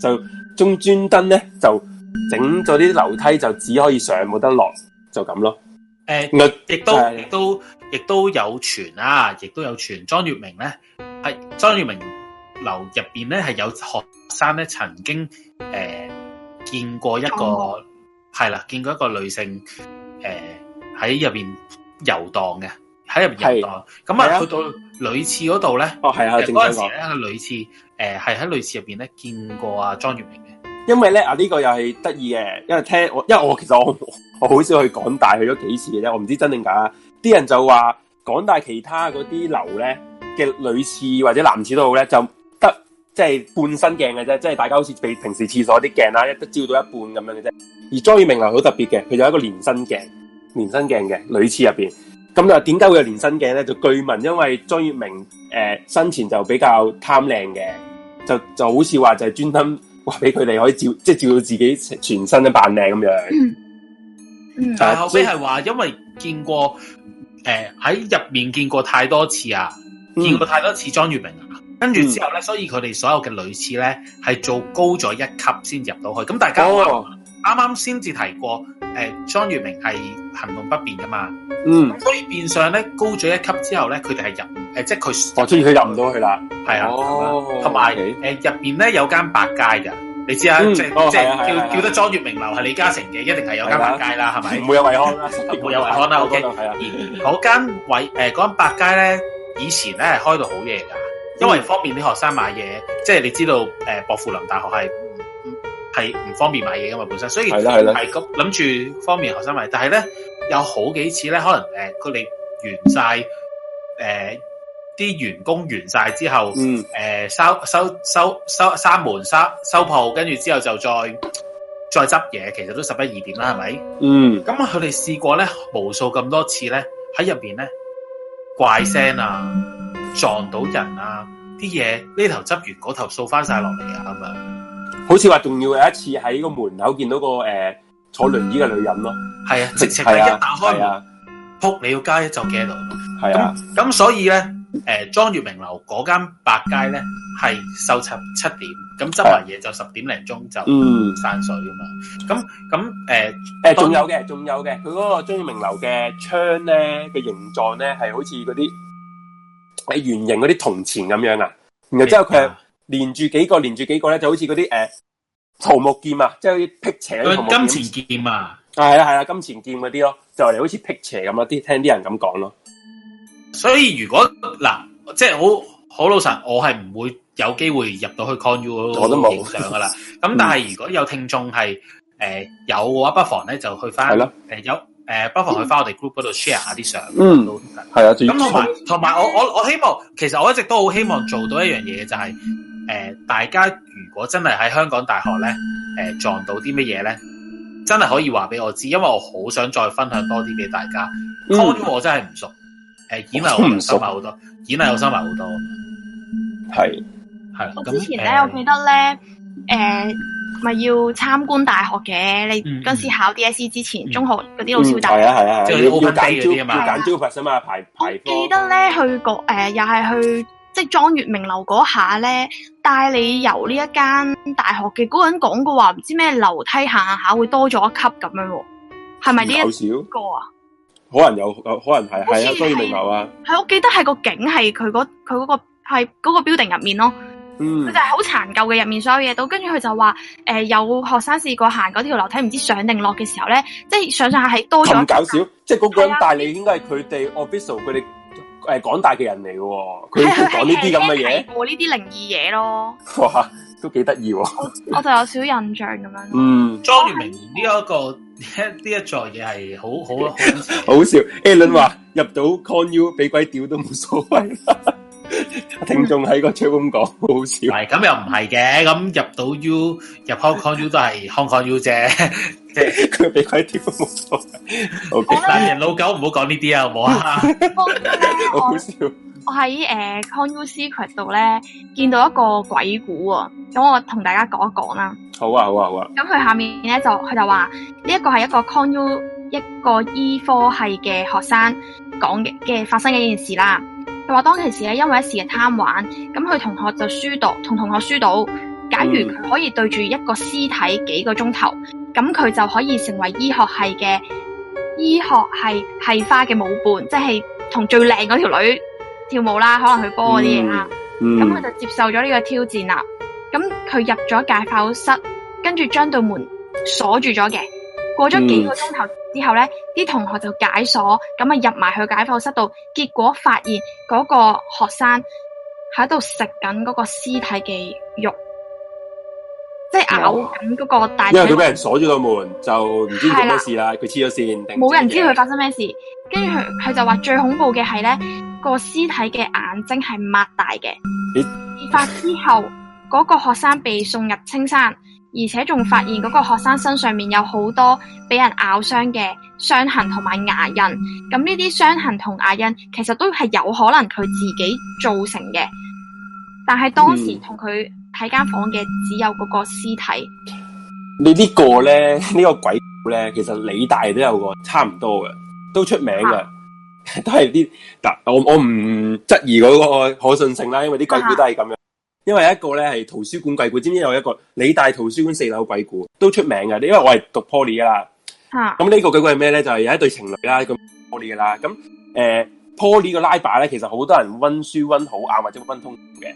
S5: 就中專登咧就。整咗啲樓梯就只可以上冇得落，就咁咯。
S2: 诶，
S5: 我
S2: 亦都
S5: 係
S2: 亦都亦都有傳啊，亦都有傳莊月明咧係莊月明樓入边咧係有學生咧曾經诶、呃、见过一個
S4: 哦
S2: 係啦，見過一個女性诶喺入边遊蕩嘅，喺入边遊蕩。咁
S5: 係
S2: 啊
S5: 啊
S2: 去到女廁嗰度咧。
S5: 哦，係啊，
S2: 誒
S5: 正
S2: 嗰
S5: 想
S2: 陣時
S5: 講，
S2: 咧，喺女廁誒係喺女廁入邊咧見過啊莊月明嘅，
S5: 因為咧啊呢、個又係得意嘅，因為聽我，因為我其實我 [LAUGHS] 我好少去港大，去咗幾次嘅啫，我唔知真定假啊。啲人就話港大其他嗰啲樓咧嘅女廁或者男廁都好咧，就得即係半身鏡嘅啫，即係大家好似平平時廁所啲鏡啦，一得照到一半咁樣嘅啫。而莊月明樓好特別嘅，佢有一個連身鏡，連身鏡嘅女廁入邊。咁就點解會有連身鏡咧？就據聞因為莊月明誒、呃生前就比較貪靚嘅，就就好似話就係專登話俾佢哋可以照，即係照到自己全身都扮靚咁樣。
S4: 嗯
S2: 但係後
S5: 所以
S2: 尾係話因為見過誒喺入面見過太多次啊，
S5: 嗯
S2: 見過太多次莊月明啊，跟住之後咧，所以佢哋所有嘅女廁咧係做高咗一級先入到去。咁大家啱
S5: 哦，
S2: 啱先至提過誒莊月明係行動不便噶嘛，
S5: 嗯，
S2: 所以變相咧高咗一級之後咧，佢哋係入誒即係佢
S5: 哦我中意佢入唔到去啦。
S2: 係啊，
S5: 哦
S2: 咁啊同埋
S5: OK
S2: 誒入邊咧有間百佳㗎，你知啊，
S5: 嗯
S2: 即
S5: 哦
S2: 即
S5: 係啊係啊係啊
S2: 叫叫得莊月明樓係李嘉誠嘅，一定係有間百佳啦，
S5: [LAUGHS]
S2: 係咪？
S5: 唔會有惠康啦，
S2: 唔會有惠康啦，OK
S5: 係啊，
S2: 而嗰間位誒嗰間百佳咧，以前咧係開到好夜㗎，因為方便啲學生買嘢，即係你知道誒薄扶林大學係唔唔係唔方便買嘢㗎嘛，本身，所以
S5: 係啦係啦
S2: 係咁諗住方便學生買，但係咧有好幾次咧，可能誒佢哋完晒誒啲員工完晒之後，誒、
S5: 嗯
S2: 收收收收閂門收收鋪，跟住之後就再再執嘢，其實都十一二點啦，係咪？
S5: 嗯，
S2: 咁佢哋試過咧，無數咁多次咧，喺入邊咧怪聲啊，撞到人啊，啲嘢呢頭執完嗰頭掃翻晒落嚟啊咁樣。
S5: 好似話仲要有一次喺個門口見到個誒坐輪椅嘅女人咯，
S2: 係啊，直情係
S5: 係啊
S2: 一打開
S5: 係
S2: 門，
S5: 啊
S2: 撲你個街就驚到。
S5: 係啊，
S2: 咁咁所以咧，誒、莊月明樓嗰間百佳咧係收七七點，咁執埋嘢就十點零鐘就
S5: 嗯。
S2: 散水咁樣。咁呃咁誒
S5: 誒，仲有嘅，仲有嘅，佢嗰個張耀明樓嘅窗咧嘅形狀咧，係好似嗰啲係圓形嗰啲銅錢咁樣啊。然後之後佢係連住幾個，連住幾個咧，就好似嗰啲誒桃木劍啊，即係好似辟邪嗰啲桃木劍。
S2: 佢金錢劍啊！
S5: 啊，係啦係啦，金錢劍嗰啲咯，就嚟好似辟邪咁咯，啲聽啲人咁講咯。
S2: 所以如果嗱，即係好好老實，我係唔會有機會入到去 con u
S5: 我都冇嗯
S2: 影相噶啦。咁但係如果有聽眾係誒有嘅話，不妨咧就去翻
S5: 係咯
S2: 誒有誒，不妨去翻我哋 group 嗰度 share 下啲相
S5: 嗯
S2: 都得。
S5: 係啊，最
S2: 咁同埋同埋，我我我希望，其實我一直都好希望做到一樣嘢，就係、誒、大家如果真係喺香港大學咧，誒、撞到啲乜嘢咧，真係可以話俾我知，因為我好想再分享多啲俾大家。
S5: 嗯
S2: con、我真係唔熟，誒、演藝我又收埋好多，演藝我收埋好多，
S5: 係
S2: 係啦。
S4: 我
S2: 咁
S4: 之前咧，
S2: 誒
S5: 呃
S4: 我記得咧，誒咪要參觀大學嘅，你
S2: 嗯嗯
S4: 嗰時考 DSE 之前，
S2: 嗯
S4: 中學嗰啲老師會
S5: 嗯
S4: 帶
S5: 係啊係啊，
S2: 即
S5: 係
S2: 係嗰啲
S5: 啊要要
S2: open day 嗰啲啊
S5: 揀
S2: 嘛
S5: 招要揀招牌啊嘛，排
S4: 我
S5: 排
S4: 記
S5: 科。
S4: 得咧去過誒、又係去即係莊月明樓嗰下咧，帶你由呢一間大學嘅嗰個人講過話，唔知咩樓梯行下下會多咗一級咁樣喎，係咪呢
S5: 搞
S4: 一
S5: 笑，
S4: 個啊？
S5: 可能有，有可能係係啊
S4: 好，似係
S5: 張耀明樓啊，
S4: 係我記得係個景係佢嗰佢嗰個係嗰個 building 入面咯，佢
S5: 嗯
S4: 就係好殘舊嘅入面所有嘢都，跟住佢就話誒、有學生試過行嗰條樓梯唔知上定落嘅時候咧，即係上上下係多咗
S5: 咁
S4: 一級
S5: 搞笑，即係嗰個
S4: 係
S5: 人
S4: 啊
S5: 帶你應該係佢哋 official 佢哋誒港大嘅人嚟嘅喎，佢會講呢啲咁嘅嘢，
S4: 過呢啲靈異嘢咯，
S5: 哇，都幾得意喎。
S4: 我就有少少印象咁樣咯。
S5: 嗯，
S2: 莊月明呢一個呢一座嘢係好好好真實
S5: [LAUGHS] 好笑。Alan 話入到 con u 俾鬼屌都冇所 [LAUGHS] 謂啦。聽眾喺個 chat room 講，好
S2: 唔
S5: 笑。
S2: 係咁又唔係嘅，咁入到 U 入 Hong Kong U 都係 Hong Kong U 啫，即係
S5: 佢俾鬼屌都冇所
S2: [LAUGHS]
S5: 謂。O K，
S2: 但人老狗唔好講呢啲啊，好唔好啊？
S5: [LAUGHS] 好笑。
S4: 我喺誒 Conu Secret 度咧見到一個鬼故啊，咁我同大家講一講啦。
S5: 好啊，好啊，好啊。
S4: 咁佢下面咧就佢就話呢一個係一個 Conu 一個醫科系嘅學生講嘅嘅發生嘅一件事啦。佢話當其時咧，因為一時嘅貪玩，咁佢同學就輸到同同學輸到。假如佢可以對住一個屍體幾個鐘頭，咁佢就可以成為醫學系嘅醫學系系花嘅舞伴，即係同最靚嗰條女跳舞啦，可能去波嗰啲嘢啊啦。咁佢
S5: 嗯，
S4: 就接受咗呢個挑戰啦。咁佢入咗解剖室，跟住將道門鎖住咗嘅。過咗幾個鐘頭之後咧，啲同學就解鎖，咁啊入埋去解剖室度，結果發現嗰個學生喺度食緊嗰個屍體嘅肉，即係咬緊嗰個大
S5: 哦因
S4: 腿
S5: 為佢俾人鎖咗個門，就唔知做咩事啦。佢黐咗線，定
S4: 冇人知佢
S5: 佢。
S4: 發生咩事。跟住佢
S5: 嗯
S4: 佢就話最恐怖嘅係咧，個屍體嘅眼睛係擘大嘅。
S5: 咦
S4: 事發之後，嗰、個學生被送入青山，而且仲發現嗰個學生身上面有好多俾人咬傷嘅傷痕同埋牙印。咁呢啲傷痕同牙印其實都係有可能佢自己造成嘅，但係當時
S5: 嗯
S4: 同佢喺間房嘅只有嗰個屍體。
S5: 你呢個咧，呢、個鬼故咧，其實理大都有個差唔多嘅，都出名嘅， [LAUGHS] 都係啲嗱，我我唔質疑嗰個可信性啦，因為啲鬼故都係咁樣。因為一個咧係圖書館鬼故，知唔知有一個理大圖書館四樓鬼故都出名嘅？因為我係讀 poly 噶啦，
S4: 嚇、
S5: 咁呢個鬼故係咩咧？就係、有一對情侶啦，咁 poly 噶啦，咁誒呃 poly 個拉把咧，其實好多人温書温好啊晏或者温通宵嘅。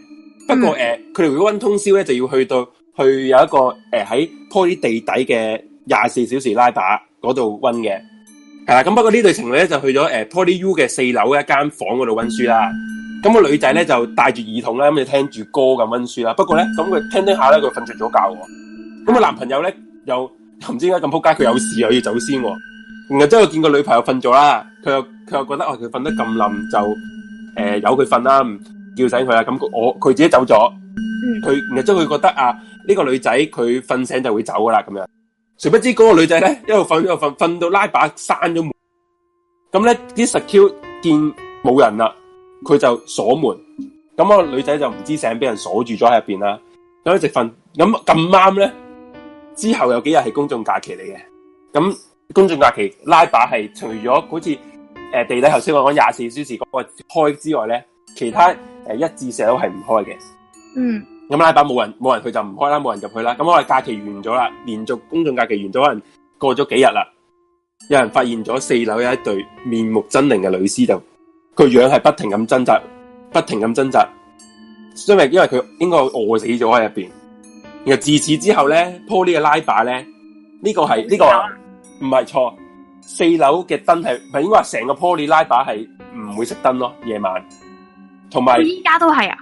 S5: 不過誒，呃佢哋、如果温通宵咧，就要去到去有一個誒喺、poly 地底嘅廿四小時拉把嗰度温嘅。係啦，咁不過呢對情侶咧就去咗誒、呃 poly U 嘅四樓一間房嗰度温書啦。咁、個女仔咧就戴住耳筒啦，咁就聽住歌咁温書啦。不過咧，咁佢聽聽下咧，佢瞓着咗覺喎。咁啊個男朋友咧又唔知點解咁仆街，佢有事又要走先喎。然後之後見個女朋友瞓咗啦，佢又佢又覺得哦，佢瞓得咁冧就誒、呃由佢瞓啦，唔叫醒佢啦。咁佢我佢自己走咗，
S4: 嗯
S7: 嗯
S5: 佢然後之後佢覺得啊呢、個女仔佢瞓醒就會走噶啦咁樣。誰不知嗰個女仔咧一路瞓一路瞓，瞓到拉把閂咗門。咁咧啲 secure 見冇人啦，佢就鎖門。咁、個女仔就唔知醒，俾人鎖住咗喺入邊啦。咁一直瞓，咁咁啱咧，之後有幾日係公眾假期嚟嘅。咁公眾假期拉把係除咗好似誒、呃地底頭先我講廿四小時嗰個開之外咧，其他誒、呃一至四樓係唔開嘅。
S4: 嗯，
S5: 咁拉把冇人冇人去就唔開啦，冇人入去啦。咁我哋假期完咗啦，連續公眾假期完咗，可能過咗幾日啦，有人發現咗四樓有一對面目狰狞嘅女屍，就佢樣係不停咁掙扎，不停咁掙扎，因為因為佢應該餓死咗喺入邊。然後自此之後咧，Poly 嘅拉把咧，呢、個係呢、個唔係錯，四樓嘅燈係唔係應該話成個 Poly 拉把係唔會熄燈咯，夜晚同埋
S4: 佢。依家都係啊，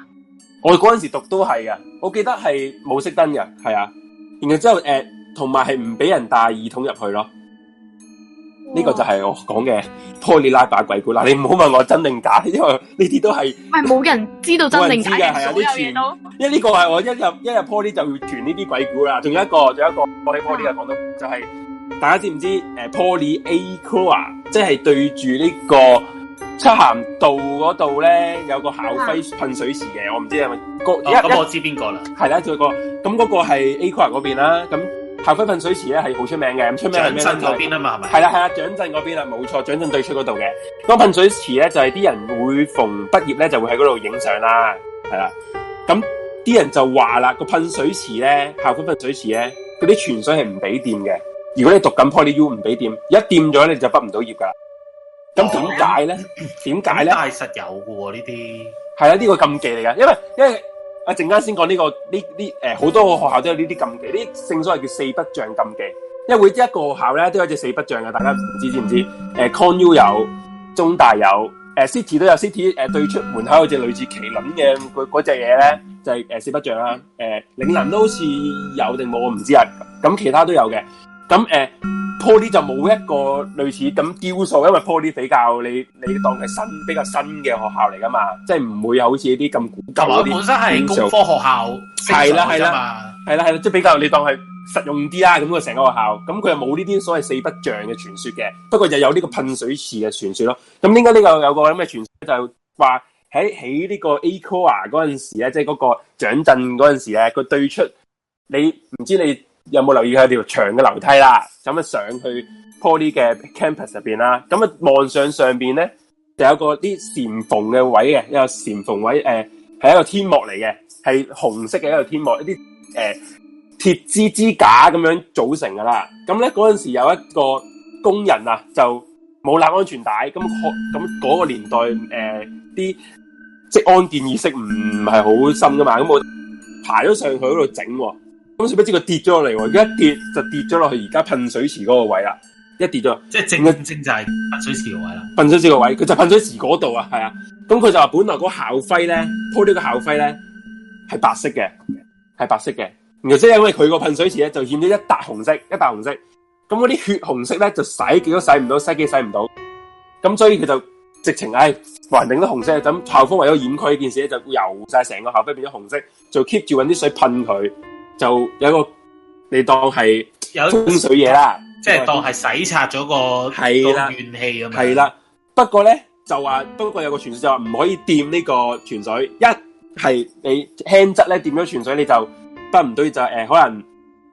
S5: 我嗰阵时读都係啊，我記得係冇熄燈嘅，係啊。然後之後诶，同埋係唔俾人帶耳筒入去咯。呢、個就係我講嘅 Poly 拉把鬼故啦。你唔好問我真定假，因為呢啲都係，
S4: 唔係冇人知道真定假
S5: 冇人知㗎係啊
S4: 嘅，所有
S5: 啲
S4: 嘢都
S5: 因為呢個係我一入一入 Poly 就要傳呢啲鬼故啦。仲有一個，仲有一個我喺 Poly 嘅講到就係、大家知唔知诶 Poly A c o r 即係對住呢、個漆咸道嗰度咧有個校徽噴水池嘅，我唔知係咪個
S2: 哦
S5: 一
S2: 咁
S5: 一
S2: 我知邊個啦，
S5: 系啦，仲有個咁嗰個係 A q u a 嗰邊啦，咁校徽噴水池咧係好出名嘅，咁出名係
S2: 長
S5: 咩
S2: 身嗰
S5: 咧？
S2: 邊啊嘛，係咪？
S5: 係啦係啦，蔣鎮嗰邊啦，冇錯，蔣鎮對出嗰度嘅。咁噴水池咧就係啲人會逢畢業咧就會喺嗰度影相啦，係啦。咁啲人就話啦，個噴水池咧，校徽噴水池咧，嗰啲泉水係唔俾掂嘅。如果你讀緊 Poly U 唔俾掂，一掂咗你就畢唔到業噶啦。咁點解咧？點解
S2: 咁
S5: 咧？
S2: 但係實有嘅喎呢啲，
S5: 系啊，呢、個禁忌嚟噶，因為因為阿啊陣間先講呢、個呢呢诶，好、多個學校都有呢啲禁忌，呢啲正所謂叫四不像禁忌，因為每一個學校咧都有一隻四不像嘅，大家唔知知唔知？诶、con U 有，中大有，诶、City 都有 City，诶、對出門口有隻類似麒麟嘅嗰嗰隻嘢咧，就係呃四不像啦。诶、嶺南都好似有定冇，我唔知啊。咁其他都有嘅，咁诶。呃 Poly 就冇一個類似咁雕塑，因為 Poly 比較你你當係新比較新嘅學校嚟噶嘛，即係唔會有好似啲咁古舊
S2: 同埋
S5: 嗰
S2: 佢
S5: 啲
S2: 本身係工科學校升上去啫嘛，
S5: 係啦係啦，即係比較你當係實用啲啊啦咁個成個學校，咁佢又冇呢啲所謂四不像嘅傳說嘅，不過就有呢個噴水池嘅傳說咯。咁應該呢個有個咁嘅傳說就話喺喺呢個 A c o r 嗰陣時咧，即係嗰個蔣鎮嗰陣時咧，個對出你唔知你有冇留意佢有條長嘅樓梯啦，咁啊上去 Poly 嘅 campus 入邊啦，咁啊望上上邊咧就有個啲禪縫嘅位嘅，有個禪縫位誒係、一個天幕嚟嘅，係紅色嘅一個天幕，一啲誒。呃鐵枝支架咁樣組成噶啦。咁咧嗰陣時有一個工人啊，就冇攬安全帶，咁學咁嗰個年代誒啲職安健意識唔係好深噶嘛，咁我爬咗上去嗰度整喎，咁誰不知佢跌咗落嚟喎，佢一跌就跌咗落去而家噴水池嗰個位啦，一跌咗落去。
S2: 即係正正就係噴水池嗰位啦。
S5: 噴水池個位，佢就噴水池嗰度啊，係啊，咁佢就話本來嗰個校徽咧，鋪呢個校徽咧係白色嘅，係白色嘅，然後即係因為佢個噴水池咧就染咗一笪紅色，一笪紅色，咁嗰啲血紅色咧就洗幾都洗唔到，洗幾洗唔到，咁所以佢就直情唉，還定都紅色，咁校方為咗掩蓋呢件事咧，就油晒成個校徽變咗紅色，就 keep 住揾啲水噴佢，就有一個你當係
S2: 有
S5: 沖水嘢啦，
S2: 即係當係洗刷咗個
S5: 係啦
S2: 個怨氣咁樣。
S5: 系啦，不過咧就話，不過有個傳說就話唔可以掂呢個泉水，一係你輕質咧掂咗泉水你就得唔到就诶、呃可能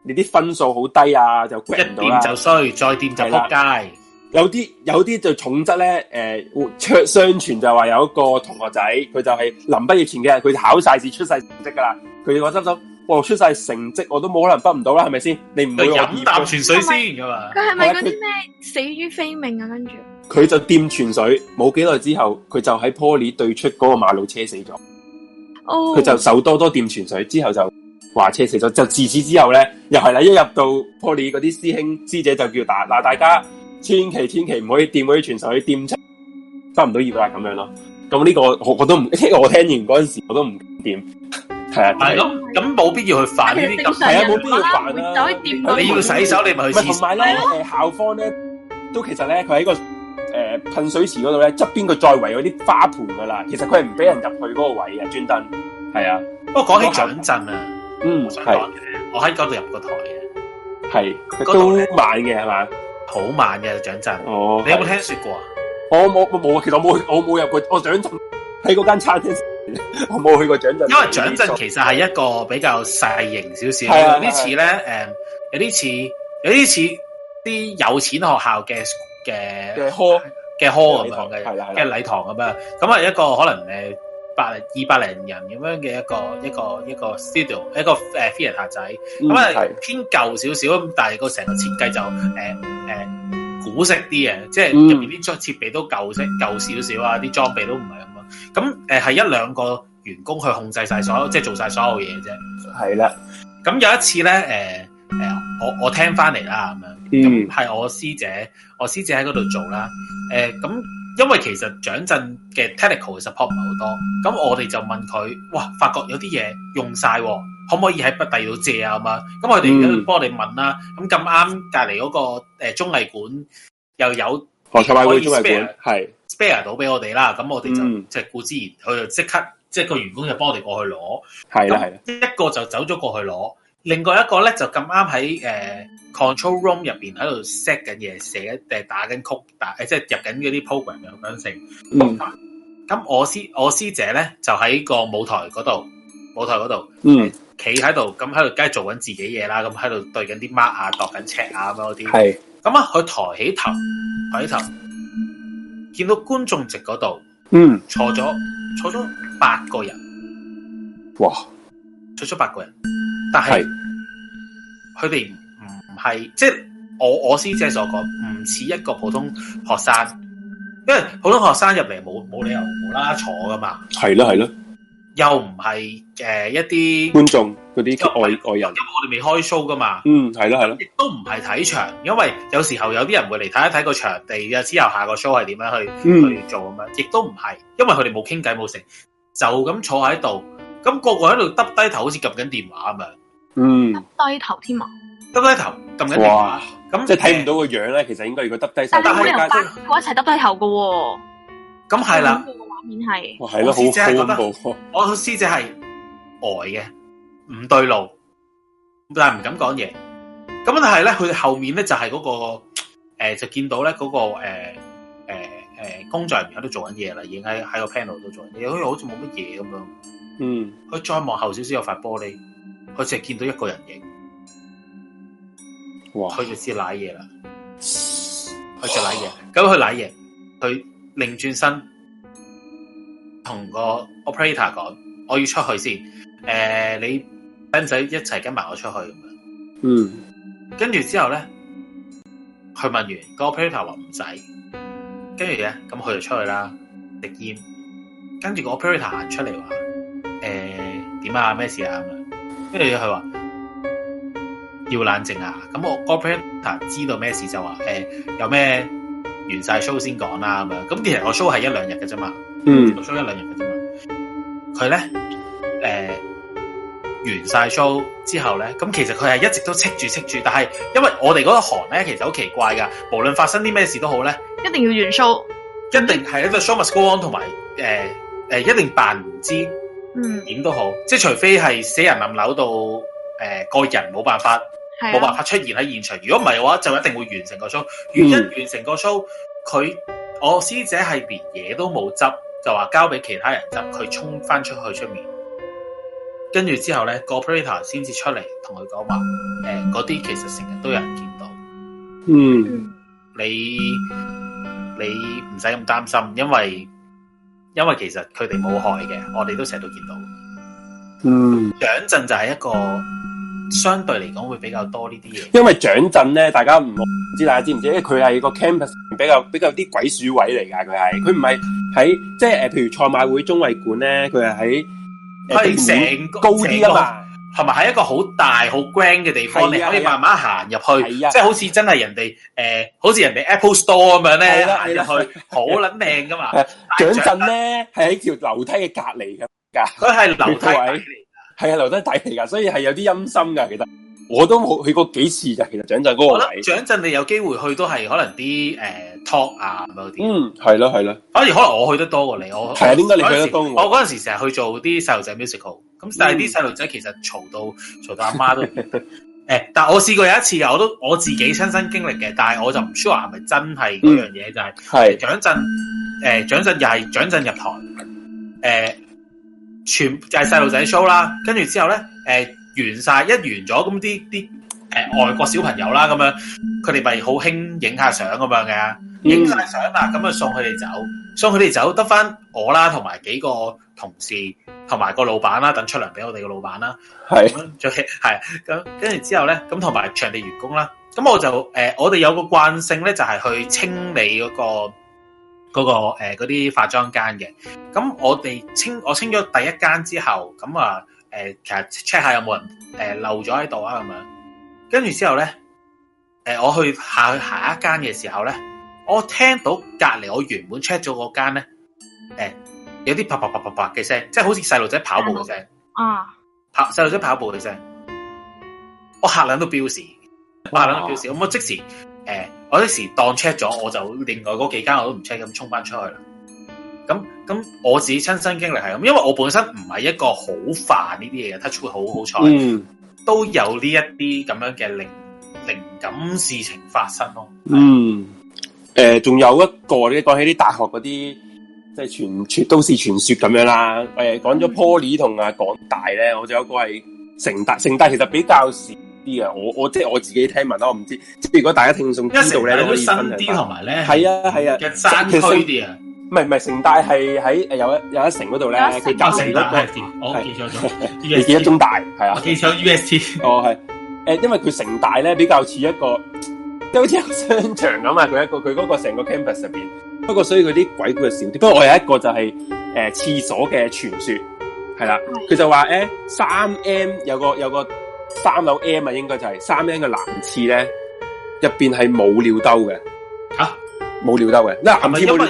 S5: 你啲分數好低啊，就
S2: 一
S5: grad 唔到啦
S2: 掂。就衰，再掂就仆街。
S5: 有啲有啲就重質咧，诶、呃，相相傳就話有一個同學仔，佢就係臨畢業前嘅日，佢考晒試出晒成績噶啦，佢話心心我出晒成績，我都冇可能畢唔到啦，係咪先？你唔會
S2: 你
S5: 我
S2: 飲啖泉水先咁啊！
S4: 佢係咪嗰啲咩死於非命啊？跟住
S5: 佢就掂泉水，冇幾耐之後，佢就喺 Poly 對出嗰個馬路車死咗。
S4: 哦，
S5: 佢就手多多掂泉水，之後就話車死咗。就自此之後咧，又係啦，一入到 Poly 嗰啲師兄師姐就叫打嗱，大家千祈千祈唔可以掂嗰啲泉水，掂出畢唔到業啦咁樣咯。咁呢個我我都唔， [LAUGHS] 我聽完嗰陣時我都唔敢掂，係啊，
S2: 係咯，咁冇必要去犯呢啲咁。
S5: 係啊，冇必要煩啦。
S4: 走去掂到
S2: 哦你要洗手你咪去廁
S5: 同
S2: 所
S5: 埋咧，誒校方咧都其實咧，佢喺個誒呃噴水池嗰度咧側邊佢再圍嗰啲花盆噶啦，其實佢係唔俾人入去嗰個位嘅，專登係啊，
S2: 不過講起蔣震啊，
S5: 嗯
S2: 我想
S5: 係
S2: 講嘅，我喺嗰度入過台嘅，
S5: 係
S2: 嗰
S5: 都
S2: 度呢
S5: 慢嘅係嘛？
S2: 好慢嘅蔣震。
S5: 哦，
S2: 你有冇聽說過啊？
S5: 我冇我冇，其實我冇我冇入過，我獎陣喺嗰間餐廳， [LAUGHS] 我冇去過獎陣，
S2: 因為蔣震其實係一個比較細型少少，
S5: 係啊
S2: 有啲似咧誒，有啲似有啲似啲有錢學校嘅
S5: 嘅
S2: 嘅
S5: 科
S2: 嘅科咁樣嘅
S5: 係啦係啦
S2: 嘅禮堂咁樣，咁啊係一個可能誒百零二百零人咁樣嘅一個一個一個 studio 一個誒呃 theatre 客仔。咁啊
S5: 係
S2: 偏舊少少咁，但係個成個設計就誒誒古式啲嘅，即係
S5: 嗯
S2: 入面啲裝設備都舊式舊少少啊，啲裝備都唔係咁樣。咁誒係一兩個員工去控制晒所有，即係做晒所有嘢啫。
S5: 係啦，
S2: 咁有一次咧，誒、誒、我我聽翻嚟啦，咁樣，
S5: 嗯
S2: 咁係我師姐，我師姐喺嗰度做啦，誒、咁因為其實蔣震嘅 technical support 唔係好多，咁我哋就問佢，哇，發覺有啲嘢用晒喎，可唔可以喺北帝度借啊咁啊？咁我哋而家
S5: 嗯
S2: 幫我哋問啦，咁咁啱隔離嗰個呃誒綜藝館又有
S5: 何賽馬會中藝
S2: 可以 spare
S5: 館係
S2: spare 到俾我哋啦，咁我哋就
S5: 嗯
S2: 即係顧之然，佢就即刻即係個員工就幫我哋過去攞。
S5: 係啦係啦
S2: 咁，一個就走咗過去攞，另外一個咧就咁啱喺誒 control room 入邊喺度 set 緊嘢，寫誒打緊曲，打誒即係入緊嗰啲 program 咁樣成。
S5: 嗯
S2: 咁我師我師姐咧就喺個舞台嗰度，舞台嗰度
S5: 嗯
S2: 企喺度，咁喺度梗係做緊自己嘢啦，咁喺度對緊啲 mark 啊，度緊尺啊咁樣嗰啲。
S5: 係
S2: 咁啊，佢抬起頭，抬起頭，見到觀眾席嗰度
S5: 嗯
S2: 坐咗坐咗八個人，
S5: 哇
S2: 坐咗八個人，但係
S5: 係。
S2: 佢哋唔係即係我我師姐所講，唔似一個普通學生，因為普通學生入嚟冇冇理由無啦啦坐噶嘛，
S5: 係咯係咯，
S2: 又唔係誒一啲，因為
S5: 觀眾嗰啲外外人，
S2: 我哋未開 show 噶嘛，
S5: 嗯係咯係咯，
S2: 亦都唔係睇場，因為有時候有啲人會嚟睇一睇個場地啊，之後下個 show 係點樣去、
S5: 嗯
S2: 去做咁樣，亦都唔係，因為佢哋冇傾偈冇成，就咁坐喺度，咁個個喺度耷低頭，好似撳緊電話咁樣，
S5: 嗯，
S4: 低頭添啊！
S2: 耷低頭撳緊電
S5: 哇
S2: 話，咁
S5: 即係睇唔到個樣咧，其實應該如果耷低手，
S4: 但係你冇理由
S5: 哇
S4: 八個一齊耷低頭噶喎。
S2: 到，咁係啦。
S4: 恐怖嘅畫面係
S5: 哦係咯，
S2: 我師姐係覺得
S5: 好好恐怖，
S2: 我師姐係呆嘅，唔對路，但係唔敢講嘢。咁但係咧，佢後面咧就係嗰、個誒、呃就見到咧嗰、個誒誒誒工作人員喺度做緊嘢啦，已經喺喺個 panel 度做緊嘢，好似好似冇乜嘢咁樣。
S5: 嗯
S2: 佢再望後少少有塊玻璃，佢淨係見到一個人影，
S5: 哇
S2: 佢就知舐嘢啦。佢就舐嘢，咁佢舐嘢，佢擰轉身同個 operator 講：我要出去先。誒、呃你使唔使一齊跟埋我出去咁樣？
S5: 嗯
S2: 跟住之後咧，佢問完個 operator 話唔使，跟住咧咁佢就出去啦，食煙。跟住個 operator 行出嚟話：誒、點啊？咩事啊？咁樣。跟住佢話要冷靜啊。咁我個 operator 知道咩事就話：誒、呃有咩完晒 show 先講啦咁樣。咁其實我 show 係一兩日嘅啫嘛，
S5: 嗯
S2: 我 show 一兩日嘅啫嘛。佢咧誒。完晒 show 之後咧，咁其實佢係一直都戚住戚住，但係因為我哋嗰個行咧，其實好奇怪噶，無論發生啲咩事都好咧，
S4: 一定要元素，
S2: 一定係一個 show must go on 同埋誒誒，一定扮唔知
S4: 嗯，
S2: 點都好，即係除非係死人冧樓到誒、呃、個人冇辦法
S4: 係
S2: 冇辦
S4: 啊，
S2: 法出現喺現場，如果唔係嘅話，就一定會完成個 show。原因
S5: 嗯
S2: 完成個 show，佢我師姐係連嘢都冇執，就話交俾其他人執，佢衝翻出去出面。跟住之後咧，個 operator 先至出嚟同佢講話，
S3: 啊
S2: 誒嗰啲其實成日都有人見到，
S5: 嗯
S2: 你你唔使咁擔心，因為因為其實佢哋冇害嘅，我哋都成日都見到。
S5: 嗯，
S2: 蔣鎮就係一個相對嚟講會比較多呢啲嘢。
S5: 因為蔣鎮咧，大家唔唔知大家知唔知？因為佢係個 campus 比較比較啲鬼鼠位嚟㗎，佢係佢唔係喺即係誒，譬如賽馬會中衞館咧，佢係喺誒
S2: 係成個
S5: 高啲啊嘛。
S2: 同埋係一個好大好 grand 嘅地
S5: 係
S2: 方，
S5: 啊
S2: 你可以
S5: 係啊
S2: 慢慢行入去，
S5: 係啊
S2: 即係好似真係人哋誒、呃好似人哋 Apple Store 咁樣咧，
S5: 係啦
S2: 行
S5: 係啊
S2: 入
S5: 啦
S2: 去好撚靚噶嘛
S5: [LAUGHS] 係。
S2: 但
S5: 蔣
S2: 係
S5: 鎮咧係喺條樓梯嘅隔離㗎，
S2: [LAUGHS] 佢係樓梯
S5: 佢位
S2: 底嚟
S5: 係啊樓梯底嚟㗎，所以係有啲陰森㗎。其實我都冇去過幾次㗎，其實蔣鎮嗰
S2: 我
S5: 個
S2: 諗
S5: 位。
S2: 蔣鎮你有機會去都係可能啲誒 talk 啊咁樣嗰啲。
S5: 嗯，係咯係咯。
S2: 反而可能我去得多過你，我
S5: 係啊應該你去得多過我嗯
S2: 我嗰陣時成日去做啲細路仔 musical，咁但係啲細路仔其實嘈到嘈到阿媽都唔得。
S5: [LAUGHS]
S2: 誒，但我試過有一次嘅，我都我自己親身經歷嘅，但係我就唔 sure 係咪真係嗰樣嘢，就係
S5: 嗯係
S2: 蔣鎮誒蔣鎮又係蔣鎮入台誒、全就係細路仔 show 啦，跟住之後咧誒、完晒一完咗咁啲啲誒外國小朋友啦咁樣，佢哋咪好興影下相咁樣嘅，
S5: 嗯
S2: 影晒相啦，咁啊送佢哋走，送佢哋走得翻我啦，同埋幾個同事同埋個老闆啦，等出糧俾我哋個老闆啦。
S5: 係
S2: 咁樣最係咁，跟住之後咧，咁同埋場地員工啦，咁我就誒、呃我哋有個慣性咧，就係、去清理嗰、個嗰、個呃嗰啲、化妝間嘅。咁我哋清我清咗第一間之後，咁啊誒，其實 check 下有冇人誒、呃漏咗喺度啊咁樣。跟住之後咧，誒、呃我去下去下一間嘅時候咧，我聽到隔離我原本 check 咗嗰間咧，誒、有啲啪啪啪啪啪嘅聲，即係好似細路仔跑步
S5: 嗯
S2: 嘅聲。
S4: 啊，
S2: 跑細路仔跑步嘅聲，我嚇撚到標示，我嚇撚到標示，咁我即時誒、呃我即時當 check 咗，我就另外嗰幾間我都唔 check，咁衝翻出去啦。咁咁我自己親身經歷係咁，因為我本身唔係一個好煩呢啲嘢嘅，touch wood 好好彩，
S5: 嗯
S2: 都有呢一啲咁樣嘅靈靈感事情發生咯。
S5: 嗯，誒，仲有一個你講起啲大學嗰啲，即係傳傳都市傳說咁樣啦。誒，講
S2: 嗯
S5: 咗 Poly 同啊港大咧，我就有一個係城大，城大其實比較少啲啊。我我即係我自己聽聞啦，我唔知。即係如果大家聽眾
S2: 因為
S5: 知道
S2: 成
S5: 咧，
S2: 日
S5: 都可
S2: 都
S5: 以
S2: 新
S5: 分享翻
S2: 啲，同埋咧
S5: 係啊係啊
S2: 嘅山區
S5: 其實
S2: 啲啊，
S5: 唔係唔係，城大係喺誒有一有一城嗰度咧，
S4: 有一城
S5: 佢隔
S2: 成
S5: 離
S2: 大
S5: 嗰
S2: 係
S5: 個，
S2: 點？我記錯
S5: [LAUGHS] 你記得
S2: 咗
S5: 中大係啊
S2: 我？記錯 UST。
S5: [LAUGHS] 哦，係，诶、因為佢城大咧比較似一個，即係好似一個 [LAUGHS] 商場咁啊！佢一個佢嗰個成個 campus 入边，不過所以佢啲鬼故就少啲。不過我有一個就係诶厕所嘅傳說，係啦，佢就話诶三 M 有個有個三樓 M 啊，應該就係三 M 嘅男廁咧，入边係冇尿兜嘅，
S2: 嚇
S5: 冇尿兜嘅，嗱
S2: 係
S5: 男
S2: 咪
S5: 廁
S2: 因
S5: 冇
S2: 為
S5: 尿，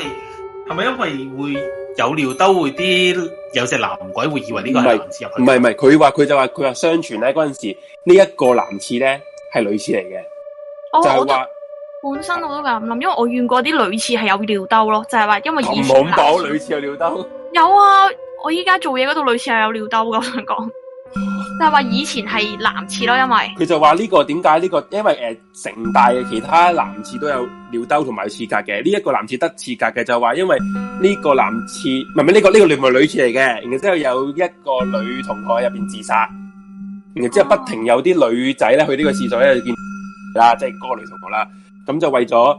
S2: 係咪因為會有尿兜會啲有隻男鬼會以為呢個係男廁入去？
S5: 唔係唔係，佢話佢就話佢話相傳咧嗰陣時呢一、個男廁咧係女廁嚟嘅，
S4: 哦
S5: 就
S4: 我
S5: 係
S4: 都
S5: 話
S4: 本身我都咁諗，因為我遇過啲類似係有尿兜咯，就係話因為以
S5: 咁
S4: 前
S5: 恐
S4: 男
S5: 怖，女廁有尿兜。
S4: 有啊，我依家做嘢嗰度類似係有尿兜噶，我想講，就係話以前係男廁咯，因為
S5: 佢就話呢個點解呢個？因為诶、呃城大嘅其他男廁都有尿兜同埋有廁格嘅，呢、一個男廁得廁格嘅就話因為呢個男廁唔係唔係呢個呢、個女唔係女廁嚟嘅，然後之後有一個女同學喺入边自殺，然後之後不停有啲女仔咧去呢個廁所咧就見啦，即係嗰個女同學啦，咁就為咗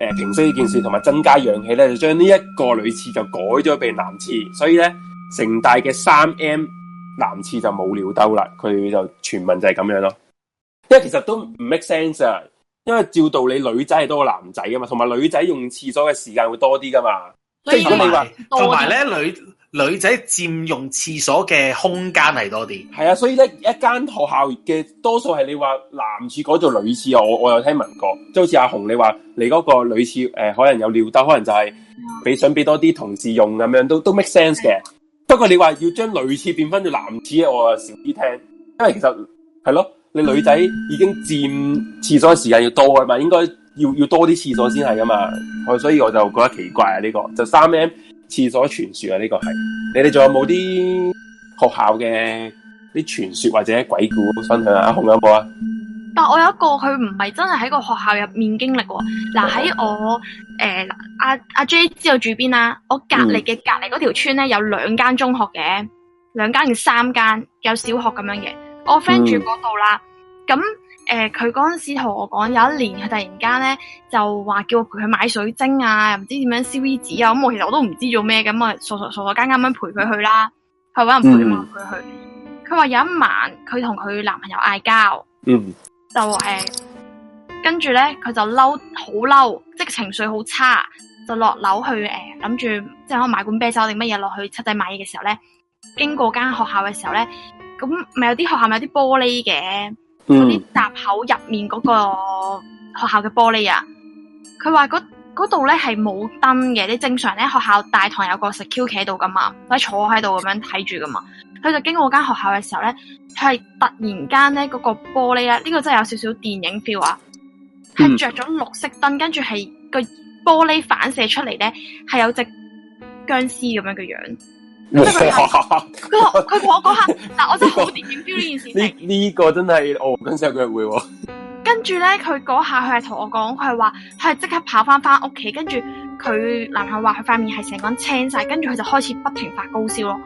S5: 诶、呃平息呢件事同埋增加氧氣咧，就將呢一個女廁就改咗俾男廁，所以咧城大嘅三 M 男廁就冇尿兜啦，佢就傳聞就係咁樣咯。因為其實都唔 make sense 啊，因為照道理女仔係多過男仔噶嘛，同埋女仔用廁所嘅時間會多啲噶嘛。
S4: 所以
S5: 即係如果你話
S4: 多啲
S2: 同埋咧，女女仔佔用廁所嘅空間係多啲。
S5: 係啊，所以咧一間學校嘅多數係你話男廁改做女廁啊，我我有聽聞過，即係好似阿紅你話你嗰個女廁誒、呃可能有尿兜，可能就係俾想俾多啲同事用咁樣，都都 make sense 嘅。不過你話要將女廁變翻做男廁，我啊少啲聽，因為其實係咯，你女仔已經佔廁所嘅時間要多啊嘛，應該要要多啲廁所先係噶嘛，我所以我就覺得奇怪啊呢、個，就三 M 廁所傳說啊呢、個係，你哋仲有冇啲學校嘅？啲傳說或者鬼故分享下，紅有冇啊？
S4: 但我有一個佢唔係真係喺個學校入面經歷喎。嗱喺我誒阿阿 J 知道住邊啦，我隔離嘅隔離嗰條村咧有兩間中學嘅，兩間定三間有小學咁樣嘅。我
S1: 嗯
S4: friend 住嗰度啦，咁誒佢嗰陣時同我講，有一年佢突然間咧就話叫我陪佢買水晶啊，又唔知點樣燒衣紙啊，咁我其實我都唔知做咩嘅，咁啊傻傻傻傻間間咁樣陪佢去啦，去揾人陪我陪佢去。佢話有一晚佢同佢男朋友嗌交，
S5: 嗯，
S4: 就诶、跟住咧佢就嬲，好嬲，即係情緒好差，就落樓去诶諗住即係可能買罐啤酒定乜嘢落去七仔買嘢嘅時候咧，經過間學校嘅時候咧，咁咪有啲學校咪有啲玻璃嘅，嗰啲闸口入面嗰個學校嘅玻璃啊，佢話嗰嗰度咧係冇燈嘅，你正常咧學校大堂有個 secure 企喺度噶嘛，或者坐喺度咁樣睇住噶嘛。佢就經過間學校嘅時候咧，佢係突然間咧嗰個玻璃咧，呢、個真係有少少電影 feel 啊，係着咗綠色燈，跟住係個玻璃反射出嚟咧，係有隻僵屍咁樣嘅樣。
S5: 哇
S4: 佢話佢同我講下，嗱我真係好電影 feel 呢件事情。
S5: [LAUGHS] 呢呢个真系我跟手佢会喎，
S4: 跟住咧，佢嗰下佢係同我講，佢係話佢係即刻跑翻翻屋企，跟住佢男朋友話佢塊面係成個人青晒，跟住佢就開始不停發高燒咯。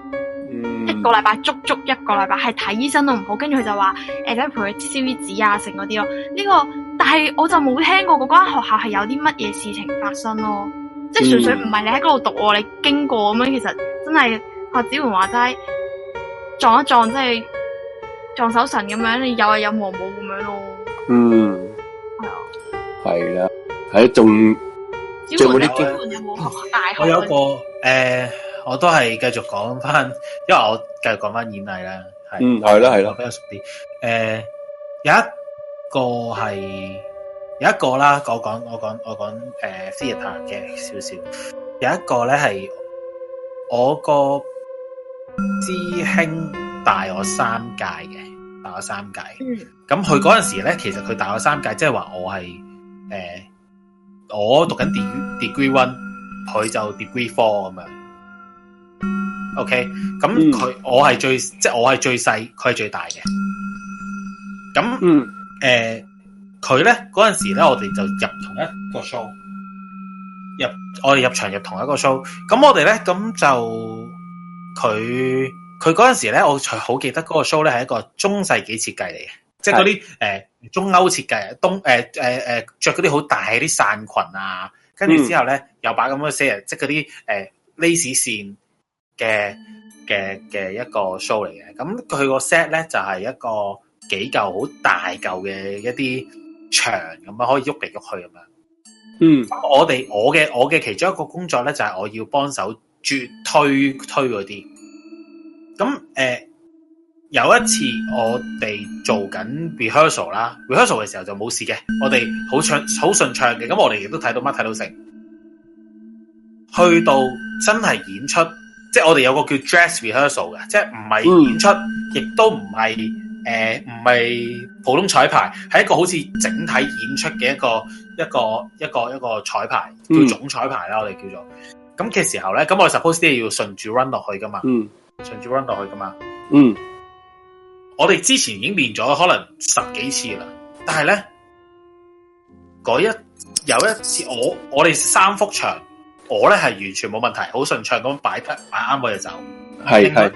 S4: 一個禮拜足足一個禮拜，係睇醫生都唔好，跟住佢就話誒，你陪佢燒衣紙啊，成嗰啲咯。呢、個但係我就冇聽過嗰間學校係有啲乜嘢事情發生咯，即係純粹唔係你喺嗰度讀喎，你經過咁樣，其實真係學子桓話齋撞一撞，即係撞手神咁樣，你有啊有冇冇咁樣咯。
S5: 嗯，系啦，系仲
S4: 子
S5: 仲
S4: 桓
S5: 有冇
S4: 咧，
S5: 啲
S4: 子
S2: 嗯
S5: 經
S4: 桓有冇哦大學
S2: 我
S4: 嗰啲？
S2: 有個诶、呃我都係繼續講翻， [LAUGHS] 因為我繼續講翻演藝啦，係
S5: 嗯係啦係啦
S2: 我比較熟啲。诶、有一個係有一個啦，我講我講我講诶 theatre 嘅少少，有一個咧係我個師兄大我三屆嘅，大我三屆。
S4: 嗯
S2: 咁佢嗰陣時咧，其實佢大我三屆，即係話我係誒、呃我讀緊 degree degree one，佢就 degree four 咁樣。OK，咁佢、我係最即係我係最細，佢係最大嘅。咁
S5: 嗯
S2: 誒，佢咧嗰陣時咧，我哋就入同一個 show，入我哋入場入同一個 show。咁我哋咧咁就佢佢嗰陣時咧，我好記得嗰個 show 咧係一個中世紀設計嚟嘅。即係嗰啲誒中歐設計，啊東誒誒誒著嗰啲好大啲傘裙啊，跟住之後咧、有把咁嘅些，即係嗰啲誒 lace 線嘅嘅嘅一個 show 嚟嘅。咁佢個 set 咧就係、一個幾嚿好大嚿嘅一啲牆咁樣，可以喐嚟喐去咁樣。
S5: 嗯
S2: 咁我哋我嘅我嘅其中一個工作咧，就係、我要幫手絕推推嗰啲。咁誒、呃有一次我哋做緊 rehearsal 啦，rehearsal 嘅時候就冇事嘅，我哋好暢好順暢嘅，咁我哋亦都睇到乜睇到成。去到真係演出，即係我哋有個叫 dress rehearsal 嘅，即係唔係演出，
S5: 嗯
S2: 亦、都唔係誒唔係普通彩排，係一個好似整體演出嘅一個一個一個一個彩排，
S5: 嗯
S2: 叫總彩排啦，我哋叫做。咁嘅時候咧，咁我哋 suppose 啲嘢要順住 run 落去噶嘛，
S5: 嗯
S2: 順住 run 落去噶嘛。
S5: 嗯
S2: 我哋之前已經練咗可能十幾次啦，但係咧嗰一有一次我我哋三幅牆，我咧係完全冇問題，好順暢咁擺得擺啱位就走，
S5: 系
S2: 另外
S5: 系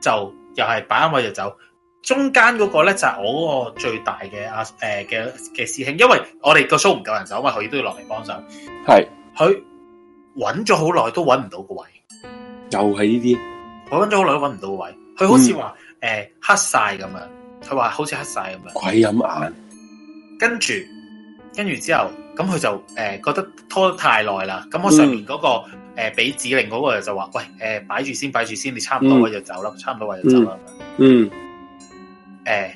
S2: 就又係擺啱位就走。中間嗰個咧就係、我嗰個最大嘅阿誒嘅嘅師兄，因為我哋個 show 唔夠人手，因為佢都要落嚟幫手，
S5: 系，
S2: 佢揾咗好耐都揾唔到個位。
S5: 又系呢啲，
S2: 我揾咗好耐都揾唔到個位，佢好似話誒黑晒咁樣，佢話好似黑晒咁樣，
S5: 鬼飲眼，
S2: 跟住跟住之後，咁佢就誒、呃、覺得拖得太耐啦，咁
S5: 嗯
S2: 我上面嗰、個誒俾、指令嗰個就話：喂誒擺住先，擺住先，你差唔多位就走啦，差唔多位就走啦。
S5: 嗯
S2: 誒，呃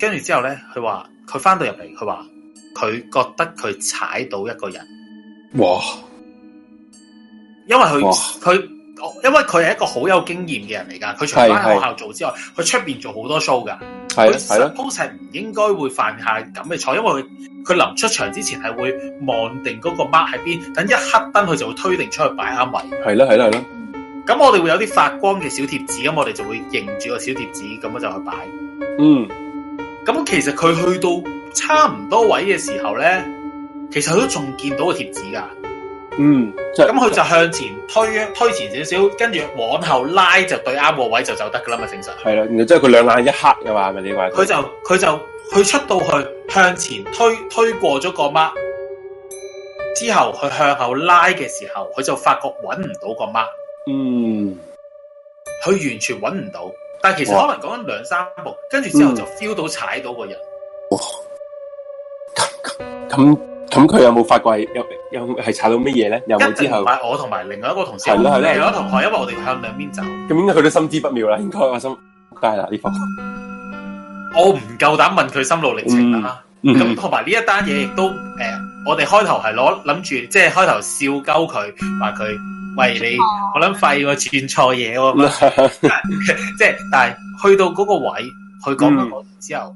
S2: 跟住之後咧，佢話佢翻到入嚟，佢話佢覺得佢踩到一個人。
S5: 哇
S2: 因為佢
S5: 哇
S2: 佢哦因為佢係一個好有經驗嘅人嚟㗎，佢除咗
S5: 係係啊
S2: 喺學校做之外，佢出邊做好多 show 㗎。
S5: 系
S2: 佢
S5: 啦系啦，
S2: suppose 係唔應該會犯下咁嘅錯，因為佢佢臨出場之前係會望定嗰個 mark 喺邊，等一黑燈佢就會推定出去擺啱位。
S5: 系啦系啦系啦，
S2: 咁我哋會有啲發光嘅小貼紙，咁我哋就會認住個小貼紙，咁我就去擺。
S5: 嗯
S2: 咁其實佢去到差唔多位嘅時候咧，其實佢都仲見到個貼紙㗎。
S5: 嗯，咁
S2: 咁佢就向前推推前少少，跟住往後拉就對啱個位就走得噶啦嘛，正常。
S5: 系啦，然後即係佢兩眼一黑嘅嘛，係咪你話
S2: 佢就佢就佢出到去向前推推過咗個 mark 之後，佢向後拉嘅時候，佢就發覺揾唔到個 mark，
S5: 嗯
S2: 佢完全揾唔到。但係其實可能講緊兩三步，跟住之後就 feel 到踩到個人。
S5: 咁咁佢有冇發覺係有有係查到乜嘢咧？有冇
S2: 一
S5: 之
S2: 定唔
S5: 後？
S2: 係我同埋另外一個同事，
S5: 係
S2: 另
S5: 咯係
S2: 外
S5: 咯
S2: 一個同學，因為我哋向兩邊走，
S5: 咁應該佢都心知不妙啦，應該我心仆街啦呢份。
S2: 我唔夠膽問佢心路歷程啦。
S5: 嗯嗯
S2: 咁同埋呢一單嘢亦都誒、呃我哋開頭係攞諗住，即係開頭笑鳩佢，話佢喂你，我諗廢我轉錯嘢喎。
S5: [LAUGHS]
S2: 即係但係去到嗰個位，佢講
S5: 嗯
S2: 咗我之後，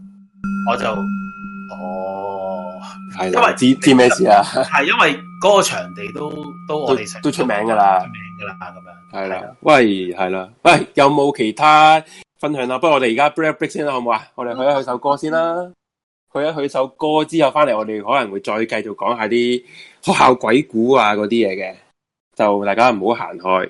S2: 我就哦，
S5: 係
S2: 因
S5: 啦
S2: 為
S5: [LAUGHS] 知知咩事啊
S2: 係因為嗰個場地都都 [LAUGHS] 我哋成
S5: 都出名㗎啦
S2: 出名㗎啦咁樣。
S5: 係啦，喂，係啦，喂，有冇其他分享啊？不過我哋而家 break break 先啦，好唔好啊？我哋去一去首歌先啦，去一去首歌之後翻嚟，我哋可能會再繼續講下啲學校鬼故啊嗰啲嘢嘅，就大家唔好行開。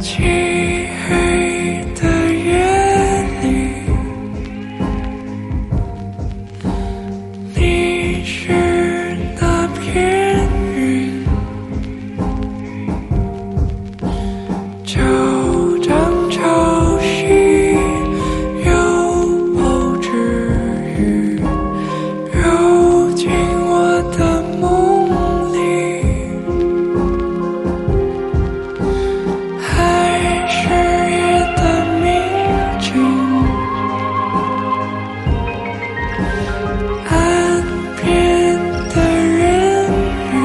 S7: 漆黑的夜里，你是那片云，就当潮汐又抛之于，游进我的梦里。还是夜的秘境，岸边的人鱼，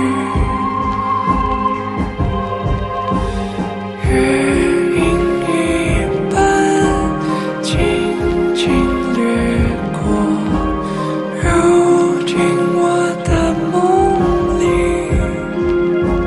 S7: 月影一般轻轻掠过，揉进我的梦里。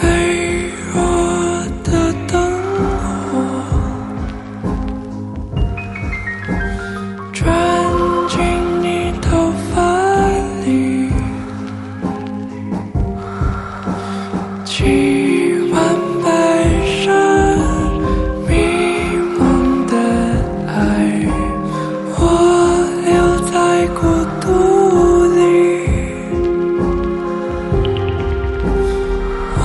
S7: 微弱的灯火，钻进你头发里，七弯白纱，迷蒙的爱，我留在孤独里。我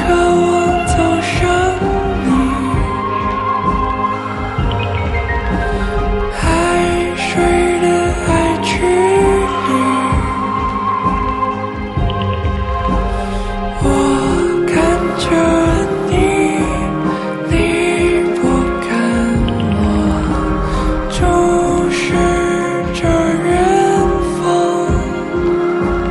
S7: 渴望走向你，海水的爱距离，我看着你，你不看我，就是这远方。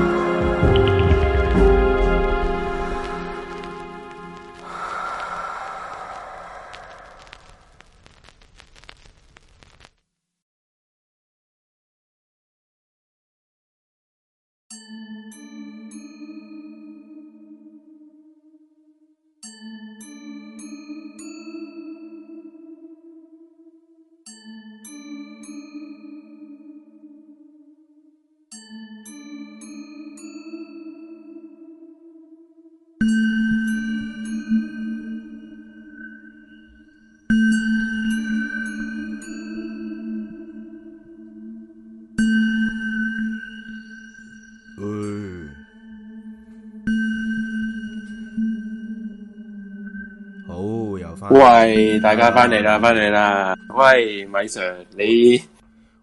S3: 好又翻，
S5: 喂，大家翻嚟啦，翻嚟啦，喂，米 [LAUGHS] Sir，你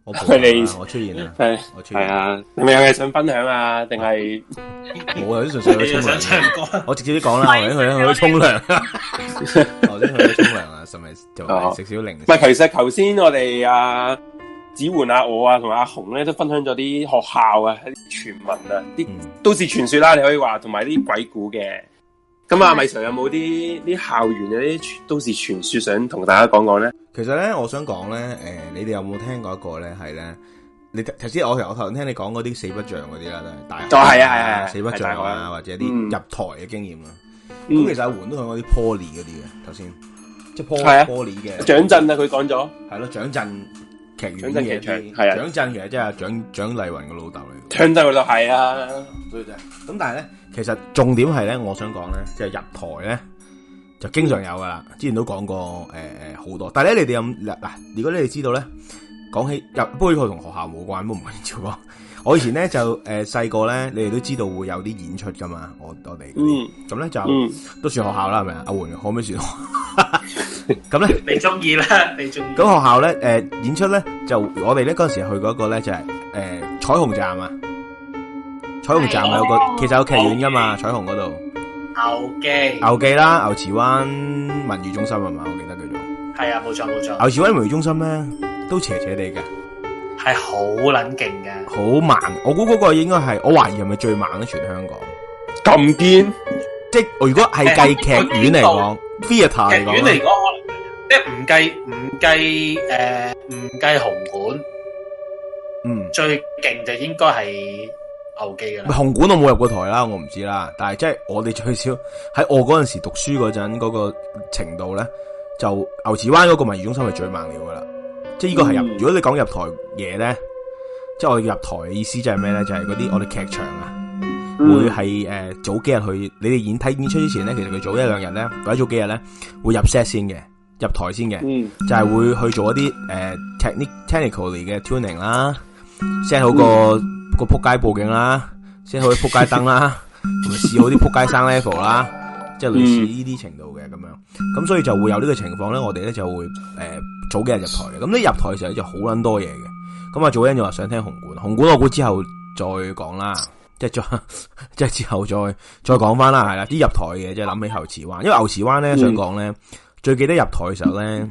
S3: 我
S5: 佢哋
S3: 我出現啦，
S5: 系
S3: 我出
S5: 系
S3: 現，
S5: 啊，你咪有嘢想分享啊？定系
S3: [LAUGHS] 冇啊，啲純粹
S2: 你
S3: 去
S2: 又
S3: 沖
S2: 想唱
S3: 涼。
S2: 歌？
S3: 我直接啲講啦，我哋去去沖涼， [LAUGHS] 我哋去沖涼啊，甚至就
S5: 哦
S3: 食少零食
S5: 唔系？其实头先我哋啊子焕啊我啊同阿紅咧都分享咗啲學校啊啲傳聞啊啲
S3: 嗯
S5: 都市傳說啦，你可以話同埋啲鬼故嘅。咁啊，米 Sir 有冇啲啲校園有啲傳都市傳說想同大家講講咧？
S3: 其實咧，我想講咧，诶、你哋有冇聽過一個咧？係咧，你頭頭先我我頭先聽你講嗰啲四不像嗰啲啦，都係大學
S5: 哦係啊係啊係啊
S3: 四不
S5: 係大學
S3: 像啊，
S5: 啊
S3: 或者
S5: 嗯
S3: 啲入台嘅經驗啦。啊咁、
S5: 嗯
S3: 其實阿媛都講嗰啲 poly 嗰啲嘅，頭先即係 poly
S5: 係啊
S3: poly 嘅，
S5: 蔣震啊，佢講咗
S3: 係咯，蔣震劇院
S5: 蔣
S3: 嘅
S5: 震劇場
S3: 啲
S5: 係啊
S3: 蔣震其實即係蔣蔣麗雲嘅老豆嚟嘅。
S5: 蔣震嗰度係啊，
S3: 所以就係咁，但係咧，其實重點係咧，我想講咧，就係入台咧就經常有噶啦，之前都講過誒誒好多。但係咧，你哋有冇嗱嗱，如果你哋知道咧，講起入，不過呢個同學校冇關，不過唔緊要講。 [LAUGHS] 我以前咧就誒細個咧，你哋都知道會有啲演出噶嘛，我我哋嗰啲咁咧就、
S5: 嗯，
S3: 都算學校啦，係咪啊？阿媛可唔可以算學
S5: [LAUGHS]
S3: 校？咁咧。
S2: 你中意啦，你中意。
S3: 咁學校咧，誒、演出咧就我哋咧嗰陣時去嗰個咧就係、誒、彩虹站啊，彩虹站啊有個其實有劇院噶嘛，彩虹嗰度
S2: 牛記
S3: 牛記啦、牛池灣文娛中心啊係嘛，我記得叫做
S2: 係啊，冇錯冇錯，
S3: 牛池灣文娛中心咧都斜斜地嘅，
S2: 係好撚勁嘅。
S3: 好慢。我估嗰個應該係我懷疑係咪最慢咧全香港，
S5: 咁堅
S3: 即係如果係計劇院嚟講 theatre
S2: 劇
S3: 嚟
S2: 院
S3: 講呢
S2: 嚟講，可能即係唔計唔計誒唔計紅館，
S3: 嗯。
S2: 最勁就應該係牛記噶啦。
S3: 紅館我冇入過台啦，我唔知啦。但係即係我哋最少喺我嗰陣時讀書嗰陣嗰個程度咧，就牛池灣嗰個文娛中心係最猛料噶啦。即係呢個係入，
S5: 嗯
S3: 如果你講入台嘢咧，即係我哋入台嘅意思就係咩咧？就係嗰啲我哋劇場啊，會係诶、呃早幾日去你哋演睇演出之前咧，其實佢早一兩日咧，或者早幾日咧會入 set 先嘅，入台先嘅。
S5: 嗯
S3: 就係會去做一啲诶 technic technically 嘅 tuning 啦，set 好個個仆街佈景啦，set 好啲仆街燈啦，同埋試好啲仆街生 level 啦，即係類似
S2: 嗯
S3: 呢啲程度嘅咁樣。咁所以就會有呢個情況咧，我哋咧就會诶、呃早幾日入台嘅。咁呢入台嘅時候呢就好撚多嘢嘅。咁啊，早欣就話想聽紅館，紅館我估之後再講啦。
S5: 嗯
S3: 即係再， [LAUGHS] 即係之後再再講翻啦，係啦，啲入台嘅即係諗起牛池灣，因為牛池灣咧
S5: 嗯
S3: 想講咧，最記得入台嘅時候咧，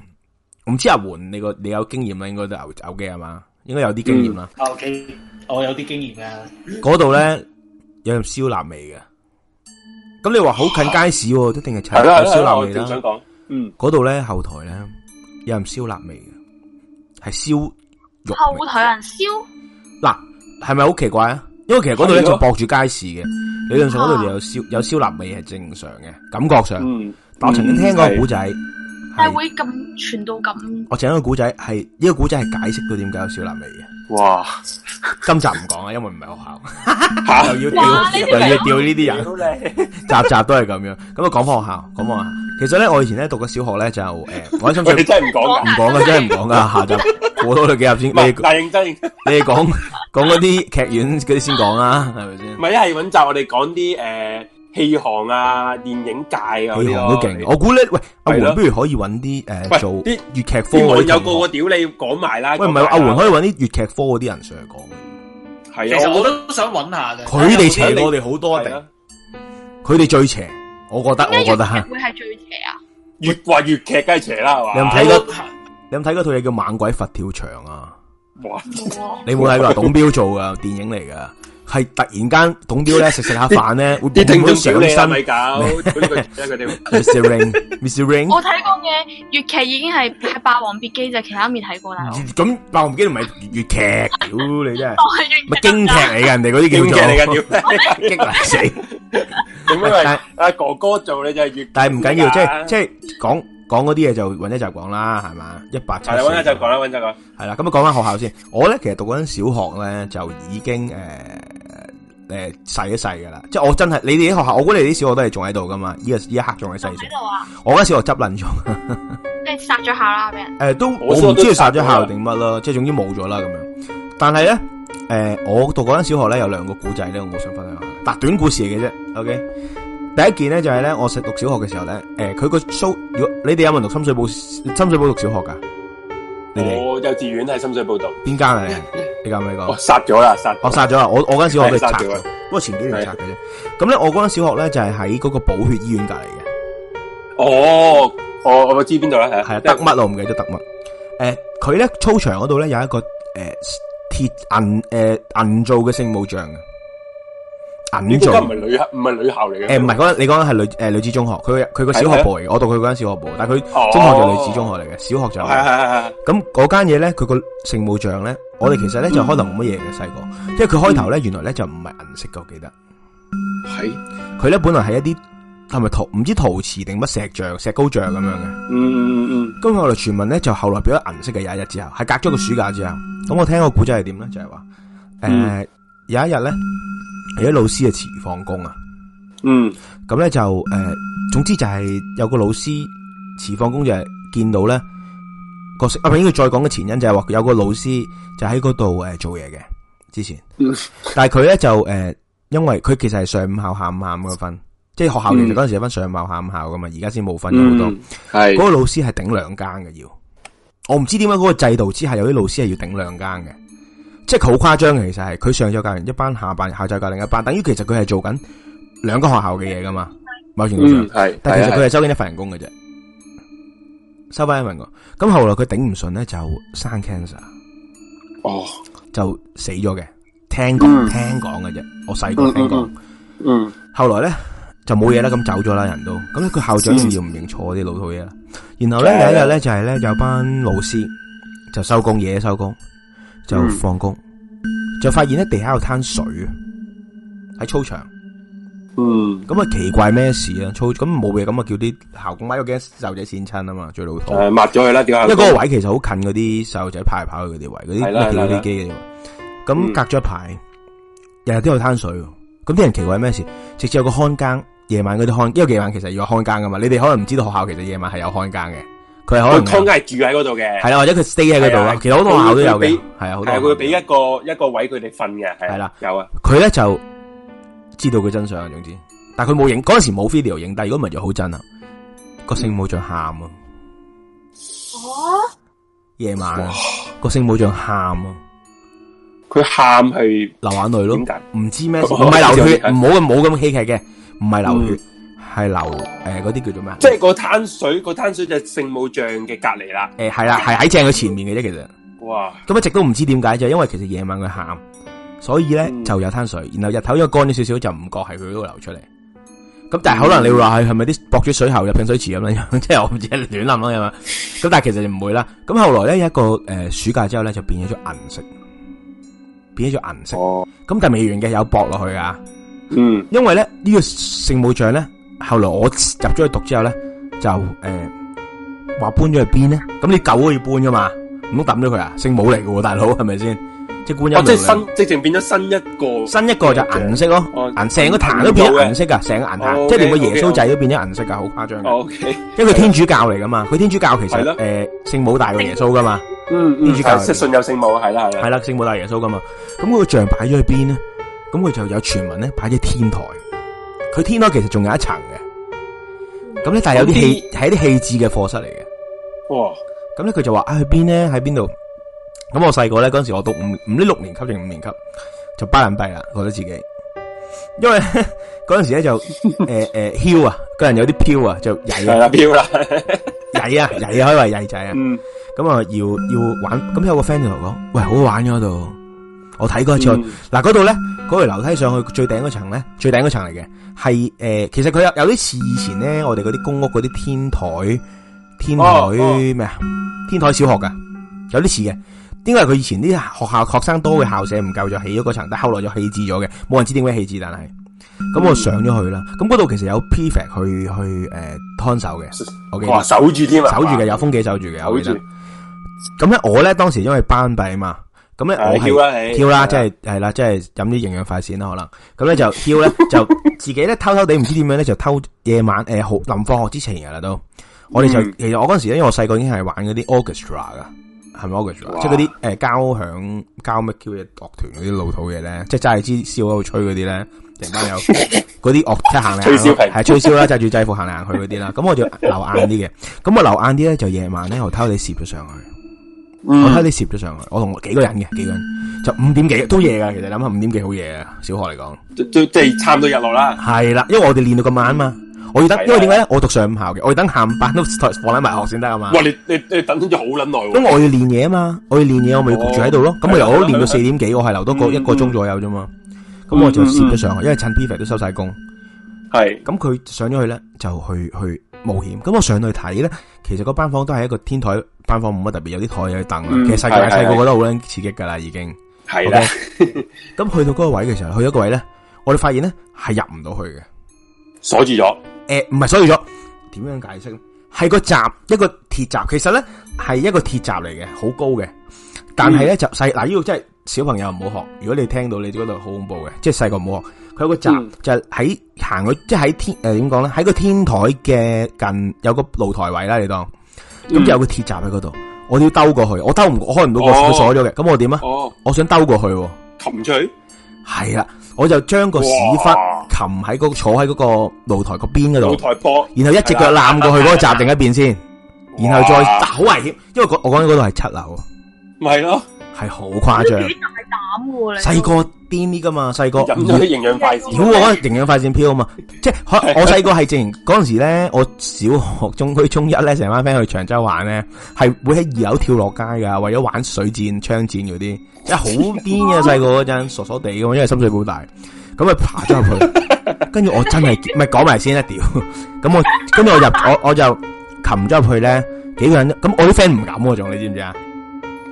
S3: 唔知阿媛你個你有經驗啦，應該都牛牛嘅係嘛，應該有啲經驗啦。
S2: 牛記我有啲經驗噶，
S5: 嗯
S3: 嗰度咧有陣燒臘味嘅，咁你話好近街市喎，一定
S5: 係
S3: 係炒
S5: 啦，係
S3: 燒
S5: 啦，
S3: 臘
S5: 我
S3: 味
S5: 正想
S3: 啦。
S5: 講，嗯，
S3: 嗰度咧後台咧有陣燒臘味嘅，係燒肉味
S4: 后台有人烧，
S3: 嗱，係咪好奇怪啊？因為其實嗰度咧
S5: 係嗯咯
S3: 就駁住街市嘅，理論上嗰度就有燒有燒臘味係正常嘅，感覺上。
S5: 嗯，
S3: 但我曾經聽過個古
S5: 係
S3: 仔，
S4: 但
S3: 係
S4: 系会咁传到咁，
S3: 我曾經個古仔係呢個古仔係解釋到點解有小辣味嘅。
S5: 哇，
S3: 今集唔講啦，啊因為唔係學校，
S5: 吓
S3: [LAUGHS] 又要
S4: 哇
S3: 調
S4: 呢啲
S3: 又要調呢啲人，
S5: 屌你！
S3: 集集都係咁樣。咁啊，講翻學校，講翻學校。其實咧，我以前咧讀嘅小學
S5: [LAUGHS]
S3: 咧就誒、我喺深
S5: 我哋
S3: 水唔
S5: 真係唔講㗎。
S3: 講嘅，真係唔
S5: [LAUGHS]
S3: 講噶。下集過多你幾集先，
S5: 唔係，
S3: 你
S5: 但係認真，唔
S3: 你哋講講嗰啲劇院嗰啲先講啦，係咪先？
S5: 係一係揾集我哋講啲誒戲行啊、電影界啊嗰
S3: 戲
S5: 啲
S3: 行
S5: 咯
S3: 都勁，我估咧，喂，阿
S5: 係咯
S3: 媛不如可以揾啲誒
S5: 喂
S3: 做
S5: 啲
S3: 粵劇科
S5: 啲
S3: 嗰
S5: 網
S3: 啲
S5: 友
S3: 同
S5: 個
S3: 學
S5: 個屌你講埋啦。
S3: 喂，唔
S5: 講埋
S3: 係
S5: 啦
S3: 阿媛可以揾啲粵劇科嗰啲人上嚟講。
S2: 其
S5: 係啊，
S2: 實
S5: 我
S2: 我
S5: 覺
S2: 都想揾下嘅。
S3: 佢哋邪
S5: 有啲
S3: 我哋好多
S5: 得
S3: 定
S5: 係，啊
S3: 佢哋最邪，我覺得，我
S4: 点解
S3: 覺得
S4: 粵
S3: 吓
S4: 劇。會啊係最邪啊？
S5: 越話越劇梗係邪啦，係嘛？
S3: 你有冇睇
S2: 睇到
S3: 過你有冇睇嗰套嘢叫《猛鬼佛跳牆》啊？
S5: 哇！
S3: 你
S5: [LAUGHS]
S3: 冇睇過啊？董彪做噶電影嚟噶，係突然間董彪咧食食下飯咧，會
S5: 啲聽眾
S3: 會
S5: 屌
S3: 上
S5: 你啦，
S3: 身
S5: 咪
S3: [LAUGHS]
S5: 搞屌呢個屌佢哋
S3: Mr. Ring，Mr. Ring。
S4: 我睇過嘅粵劇已經係係《霸王別姬》就其他未睇過啦。
S3: 咁《霸王姬》唔係粵劇，屌你真係，
S4: 我係粵劇
S3: 咪京劇嚟嘅，人哋嗰啲
S5: 京劇
S3: 叫做
S5: 嚟㗎，
S3: [LAUGHS]
S5: 屌
S3: 激嚟死。
S5: [LAUGHS] 你！點解
S3: 但
S5: 為阿哥哥做你就係越？
S3: 但係唔緊要，即
S5: Dạ.
S3: 係即係講講嗰啲嘢就揾一集講啦，係嘛？一百七
S5: 係啦，揾一集講啦，揾一集講。
S3: 系啦，咁啊講翻學校先。我咧其實讀嗰陣小學咧就已經诶诶細一細噶啦，即系我真係你哋啲學校，我估你哋啲小學都係仲喺度噶嘛？依個依一刻仲喺世
S4: 仲
S3: 上
S4: 喺。度啊！
S3: 我間小學執撚咗， [LAUGHS]
S4: 即係殺咗下啦，俾人
S3: 诶、都我
S5: 我小
S3: 唔
S5: 學都
S3: 知佢殺
S5: 殺
S3: 咗
S5: 咗啦
S3: 校定乜啦，即系總之冇咗啦咁樣。但係咧，诶、我讀嗰間小學咧有兩個古仔咧，我想分享下。嗱，短故事嚟嘅啫，OK。第一件咧就係咧，我讀小學嘅時候咧，诶、佢個 show，如果你哋有冇人讀深水埗深水埗讀小學噶？你哋
S5: 我幼稚園喺深水埗讀，
S3: 邊
S5: [LAUGHS]
S3: 間啊？你你敢唔敢
S5: 我
S3: 講？
S5: 殺咗啦，殺咗
S3: 我殺咗啦！我我間小學都係
S5: 係殺
S3: 拆
S5: 咗
S3: 咗
S5: 啊，
S3: 不過前幾年拆嘅啫。咁咧，我嗰間小學咧就係喺嗰個寶血醫院隔離嘅。
S5: 哦，我我知邊度啦，係
S3: 系啊，得乜我唔記得得乜。诶、佢咧操場嗰度咧有一個诶鐵銀诶银做嘅聖母像嘅，
S5: 呢間
S3: 銀做
S5: 唔係女校，唔係女校嚟嘅。
S3: 诶唔係嗰間你講緊係女诶女子中學，佢佢個小學部嚟嘅，我讀佢嗰間小學部，但係佢中學就女子中學嚟嘅，小學就
S5: 哦係，係係係嗯
S3: 咁嗰間嘢咧，佢個聖母像咧，我哋其實咧就開頭冇乜嘢嘅細個，因為佢開頭咧原來咧就唔係銀色嘅，我記得
S5: 係係，
S3: 佢咧本來係一啲係咪陶唔知陶瓷定乜石像石膏像咁樣嘅。
S5: 嗯嗯嗯
S3: 咁我哋傳聞咧就後來變咗銀色嘅有一日之後，係隔咗個暑假之後，咁我聽個古仔係點咧？就係話誒
S5: 嗯
S3: 有一日咧，有啲老師啊遲放工啊，
S5: 嗯
S3: 咁咧就誒、呃總之就係呃有個老師遲放工就係見到咧個食啊，唔應該再講嘅前因就係話有個老師就喺嗰度誒做嘢嘅之前，
S5: 嗯
S3: 但係佢咧就誒、呃因為佢其實係上午校下午下午嘅分，即係學校其實嗰陣時有分上午校下午校噶嘛，而家先冇分咗好多。
S5: 嗯，係
S3: 嗰個老師係頂兩間嘅要，我唔知點解嗰個制度之下有啲老師係要頂兩間嘅，即係佢好誇張嘅。其實係佢上晝教完一班，下班下晝教另一班，等於其實佢係做緊兩個學校嘅嘢噶嘛，某程度上。
S5: 嗯係，
S3: 但其實
S5: 係
S3: 佢係收緊一份人工嘅啫，收翻一份人工。咁後來佢頂唔順咧，就生 cancer
S5: 哦，
S3: 就死咗嘅。聽講、
S5: 嗯
S3: 聽講嘅啫，我細個聽講。
S5: 嗯
S3: 後來咧就冇嘢啦，咁走咗啦，人都咁咧，佢校長
S5: 嗯
S3: 要唔認錯啲老土嘢啦。然後咧有一日咧就係咧有班老師就收工夜收工就
S5: 嗯
S3: 放工，就發現咧地下有灘水啊喺操場，
S5: 嗯，
S3: 咁啊奇怪咩事啊？操咁冇嘢，咁啊叫啲校工咪有驚細路仔跣親啊嘛，最老土。
S5: 誒抹咗佢啦，點解？
S3: 因為嗰個位其實好近嗰啲細路仔跑嚟跑去嗰啲位，嗰
S5: 係
S3: 啲
S5: 啦
S3: 咩
S5: 係啦
S3: 跳飛機嘅地方。咁
S5: 嗯
S3: 隔咗一排，日日都有攤水喎。咁啲人奇怪咩事？直至有個看更，夜晚嗰啲看，因為夜晚其實要有看更噶嘛。你哋可能唔知道學校其實夜晚係有看更嘅，佢係可
S5: 佢
S3: 能
S5: 湯梗係住喺嗰度嘅，
S3: 係啦，或者佢 stay 喺嗰度
S5: 係
S3: 啦
S5: 啊。
S3: 其實好多學校都有
S5: 佢會
S3: 嘅
S5: 俾，
S3: 係啊，好
S5: 係
S3: 多學
S5: 佢
S3: 校
S5: 會俾一個一個位佢哋瞓嘅，
S3: 係啦，
S5: 有啊，
S3: 佢咧就知道佢真相，總之，但係佢冇影嗰陣時冇 video 影，但係如果唔係就好真啦。個聖母像喊啊！
S4: 哦
S3: 夜晚啊個聖母像喊啊！
S5: 佢喊係
S3: 流眼淚咯
S5: 點解？哦
S3: 唔知咩事，
S5: 我
S3: 唔係流血，
S5: 我知我知
S3: 唔好咁冇咁戲劇嘅，唔係流血，係流诶嗰啲叫做咩啊？
S5: 嗯即係個灘水，個灘水就係聖母像嘅隔離啦，
S3: 诶系啦，呃係喺正佢前面嘅啫，其實
S5: 哇！
S3: 咁一直都唔知點解就因為其實夜晚佢喊，所以咧
S5: 嗯
S3: 就有灘水，然後日頭因為乾咗少少就唔覺係佢嗰度流出嚟。咁但係可能你會話
S5: 嗯
S3: 係係咪啲駁咗水喉入拼水池咁樣？ [LAUGHS] 即係我唔知亂諗咯，係嘛？咁但係其實就唔會啦。咁後來咧有一個诶、呃暑假之後咧就變咗咗銀色，變咗咗銀色。
S5: 哦，
S3: 咁但係未完嘅有駁落去啊噶。
S5: 嗯
S3: 因为咧呢、个圣母像咧，后来我入咗去读之后咧，就诶话、搬咗去边咧？咁你狗都要搬噶嘛？唔通抌咗佢啊？聖母嚟嘅喎，大佬係咪先？即系观音
S5: 哦，
S3: 娘
S5: 即係
S3: 娘
S5: 新，直情變咗新一個，
S3: 新一個就銀色咯，
S5: 哦
S3: 銀成個壇都變咗銀色噶，成個銀壇，
S5: 哦
S3: 即係連個
S5: OK，
S3: 耶穌
S5: OK，
S3: 仔都變咗銀色噶，好誇張㗎。
S5: O K，
S3: 因為佢天主教嚟噶嘛，佢天主教其
S5: 係
S3: 實
S5: 咯
S3: 诶聖母大過耶穌噶嘛，
S5: 嗯嗯，
S3: 天主教
S5: 係信有聖母，係啦係
S3: 係
S5: 啦，
S3: 啦，聖母大過耶穌噶嘛。咁佢個像擺咗去邊咧？咁佢就有傳聞咧擺咗天台，佢天台其實仲有一層嘅。咁咧，但係有啲氣係一啲氣置嘅課室嚟嘅。
S5: 嗯哇，
S3: 咁咧佢就話啊去邊咧喺邊度？咁我細個咧嗰陣時我讀五五呢六年級定五年級就巴撚閉啦，覺得自己，因為呢 [LAUGHS] 嗰陣時咧
S5: [LAUGHS]
S3: 就誒誒囂啊，個人有啲飄啊，就
S5: 係
S3: 曳啊
S5: 啦飆啦，
S3: [LAUGHS] 曳啊曳啊，可以話曳仔啊。
S5: 嗯
S3: 咁啊要要玩，咁有個 friend 就同我講：喂，好好玩嘅啊嗰度，我睇過一次。
S5: 嗯
S3: 嗱嗰度咧，嗰條樓梯上去最頂嗰層咧，最頂嗰層嚟嘅係诶，其實佢有有啲似以前咧，我哋嗰啲公屋嗰啲天台，天
S5: 哦哦
S3: 台咩啊？天台小學噶，有啲似嘅。因為佢以前啲學校學生多嘅校舍唔夠，就起咗嗰層，但後來就棄置咗嘅，冇人知點解棄置，但係咁我上咗去啦。咁嗰度其實有 prefect 去去诶看守嘅，我記得
S5: 哇守住添啊，
S3: 守住嘅，有風紀守住嘅，
S5: 守
S3: 我記得
S5: 住。，
S3: 咁咧，我咧當時因為班閉嘛，咁咧我
S5: 係啊跳
S3: 係
S5: 啦你，
S3: 挑啦，即係係啦，即係飲啲營養快線啦，可能咁咧就
S5: [LAUGHS]
S3: 挑咧就自己咧偷偷地唔知點樣咧就偷夜晚诶好臨放學之前噶啦都，我哋就
S5: 嗯
S3: 其實我嗰陣時咧，因為我細個已經係玩嗰啲 orchestra 噶，係咪 orchestra？
S5: 哇
S3: 啊即係嗰啲诶交響交乜 Q 嘅樂團嗰啲老土嘢咧，即係揸住支燒喺度吹嗰啲咧，成
S5: [LAUGHS]
S3: 班有嗰啲樂即係行嚟
S5: 吹
S3: 行去
S5: 簫皮
S3: 係吹簫啦，揸住制服行嚟行去嗰啲啦，咁我就留晏啲嘅，咁我留晏啲咧就夜晚咧我偷偷地攝咗上去。
S5: 嗯
S3: 我睇你攝咗上去，我同幾個人嘅，幾個人就五點幾都夜噶，其實諗下五點幾好夜啊，小學嚟講。
S5: 即嗯即即係差唔多日落啦。
S3: 系啦，因为我哋练到咁晚啊嘛，我要等
S5: 係啦，
S3: 因为点解咧？我读上午校嘅，我要等下午班都放喺埋学先得啊嘛
S5: 哇！。你你你等咗好撚耐喎，
S3: 因为我要练嘢啊嘛，我要练嘢，我咪要焗住喺度咯。咁我由
S5: 哦係啦啊
S3: 我练到
S5: 係啦
S3: 四点几，我系留多个
S5: 嗯
S3: 一个钟左右啫嘛。咁我就攝咗上去，因为趁 P 肥都收晒工。
S5: 係
S3: 咁佢上咗去咧，就去去冒險。咁我上去睇咧，其實嗰班房都係一個天台班房，冇乜特別，有啲台有啲凳啦。
S5: 嗯
S3: 其實細個
S5: 係係
S3: 細個覺得好撚刺激噶啦，已經。
S5: 係啦，
S3: 咁去到嗰個位嘅時候，去咗個位咧，我哋發現咧係入唔到去嘅。
S5: 鎖住咗。
S3: 诶、唔係，所以咗點樣解釋咧？係個閘，一個鐵閘，其實咧係一個鐵閘嚟嘅，好高嘅。但係
S5: 嗯
S3: 咧就細嗱，呢度真係小朋友唔好學。如果你聽到你嗰度好恐怖嘅，即係細個唔好學。佢有個閘、
S5: 嗯
S3: 就係喺行去，即係喺天诶点讲咧？喺個天台嘅近有個露台位啦，你當咁
S5: 嗯
S3: 就有個鐵閘喺嗰度。我要兜過去，我兜唔過我開唔到個
S5: 哦
S3: 佢鎖咗嘅，咁我點啊？
S5: 哦，
S3: 我想兜過去喎。
S5: 擒嘴
S3: 係啦，我就將個屎
S5: 哇
S3: 忽擒喺嗰坐喺嗰個露台個邊嗰度
S5: 露。台波，
S3: 然後一隻腳攬過去嗰個閘定一邊先，然後再
S5: 哇
S3: 好危險，因為嗰我講緊嗰度係七樓，
S5: 咪係咯，
S3: 係好誇張。
S4: 幾大膽喎你。
S3: 細個癲啲噶嘛，細個
S5: 飲咗啲營養快
S3: 屌
S5: 線，
S3: 我嗰陣營養快線飄啊嘛，即係可我細個係正嗰陣時咧，我小學中區中一咧，成班 friend 去長洲玩咧，係會喺二樓跳落街噶，為咗玩水戰、槍戰嗰啲，即係好癲嘅細個嗰陣，傻傻地噶嘛，因為深水埗大，咁啊爬咗入去。跟住我真係唔係講埋先啦，屌！咁我跟住我入我我就擒咗入去咧，幾個人咁我啲 friend 唔敢喎，仲你知唔知啊？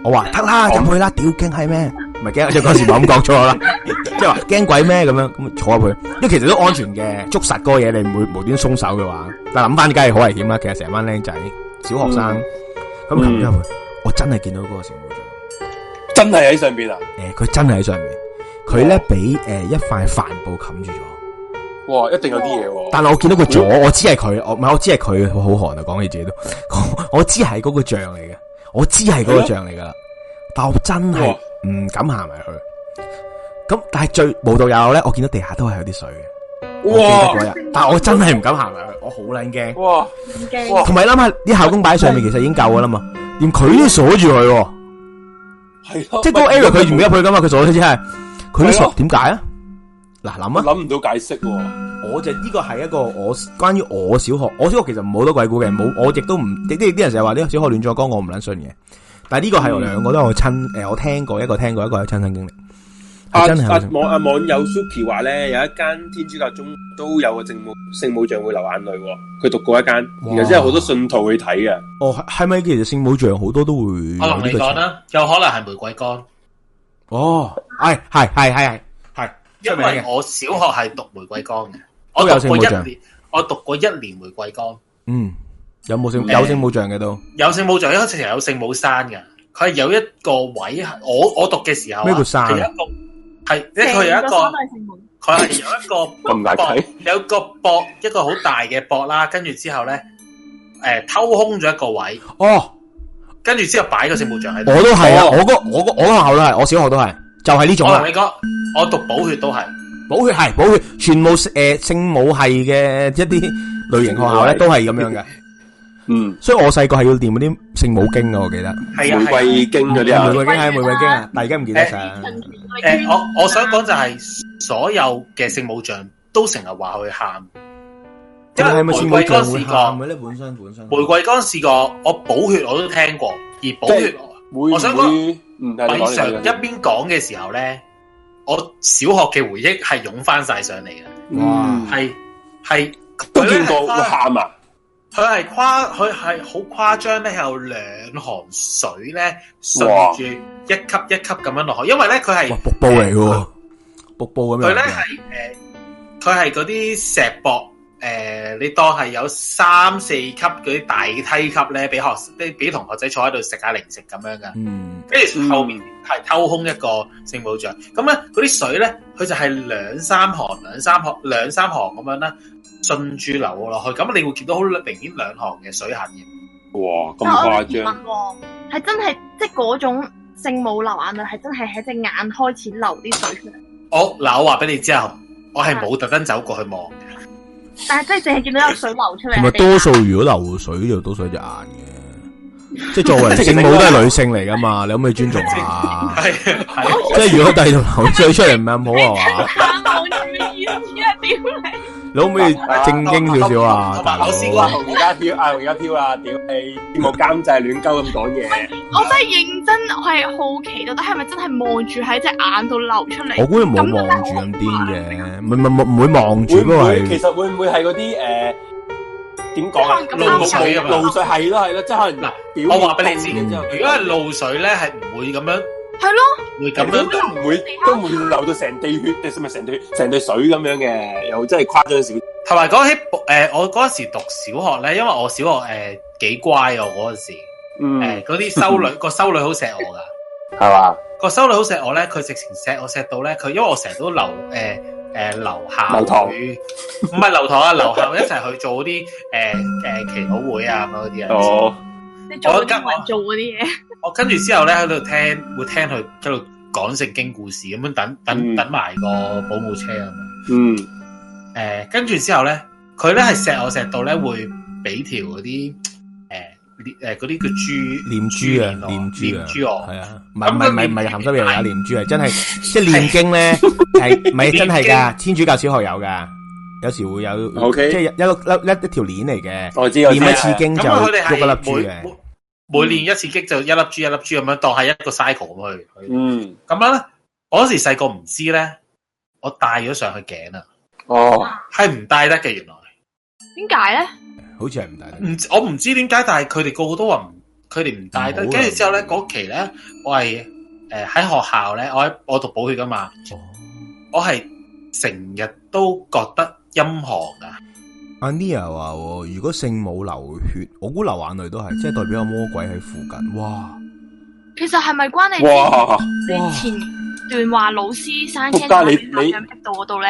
S3: 我話得啦，入去啦，屌驚係咩？唔係驚，即係嗰時冇咁講錯啦，即係話驚鬼咩咁樣咁坐入去，因為其實都安全嘅，捉實嗰個嘢你唔會無端鬆手嘅話，但係諗翻梗係好危險啦。其實成班僆仔小學生咁擒咗入去，我真係見到嗰個成長。
S5: 真係喺上邊啊！
S3: 誒，佢真係喺上面，佢咧俾誒一塊帆布冚住咗。
S5: 哇，一定有啲嘢喎。哦
S3: 但系我見到個左，我知係佢，我唔係我知係佢，我好寒啊！講起自己都，我我知係嗰個像嚟嘅，我知係嗰個像嚟噶啦，但我真係唔敢行埋去。咁但係最無道友咧，我見到地下都係有啲水嘅，我記得
S5: 哇
S3: 嗰日，但我真係唔敢行埋去，我好撚驚。
S5: 哇哇，
S3: 同埋諗下啲校工擺喺上面，其實已經夠噶啦嘛，連佢都鎖住佢喎，
S5: 係咯，
S3: 即係嗰個 area 佢唔入去噶嘛，佢鎖咗之係，佢都
S5: 係
S3: 鎖
S5: 咯，
S3: 點解啊？嗱諗啊！
S5: 諗唔到解釋喎。
S3: 我就呢個係一個我關於我小學，我小學其實冇好多鬼故嘅，冇我亦都唔啲啲啲人成日話呢個小學亂葬崗，我唔撚信嘅。但係呢個
S5: 嗯
S3: 係我兩個都係我親誒、我聽過一個聽過一個有親身經歷，
S5: 阿
S3: 係真係
S5: 阿
S3: 有親身
S5: 網阿網友 Suki 話咧，有一間天主教中都有個聖母聖母像會流眼淚喎，佢讀過一間，
S3: 哇
S5: 然後之後好多信徒去睇嘅。
S3: 哦，係係咪其實聖母像好多都會有
S2: 我同
S3: 呢
S2: 你
S3: 個
S2: 講
S3: 情？
S2: 啦，有可能係玫瑰乾，
S3: 哦，係係係係係
S2: 因
S3: 出名
S2: 為
S3: 嘅，
S2: 我小學係讀玫瑰乾嘅，我
S3: 有
S2: 讀過
S3: 聖母像
S2: 一年，我讀過一年玫瑰乾，
S3: 嗯，有冇聖
S2: 誒
S3: 有聖母像嘅都
S2: 有聖母像，一直有聖母山嘅，佢係有一個位係，我我讀嘅時候啊
S3: 咩叫山啊
S2: 係有一個係，即係佢有一
S4: 成
S2: 個
S4: 個山都係聖母
S2: 佢係有一個。
S5: 咁大
S2: 博
S5: 睇，
S2: 有個博一個好大嘅博啦，跟住之後咧，诶、偷空咗一個位，
S3: 哦，
S2: 跟住之後擺個聖母像喺度
S3: 我。都係啊，
S5: 哦
S3: 我個我個我個學校都係，我小學都係，就係、呢種
S2: 我
S3: 啦
S2: 同，你講，我讀補血都係，
S3: 補血係補血，全部誒聖母系嘅一啲類型學校咧都係咁樣嘅。
S5: 嗯，
S3: 所以我细个系要念嗰啲圣母经嘅，我记得。
S2: 係啊係
S5: 玫
S2: 啊。
S5: 瑰經嗰啲
S3: 玫
S5: 啊，
S3: 瑰经系玫瑰经啊，但而家唔记得晒。
S2: 诶、我我想講就係所有嘅聖母像都成日話佢喊，因
S3: 點解
S2: 為
S3: 係咪
S2: 玫
S3: 圣
S2: 瑰
S3: 母
S2: 乾
S3: 像会
S2: 試
S3: 喊
S2: 過，
S3: 嘅咧？本身本身
S2: 玫瑰乾試過，我補血我都聽過，而補血
S5: 會唔
S2: 我想
S5: 會？嗯，係你
S2: 米
S5: 講
S2: 常
S5: 你
S2: 一邊講嘅時候咧，我小學嘅回憶係湧翻晒上嚟嘅，
S3: 哇
S5: 哇，
S2: 係係
S5: 都見過
S2: 佢呢
S5: 會喊啊！
S2: 佢係誇，佢係好誇張咧，有兩行水咧順住一級一級咁樣落去，因為咧佢係
S3: 哇瀑布嚟嘅喎，瀑布咁
S2: 佢
S3: 样
S2: 咧
S3: 嘅。
S2: 係誒，佢係嗰啲石博誒、呃你當係有三四級嗰啲大梯級咧，俾學啲俾同學仔坐喺度食下零食咁樣
S4: 啊
S2: 噶。
S7: Ừ.
S3: 嗯，
S2: 跟住後面係偷空一個聖母像，咁咧嗰啲水咧，佢就係兩三行、兩三行、兩三行咁樣啦，順住流落去，咁你會見到好明顯兩行嘅水痕嘅。 [LAUGHS]
S5: 哇，
S4: 但我
S5: 咁
S4: 有
S5: 誇
S4: 疑
S5: 張，
S4: 問喎，係真係即係嗰種聖母流眼啊淚，係真係喺隻眼開始流啲水出嚟，
S2: 我嗱，我話俾你知啊，我係冇特登走過去望嘅，
S4: 但係真係淨係見到有水流出嚟。
S3: 同埋多數如果流水就多數隻眼嘅，即系作为聖母都係女性嚟噶嘛，你可唔可以尊重下？
S2: 系系，
S3: 即系如果第二條流水出嚟唔系
S7: [LAUGHS]
S3: 咁好啊嘛，
S4: 我
S2: 哎
S4: 嘅意思啊，屌你！
S3: 你可唔可以正經少少
S5: [LAUGHS] Ờ,
S3: 啊，
S2: 同埋
S3: 大佬
S2: 我？試過
S5: 阿紅而家飘，阿紅而家飘啊！屌你，冇監製亂鳩咁講嘢，
S4: 我真係認真，我係好奇到底係咪真係望住喺隻眼度流出嚟？
S3: 我估你冇望住咁癲嘅，唔唔唔唔會望住，
S5: 會唔
S3: 不過
S5: 會其
S3: 係
S5: 實會唔會係嗰啲诶點講啊？
S4: 可
S5: 露
S4: 能咁
S2: 啱
S5: 水
S2: 人
S5: 露水係咯係咯，即係可能
S2: 嗱
S5: 嗱，表
S2: 我話俾你知
S5: 面之後
S2: 如果係露水咧，係唔會咁樣，
S4: 係咯，
S2: 會咁
S5: 咁
S2: 樣
S5: 樣都唔會都唔會流到成地血，你係咪成對成對水咁樣嘅？又真係誇張少。
S2: 同埋講起誒，我嗰陣時讀小學咧，因為我小學誒、幾乖啊，我嗰陣時
S5: 嗯，
S2: 誒嗰啲
S5: [LAUGHS]
S2: 修女個修女好錫我噶，
S5: 係嘛？
S2: 個修女好錫我咧，佢直情錫我錫到咧，佢因為我成日都留誒誒留校
S5: 留堂
S2: 去，唔係留堂啊，留校一齊去做嗰啲誒誒祈禱會啊咁樣嗰啲啊。
S5: 哦，
S4: 你做嗰啲人做嗰啲嘢，
S2: 我跟住之後咧喺度聽，會聽佢喺度講聖經故事咁樣等等
S5: 嗯
S2: 等埋個保姆車咁樣。
S5: 嗯，
S2: 誒、跟住之後咧，佢咧係錫我錫到咧會俾條嗰啲誒誒嗰啲叫珠
S3: 念珠啊，
S2: 鏈我
S3: 念珠啊，
S2: 念珠我
S3: 係啊，唔係唔係唔係唔係鹹濕嘢啊，念珠係真
S5: [LAUGHS]
S3: 係即係念經咧，係咪真係㗎？天主教小學有㗎，有時會有
S5: OK
S3: 即係一粒粒一條鏈嚟嘅。
S5: 我知我知
S3: 念一次經就
S2: 咁佢哋
S3: 喐一粒
S2: 係
S3: 珠
S2: 每
S3: 嘅
S2: 每每練一次擊就一粒珠一粒珠咁樣當係一個 cycle 咁去。去
S5: 嗯，
S2: 咁樣咧，我嗰時細個唔知咧，我戴咗上去頸啊，
S5: 哦，
S2: 係唔戴得嘅原來。
S4: 點解咧？
S3: 好似係唔大得。
S2: 唔知我唔知點解，但係佢哋個個都話唔，佢哋唔戴得。
S3: 唔好啦
S2: 跟住之後咧，嗰期咧，我係誒喺學校咧，我喺我讀補血噶嘛，我係成日都覺得陰寒啊，
S3: 阿 Nia 話喎：如果聖母流血，我估流眼淚都係，即係代表有魔鬼喺附近。哇！
S4: 其實係咪關你
S5: 哇！
S4: 你前段話老師生 c
S5: 仆街你
S4: 校長逼到嗰度咧，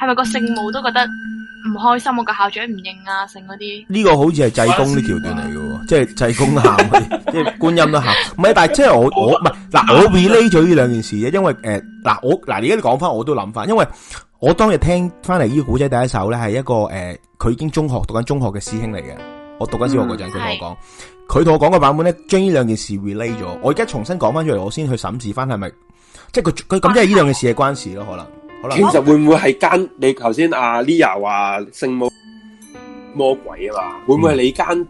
S4: 係咪個聖母都覺得唔開心？我個校長唔認啊，成嗰啲。
S3: 呢個好似係濟公呢橋段嚟嘅喎，即係濟公喊，即係觀音都喊。唔係，但係即係我我唔係嗱，我 relate 咗呢兩件事嘅，因為誒嗱、我嗱而家你講翻我都諗翻，因為我當日聽翻嚟呢個古仔第一首咧係一個誒，佢、已經中學讀緊中學嘅師兄嚟嘅，我讀緊小學嗰陣
S7: 嗯
S3: 佢同我講。佢同我講個版本咧，將呢兩件事 relay 咗。我而家重新講翻出嚟，我先去審視翻係咪，即係佢佢咁即係呢兩件事係關事咯，可能可能
S5: 其實會唔會係奸？你頭先阿 Lia 話聖母魔鬼啊嘛，會唔會係你奸？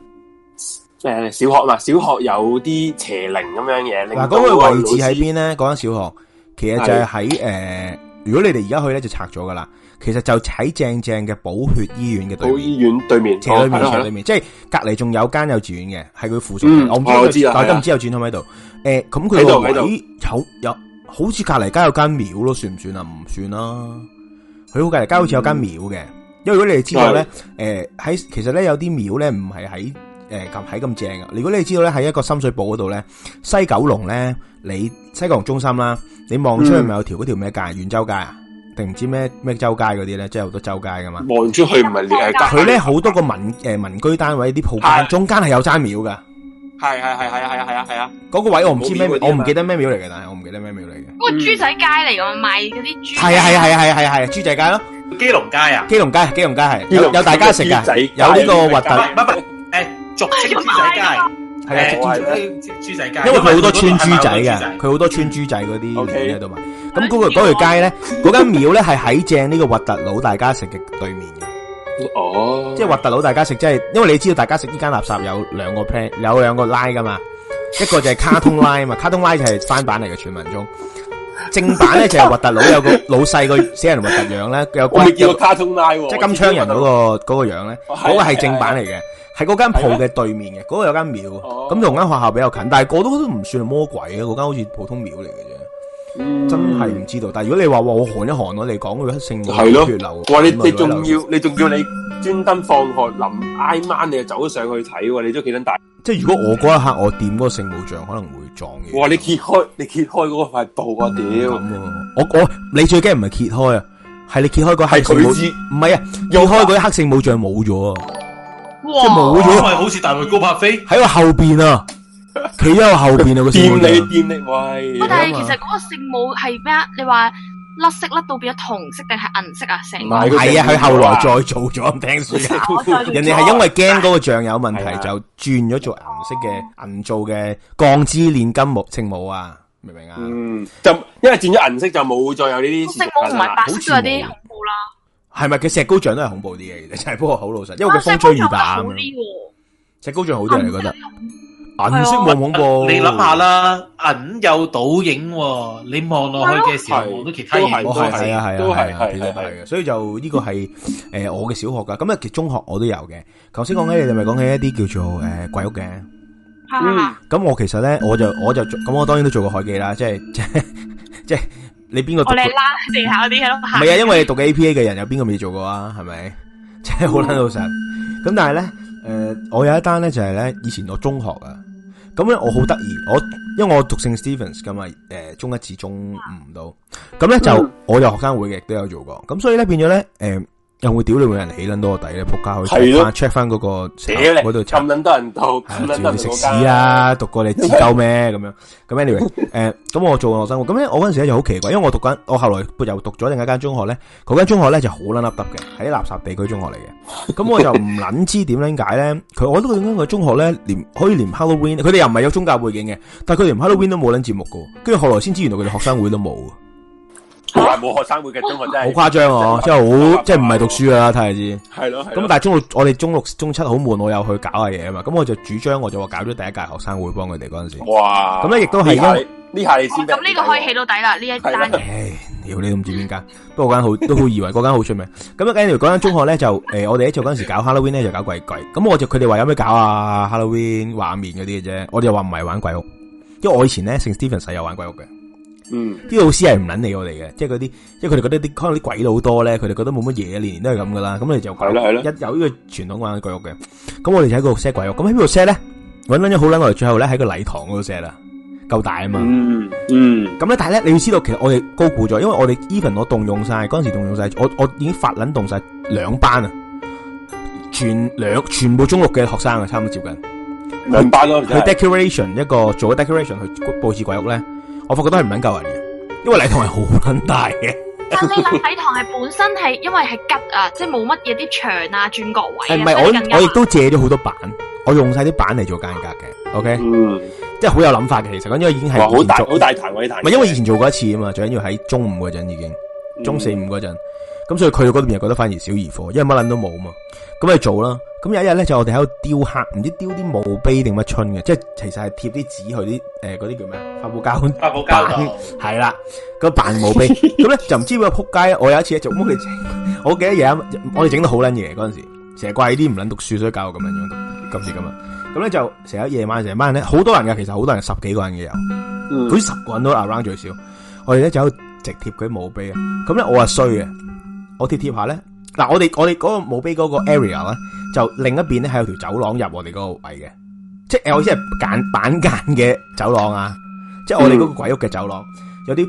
S5: 诶、小學嘛，小學有啲邪靈咁樣嘢，令
S3: 嗱，
S5: 到
S3: 嗰個位置
S5: 老師？
S3: 喺邊咧？嗰間小學其實就係喺诶，如果你哋而家去咧就拆咗噶啦。其實就喺正正嘅寶血醫院嘅對
S5: 好
S3: 面，
S5: 醫院對面，
S3: 斜對
S5: 哦係
S3: 面
S5: 咯
S3: 斜
S5: 係
S3: 對
S5: 咯
S3: 面，即係隔離仲有間幼稚園嘅，係佢附屬
S5: 嗯
S3: 嘅。我
S5: 我
S3: 唔知
S5: 知啦
S3: 佢，但
S5: 係
S3: 係
S5: 啊
S3: 唔知幼稚園喺唔喺度？诶，咁
S5: 喺
S3: 佢
S5: 度
S3: 個
S5: 喺度
S3: 位有有，好似隔離街有間廟咯，算唔算啊？唔算啦。佢好隔離街好似有間廟嘅，因為如果你哋知道咧，诶喺其實咧有啲廟咧唔係喺诶咁喺咁正啊。如果你哋知道咧喺一個深水埗嗰度咧。西九龙咧，你西九龙中心啦，你望出去咪有条嗰条咩街？元州街啊，定唔知咩咩州街嗰啲咧，即系好多州街噶嘛。
S5: 望出去唔係诶，
S3: 佢咧好多个民诶、民居单位啲铺
S5: 係
S3: 间，中间系有间庙噶。
S5: 係係係係係係啊係啊，
S3: 嗰、個个位我唔知咩，
S5: 冇廟嗰啲啊
S3: 我
S5: 嘛
S3: 唔记得咩庙嚟嘅，但系我唔记得咩庙嚟嘅。
S4: 嗰個豬仔街嚟㗎嘛，賣嗰啲豬。
S3: 系啊系啊系啊系啊系啊，猪仔街咯，
S2: 基隆街啊，
S3: 基隆街基隆街系
S5: 基
S3: 有
S5: 隆
S3: 有大家食噶
S5: 豬仔，街
S3: 有呢个核
S2: 唔係
S3: 突
S2: 唔係唔係誒，俗稱豬仔街，
S3: 系
S2: 誒
S3: 啊，
S5: 我係
S2: 俗稱豬仔街，
S3: 因為佢好多村豬仔
S2: 嘅，
S3: 啊嘅，佢好多村豬仔嗰啲
S5: OK
S3: 嘢喺度嘛。咁嗰個嗰條街咧，嗰間廟咧係喺正呢個核突佬大家食嘅對面嘅，
S5: 哦，
S3: 即係核突佬大家食，即係因為你知道大家食呢間垃圾有兩個 plan，有兩個 line 噶嘛，一個就係卡通 line 嘛，卡通 line 就係翻版嚟嘅傳聞中，正版咧就係核突佬有個
S5: [LAUGHS]
S3: 老細個死人核突樣咧，有
S5: 我未見
S3: 有
S5: 過卡通拉喎，
S3: 即係金槍人嗰、個嗰、個樣咧，
S5: 哦
S3: 嗰、
S5: 係
S3: 個
S5: 係
S3: 係正版嚟嘅，係嗰間鋪嘅對面嘅，嗰、個有間廟，
S5: 哦
S3: 咁同間學校比較近，但係嗰都都唔算係魔鬼嘅，嗰間好似普通廟嚟嘅啫，
S5: 嗯
S3: 真係唔知道。但係如果你話哇，我寒一寒我嚟講佢聖母
S5: 係咯
S3: 血流，
S5: 哇！你
S3: 咁啊
S5: 你仲
S3: 流
S5: 要你仲要你專登放學臨挨晚你就走咗上去睇喎，你都幾撚大？
S3: 即係如果我嗰一刻我掂嗰個聖母像，可能會撞嘅。
S5: 哇！你揭開你揭開嗰塊布啊！屌，
S3: 嗯咁喎我我你最驚唔係揭開啊，係你揭開嗰刻
S5: 係
S3: 聖母
S5: 佢知
S3: 唔係啊，揭開嗰一刻聖母像冇咗啊，即係
S4: 哇！
S3: 冇
S2: 因為
S3: 咗
S2: 好似大衛高柏飛，
S3: 喺我後邊啊，企喺我後邊啊個聖
S5: [LAUGHS] 掂
S3: 母像
S5: 你掂你，喂！
S4: 但係其實嗰個聖母係咩啊？你話甩色甩到變咗紅色定係銀色啊？成
S3: 唔
S4: 個
S3: 係啊，佢後來再做咗唔聽
S5: [LAUGHS]
S3: 書啊 [LAUGHS]
S4: 我再做咗
S3: 人哋係因為驚嗰個醬有問題，就轉咗做銀色嘅銀做嘅鋼之煉金木聖母啊，明唔明啊？
S5: 嗯，就因為轉咗銀色就冇再有呢啲事
S4: 色
S5: 情
S4: 冇
S5: 發
S4: 唔
S5: 生
S4: 係
S5: 啦。
S4: 白色嗰啲恐怖啦，
S3: 係咪佢石膏像都係恐怖啲嘅？其實就係不過好老實，因為佢
S4: 白
S3: 風
S4: 色
S3: 吹雨
S4: 嗰種
S3: 打
S4: 好
S3: 咁
S4: 啲
S3: 樣
S4: 喎，
S3: 石膏像好啲啊，你覺得？
S4: 係
S3: 銀色
S4: 啊
S3: 冇恐怖，
S2: 你諗下，啦，銀有倒影喎，你望落去嘅時候
S5: 係
S2: 望到其他嘢，
S5: 都
S3: 我係係啊係啊
S5: 都係
S3: 係啊
S5: 係
S3: 其實
S5: 係
S3: 係嘅，所以就呢個係诶我嘅小學噶，咁啊其實中學我都有嘅。頭先講起你哋咪講起一啲叫做诶鬼屋嘅，
S4: 哈哈
S5: 嗯
S4: 哈
S3: 咁我其實咧我就我就做咁我當然都做過海記啦，即係即係即係你邊個讀
S4: 我
S3: 過？
S4: 哋拉地下嗰啲喺度
S3: 唔
S4: 行。
S3: 係啊，因為讀嘅 APA 嘅人有邊個未做過啊？係咪？ [LAUGHS] 即係好撚老實。咁但係咧，诶、我有一單咧就係咧，以前我中學啊，咁咧我好得意，我因為我讀聖 Stevens 噶嘛，诶、中一至中五到，咁咧就
S5: 嗯
S3: 我有學生會嘅，亦都有做過。咁所以咧變咗咧，诶、又會屌你會有人起撚到我底咧，仆街去
S5: 係
S3: check
S5: 咯
S3: 翻 check 翻嗰個
S5: 屌你
S3: 嗰度查
S5: 咁撚多人讀，咁
S3: 係啊
S5: 撚多人
S3: 仲要食
S5: 讀
S3: 屎
S5: 家，
S3: 啦，讀過你知鳩咩咁樣？咁 anyway，誒、咁我做學生會，咁咧我嗰陣時咧就好奇怪，因為我讀緊，我後來又讀咗另一間中學咧，嗰間中學咧就好撚凹凸嘅，喺垃圾地區中學嚟嘅。咁我就唔撚知點撚解咧，佢我都覺得點解佢中學咧連可以連 Halloween，佢哋又唔係有宗教背景嘅，但係佢連 Halloween 都冇撚節目嘅喎，跟住後來先知原來佢哋學生會都冇喎，
S5: 同埋冇學生會嘅中學啊真係
S3: 好誇張哦，真係好，即係唔係讀書啊，睇下知。
S5: 係咯係
S3: 咁
S5: 咯。
S3: 但係中六，我哋中六、中七好悶，我有去搞下嘢啊嘛。咁我就主張，我就話搞咗第一屆學生會幫佢哋嗰陣時。
S5: 哇！
S3: 咁咧亦都係
S5: 呢下
S3: 因
S5: 你呢下你
S4: 哦
S5: 先俾人
S4: 咁呢個可以起到底啦，呢一單
S5: 係
S4: 嘢。
S3: 唉，屌你都唔知邊間，不過嗰間好都好以為嗰間好出名。咁啊，跟住嗰間中學咧就诶、誒我哋喺做嗰陣時搞 Halloween 咧就搞鬼鬼。咁我就佢哋話有咩搞啊 Halloween 畫面嗰啲嘅啫，我哋又話唔係玩鬼屋，因為我以前咧聖 Stephen 係有玩鬼屋嘅。
S5: 嗯，
S3: 啲老師係唔撚理我哋嘅，即係嗰啲，即係佢哋覺得啲可能啲鬼佬多咧，佢哋覺得冇乜嘢，年年都係咁噶啦。咁你就搞
S5: 係啦係啦
S3: 一有呢個傳統玩鬼屋嘅，咁我哋就喺嗰度 set 鬼屋。咁喺邊度 set 咧？揾撚咗好撚耐，最後咧喺個禮堂嗰度 set 啦，夠大啊嘛。
S5: 嗯嗯，
S3: 咁咧，但系咧，你要知道，其實我哋高估咗，因為我哋 even 我動用晒嗰陣時動用晒，我我已經發撚動晒兩班啊，全兩全部中六嘅學生啊，差唔多接近。
S5: 兩班咯，
S3: 去
S5: 真係
S3: decoration 一個做個 decoration 去佈置鬼屋咧，我發覺都係唔撚夠人嘅，因為禮堂係好撚大嘅，
S4: 但呢個禮堂係本身係因為係吉啊，即係冇乜嘢啲牆啊、轉角位啊，
S3: [LAUGHS] 係唔
S4: 所以更
S3: 係？
S4: 加
S3: 我我亦都借咗好多板，我用晒啲板嚟做間隔嘅，OK，
S5: 嗯，
S3: 即係好有諗法嘅。其實因為已經係
S5: 哇，好大
S3: 建築
S5: 好大壇位壇，
S3: 唔係因為以前做過一次啊嘛，最緊要喺中五嗰陣已經。中四五嗰陣，咁所以佢嗰邊又覺得反而小兒科，因為乜撚都冇嘛，咁咪做啦。咁有一日咧就我哋喺度雕刻，唔知雕啲墓碑定乜春嘅，即係其實係貼啲紙去啲誒嗰啲叫咩啊發泡膠
S2: 發泡膠
S3: [LAUGHS]
S2: 度
S3: 係啦，個扮墓碑，咁咧就唔知邊個撲街，啊我有一次咧就咁我哋整，我記得有一我哋整得好撚嘢嗰陣時，成日怪啲唔撚讀書，所以教我咁樣樣讀今時今日。咁咧就成日夜晚成班人咧，好多人㗎，其實好多人十幾個人嘅有。
S5: 嗯，
S3: 佢十個人都 around 最少。我哋咧就喺度直貼佢墓碑啊。咁咧我係衰嘅，我貼貼下咧，嗱我哋我哋嗰個墓碑嗰個 area 咧，就另一邊咧係有條走廊入我哋嗰個位嘅，即係我意思係間板間嘅走廊啊，即係我哋嗰個鬼屋嘅走廊有啲。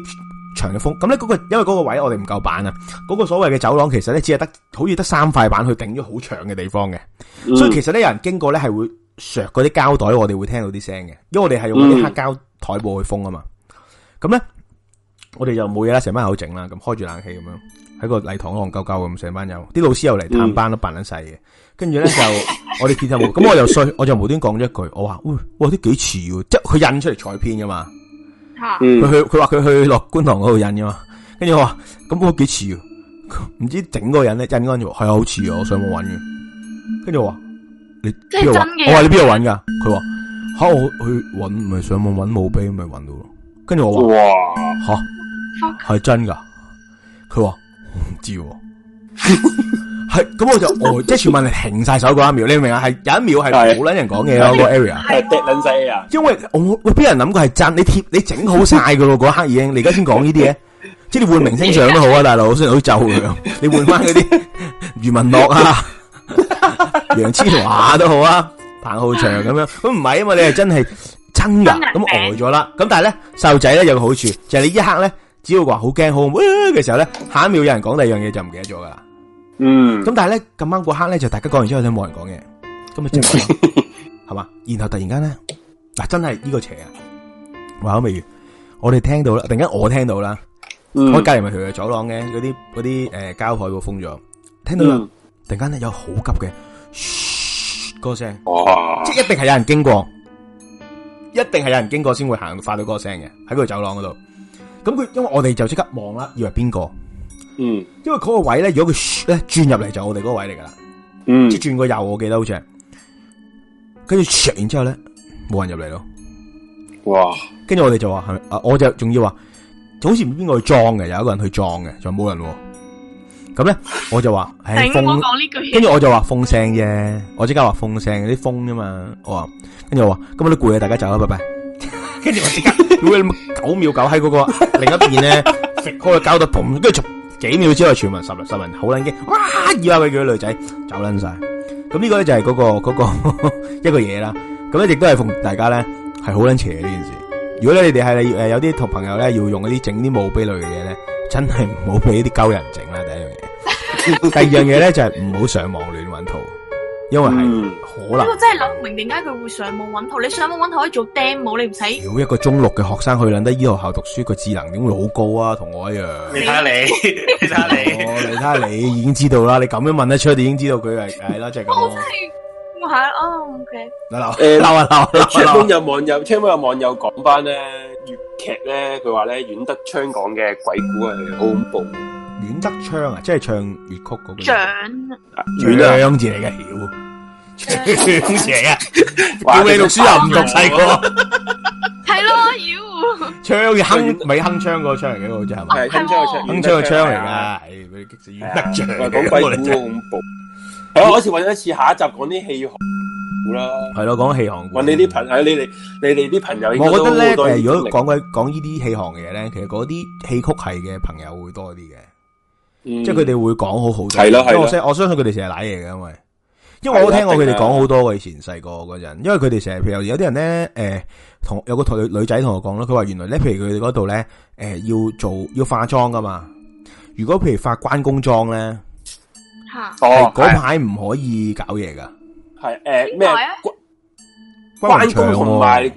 S3: 長嘅風，咁咧嗰個因為嗰個位我哋唔夠板啊，嗰、個所謂嘅走廊其實咧只係得好似得三塊板去頂咗好長嘅地方嘅，
S5: 嗯
S3: 所以其實咧有人經過咧係會削嗰啲膠袋，我哋會聽到啲聲嘅，因為我哋係用嗰啲黑膠台布去封啊嘛。咁咧，我哋就冇嘢啦，成班友整啦，咁開住冷氣咁樣喺個禮堂戇鳩鳩咁，成班友啲老師又嚟探班都扮撚細嘅，跟住咧就我哋見就冇，咁我又衰，我就無端講咗一句，我話：，喂，哇，啲幾似喎，即係佢印出嚟彩片噶嘛。
S4: 嚇
S5: 嗯
S3: 佢去佢話佢去落觀塘嗰度印噶嘛，跟住我話咁我幾似喎， [LAUGHS] 唔知整嗰個人咧印嗰陣時係啊好似啊，我上網揾嘅，跟住我話你
S4: 即係
S3: 邊度
S4: 真嘅
S3: 揾？我話你邊度揾噶？佢話吓我去揾咪上網揾墓碑咪揾到咯，跟住我話
S5: 哇，
S3: 吓係真噶，佢話我唔知喎。 [LAUGHS] 係咁我就呆，即係全民係停晒手嗰一秒，你明唔明啊？係有一秒係
S5: [LAUGHS] 係
S3: 冇撚人講嘢咯，個 area。
S5: 係跌撚仔啊！
S3: 因为我我俾人谂過係真，你貼你整好晒噶咯，嗰刻已經，你而家先講呢啲嘢，即係你換明星相都好啊，大佬，雖然好似咒佢 [LAUGHS] 咁，你換翻嗰啲余文樂 [LAUGHS] 啊、楊千嬅都好啊、彭浩翔咁樣，咁唔係啊嘛，你係真係真噶，
S4: 真人
S3: 咁呆咗啦，咁但係咧細路仔咧有個好處就係你一刻咧，只要話好驚好恐怖嘅時候咧，下一秒有人講第二樣嘢就唔記得咗噶啦。
S5: 嗯，
S3: 咁但系咧咁啱嗰刻咧就大家講完之後就冇人講嘢，咁咪靜咗
S5: [LAUGHS]
S3: 咯係嘛？然後突然間咧，嗱真係呢個邪啊！話口未完，我哋聽到啦，突然間我聽到啦，
S5: 嗯
S3: 我隔篱咪条走廊嘅，嗰啲嗰啲诶胶海喎封咗，听到有
S5: 嗯
S3: 突然间咧有好急嘅嘘嗰個声，
S5: 哇
S3: 即系一定系有人经过，一定系有人经过先会行发到嗰个声嘅，喺佢走廊嗰度。咁佢因为我哋就即刻望啦，以为边个？
S5: 嗯
S3: 因为嗰个位咧，如果佢嘘咧转入嚟就我哋嗰个位嚟噶啦，
S5: 嗯
S3: 即系转个右，我记得好似係。跟住嘘然之后咧，冇人入嚟咯。
S5: 哇
S3: 跟住我哋就话系咪？啊，我就仲要话，就好似唔知边个去撞嘅，有一个人去撞嘅，就冇人喎。咁咧，我就话，
S4: [LAUGHS]
S3: 唉，
S4: 頂
S3: 封
S4: 我講呢句嘢
S3: 跟住我就话风声啫，我即刻话风声，啲风啫嘛。我话，跟住我话，今日都攰啊，大家走啦，拜拜。 [LAUGHS] 跟住我即刻， [LAUGHS] 屌你媽九秒九喺嗰个另一边咧，食开交得嘭，跟住就几秒之后，全民十人十人好撚驚，哇！以下佢幾個女仔走撚晒。咁呢個咧就係嗰、個嗰、個 [LAUGHS] 一個嘢啦。咁咧亦都係奉大家咧係好撚邪嘅呢件事。如果咧你哋係呃誒有啲同朋友咧要用嗰啲整啲墓碑類嘅嘢咧，真係唔好俾啲鳩人整啦。第一樣嘢，第二樣嘢咧就係唔好上網亂揾圖，因為係
S5: 嗯
S3: 可能
S4: 我真係諗唔明點解佢會上網揾圖。你上網揾圖可以做 demo，你唔使
S3: 屌一個中六嘅學生去撚得醫學校讀書，個智能點會好高啊？同我一樣。
S2: 你睇下你，你睇下你，
S3: 哦，你睇下你已經知道啦，你咁樣問得出，你已經知道佢係係啦，就係咁
S4: 我
S3: 咯
S4: 真。係我係哦，OK，
S3: 嗱
S5: 誒
S3: 嗱 [LAUGHS] 鬧啊鬧啊鬧啊鬧
S5: c
S3: 啊
S5: h 有網友 c h 有網友講翻咧粵劇咧，佢話咧阮德昌講嘅鬼故係好恐怖，
S3: 阮德昌啊，即系唱粵曲嗰個
S4: 獎
S5: [LAUGHS] 啊，
S3: 兩字嚟嘅，屌，
S5: [LAUGHS]
S3: 兩字嚟嘅，
S5: 哇
S3: 叫你讀書又唔讀細個，
S4: 係咯，妖，
S3: 昌嘅鏗咪鏗昌個昌嚟嘅嗰個啫係咪？
S5: 係鏗槍嘅槍，
S3: 鏗昌個昌嚟
S5: 係啊
S3: 噶，唉，俾你激死阮德昌
S5: 話
S3: 嚟
S5: 講
S3: 嘅
S5: 鬼
S3: 我
S5: 故好
S3: 哋真係。
S5: 恐怖。係啊，我一次揾一次，下一集講啲戲行故啦。
S3: 係咯，講戲行故
S5: 揾你啲朋友，你哋你哋啲朋友應該
S3: 我
S5: 都
S3: 覺
S5: 好
S3: 得咧，
S5: 多
S3: 誒，
S5: 經歷，
S3: 如果講鬼講呢啲戲行嘅嘢咧，其實嗰啲戲曲係嘅朋友會多啲嘅，
S5: 即
S3: 即係佢哋會講好好多。
S5: 嗯係咯係咯
S3: 因為我相我相信佢哋成日舐嘢嘅，因為因為我聽過佢哋講好多嘅，以前細個嗰陣，因為佢哋成日譬如有啲人咧，诶、同有個同女女仔同我講啦，佢話原來咧，譬如佢哋嗰度咧，诶、要做要化妝噶嘛，如果譬如化關公妝咧，
S4: 嚇
S5: 哦
S3: 係嗰排唔可以搞嘢噶，
S5: 係誒呃咩
S4: 點解啊
S5: 關公
S3: 關
S5: 同埋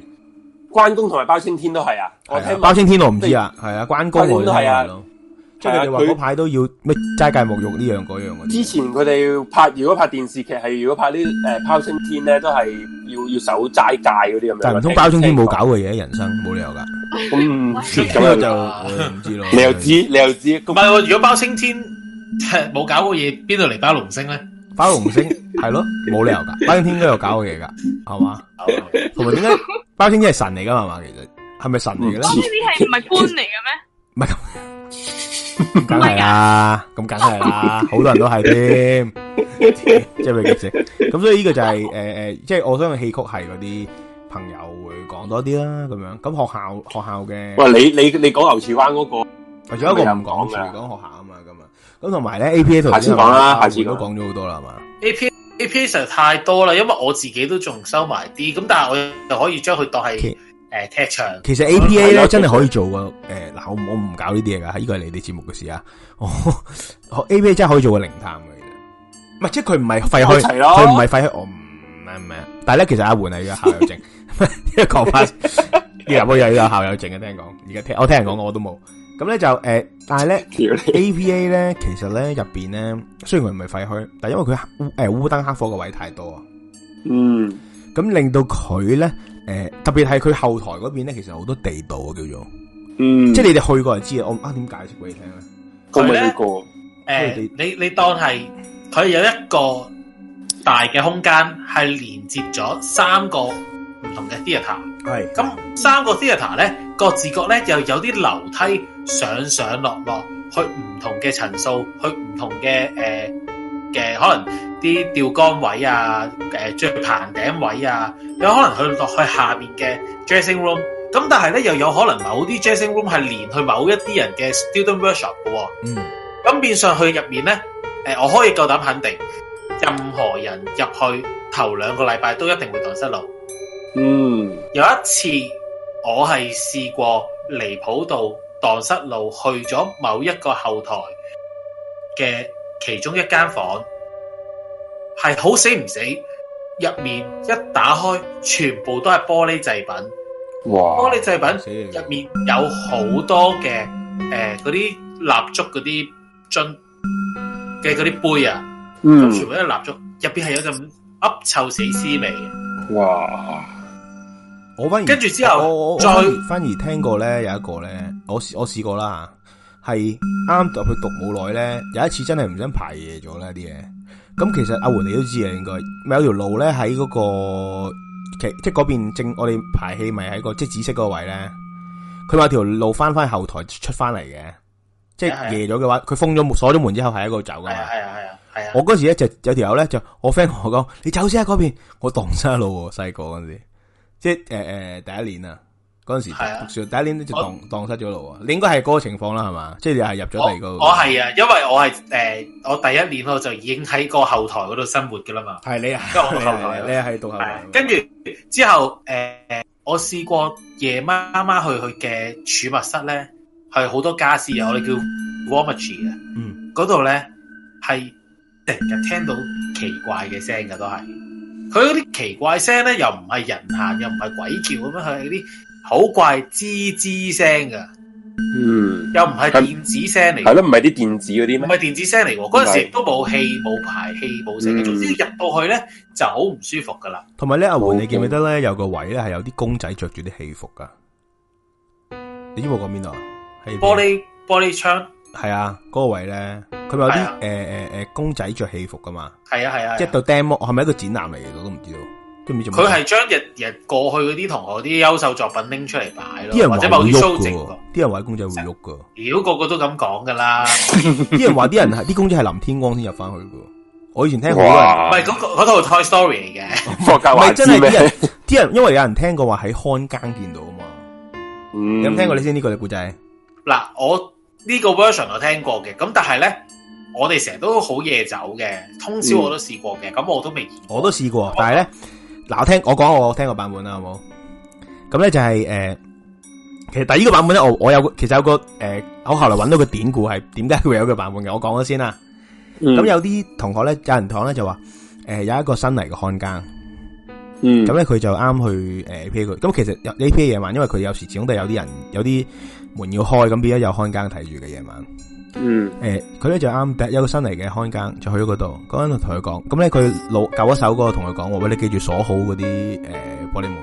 S5: 關公同埋包青天都係啊，我
S3: 係啊
S5: 聽
S3: 包青天我唔知啊，係啊，關公我哋
S5: 關公都係啊
S3: 係咯，即係佢哋話
S5: 係啊佢啊
S3: 嗰排都要咩齋戒沐浴呢樣嗰樣嗰啲。
S5: 之前佢哋
S3: 啊
S5: 拍，如果拍電視劇係，如果拍啲誒包青天咧，都係要要守齋戒嗰啲咁樣。
S3: 但係唔通包青天冇搞嘅嘢，人生冇理由噶。
S5: 嗯？咁
S3: 咁我
S5: 樣
S3: 就
S5: 就
S3: 我就唔知咯。
S5: 你又知，你又知，
S2: 唔
S5: 咁
S2: 系喎，如果包青天冇搞過嘢，邊度嚟包龍星咧？
S3: 包龍星係咯，冇理由噶。包青天應該有搞過嘢噶，係嘛？
S5: 哦
S3: 同埋點解包青天係神嚟噶嘛？其實係咪神嚟嘅
S4: 我呢
S3: 咧？
S4: 啲係唔係官嚟嘅咩？
S3: [LAUGHS] 唔係咁，梗係啦，咁梗係啦，好多人都係添， [LAUGHS] 即係俾激死。咁所以呢個就係诶诶，即係我相信戲曲係嗰啲朋友會講多啲啦，咁樣。咁學校學校
S5: 喂，
S3: 嘅。
S5: 你你你講牛池灣嗰個，
S3: 仲有一個唔講住，講學校啊嘛，咁啊，咁同埋咧 A P A 同
S5: 下次講啦下次講
S3: 都講咗好多啦，係嘛？
S2: A P A P 實在太多啦，因為我自己都仲收埋啲，咁但係我又可以將佢當係
S3: 其
S2: 誒踢場。
S3: 其實 A P A 咧真啊係可以做個誒嗱，我我唔搞呢啲嘢噶，呢個係你哋節目嘅事啊。 [LAUGHS] 我 A P A 真係可以做個靈探嘅，其實唔係即係佢唔係廢
S5: 一
S3: 墟，
S5: 齊咯
S3: 佢唔係廢墟，我唔唔係唔係。但係咧，其實阿媛係有校友證， [LAUGHS] 因為講翻入我又有校友證嘅，聽講而家聽我聽人講我都冇。咁咧就誒、呃但係咧。
S5: 屌你
S3: APA 咧，其實咧入边咧，雖然佢唔係廢墟，但因為佢烏诶乌灯黑火嘅位太多啊，
S5: 嗯，
S3: 咁令到佢咧诶，特別係佢後台嗰邊咧，其實好多地道啊，叫做，
S5: 嗯，
S3: 即係你哋去過就知啊。我啊點解釋俾你聽咧？
S5: 咁咪呢個
S2: 誒、
S3: 佢
S2: 你你當係佢有一個大嘅空間，係連接咗三個唔同嘅 theatre。
S3: 係
S2: 咁三個 theatre 咧，各自各咧又有啲樓梯上上落落，去唔同嘅層數，去唔同嘅誒嘅可能啲吊杆位啊，誒最棚頂位啊，有可能去落去下面嘅 dressing room。咁但係咧又有可能某啲 dressing room 係連去某一啲人嘅 student workshop 嘅喎、
S3: 嗯，
S2: 咁變相去入面咧，誒、我可以夠膽肯定，任何人入去頭兩個禮拜都一定會蕩失路。
S5: 嗯
S2: 有一次我係試過離譜到蕩失路，去咗某一個後台嘅其中一間房，係好死唔死，入面一打開全部
S7: 哦
S2: 都係玻璃製品，玻
S5: 哇
S2: 璃製品
S3: 死你
S2: 入面有好多嘅诶嗰啲蠟燭嗰啲樽嘅嗰啲杯啊，
S5: 嗯
S2: 咁全部都係蠟燭，入邊係有陣噏臭死屍味嘅。
S5: 哇！
S3: 我反而
S2: 跟住之後
S3: 我我我
S2: 再
S3: 反而反而聽過咧有一個咧，我試我試過啦，係啱入去讀冇耐咧，有一次真係唔想排夜咗啦啲嘢。咁其實阿媛你都知啊，應該咪有條路咧喺嗰個其即係嗰邊正我哋排氣咪喺個即係紫色嗰個位咧，佢咪有條路翻翻後台出翻嚟嘅，即
S2: 係啊係啊
S3: 係夜咗嘅話，佢封咗門鎖咗門之後係一個走噶
S2: 係
S3: 嘛
S2: 啊。係啊係啊係啊！
S3: 我嗰時咧就有條友咧就我 friend 同我講：你走先啊嗰邊，我蕩失路喎，細個嗰陣時，即係诶诶第一年啊，嗰陣時
S2: 係啊
S3: 讀書第一年咧就
S2: 我
S3: 蕩蕩失咗路啊，你應該係嗰個情況啦係嘛？即係你係入咗第二個，
S2: 我我係啊，因為我係诶、誒我第一年我就已經喺個後台嗰度生活噶啦嘛。
S3: 係你啊，
S2: 因為我讀
S3: 你
S2: 後台
S3: 係
S2: 啊
S3: 你係讀後
S2: 係啊
S3: 台，
S2: 跟住之後诶、誒我試過夜媽媽去去嘅儲物室咧，係好多家私啊，我哋叫 warmage 啊。
S3: 嗯，
S2: 嗰度咧係成日聽到奇怪嘅聲啊嘅，都係佢嗰啲奇怪聲咧，又唔係人喊，又唔係鬼叫咁樣，佢係啲好怪吱吱聲嘅，
S5: 嗯，
S2: 又唔係電子聲嚟
S5: 系
S2: 嘅。
S5: 咯，唔系啲电子嗰啲
S2: 唔
S5: 咩？
S2: 係電子聲嚟喎，嗰陣時亦都冇氣冇排氣冇聲嘅，
S5: 嗯
S2: 總之入到去咧就好唔舒服噶啦。
S3: 同埋咧阿
S5: 好
S3: 媛你記唔記得咧有個位咧係有啲公仔着住啲戲服噶？你知唔知我講邊度啊？
S5: 嗯
S3: 係
S2: 玻璃玻璃窗
S3: 係啊，嗰個位咧佢咪有
S2: 係啊
S3: 啲诶诶诶公仔着戲服噶嘛？
S2: 係啊係啊，
S3: 即
S2: 係
S3: 係
S2: 啊
S3: 到 demo 係咪一個展覽嚟嘅？我都唔知道，都唔知做乜
S2: 佢係將日日過去嗰啲同學啲優秀作品拎出嚟擺
S3: 啲
S2: 咯，
S3: 人話
S2: 或
S3: 會
S2: 者某啲
S3: 喐
S2: show
S3: 㗎
S2: 整
S3: 喎
S2: 過。
S3: 啲人話啲公仔會喐噶，
S2: 屌個個都咁講噶啦。
S3: [LAUGHS] 啲人話啲人係啲公仔係林天光先入翻去噶。我以前聽好多人，
S2: 唔
S5: [LAUGHS] 哇！
S2: 係嗰個嗰套 Toy Story 嚟嘅，
S5: 霍格
S3: 唔
S5: 華
S3: 係
S5: 茲
S3: 真係啲人
S5: 咩？
S3: 啲人，因為有人聽過話喺看更見到啊嘛。
S5: 嗯
S3: 你有冇聽過你先呢個嘅故仔？
S2: 嗱我呢個 version 我聽過嘅，咁但係咧我哋成日都好夜走嘅，通宵我都試過嘅，咁我都未見過。
S3: 我都試過，但係咧，嗱，我聽我講我聽個版本啦，好冇？咁咧就係、呃其實第二個版本咧，我我有個其實有個誒、呃我後來揾到個典故係點解會有個版本嘅，我講咗先啦。
S5: 嗯
S3: 咁有啲同學咧，有人講咧就話，誒、有一個新嚟嘅看更。
S5: 嗯
S3: 咁咧佢就啱去诶 P A 佢，咁其實有 A P A 夜晚，因為佢有時始終都係有啲人有啲門要開，咁變咗有看更睇住嘅夜晚。
S5: 嗯
S3: 诶、佢咧就啱第一有個新嚟嘅看更，就去咗嗰度，嗰個人就同佢講，咁咧佢老舊一手嗰個同佢講話，喂你記住鎖好嗰啲诶玻璃門，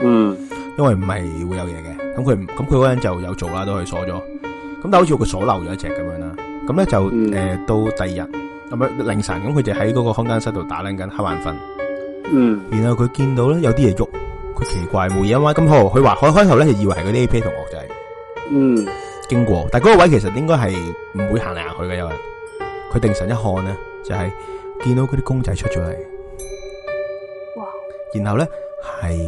S5: 嗯
S3: 因為唔係會有嘢嘅。咁佢唔咁佢嗰個人就有做啦，都去鎖咗。咁但好似佢鎖漏咗一隻咁樣啦。咁咧就
S5: 嗯
S3: 诶、呃到第二日咁樣凌晨，咁佢就喺嗰個看更室度打撚緊黑眼瞓。
S5: 嗯
S3: 然後佢見到咧有啲嘢喐，佢奇怪冇嘢啊嘛，咁佢佢話佢開頭咧就以為係嗰啲 A P 同學仔
S5: 嗯
S3: 經過，但嗰個位其實應該係唔會行嚟行去嘅有人。佢定神一看咧，就係、見到嗰啲公仔出咗嚟，
S4: 哇！
S3: 然後咧係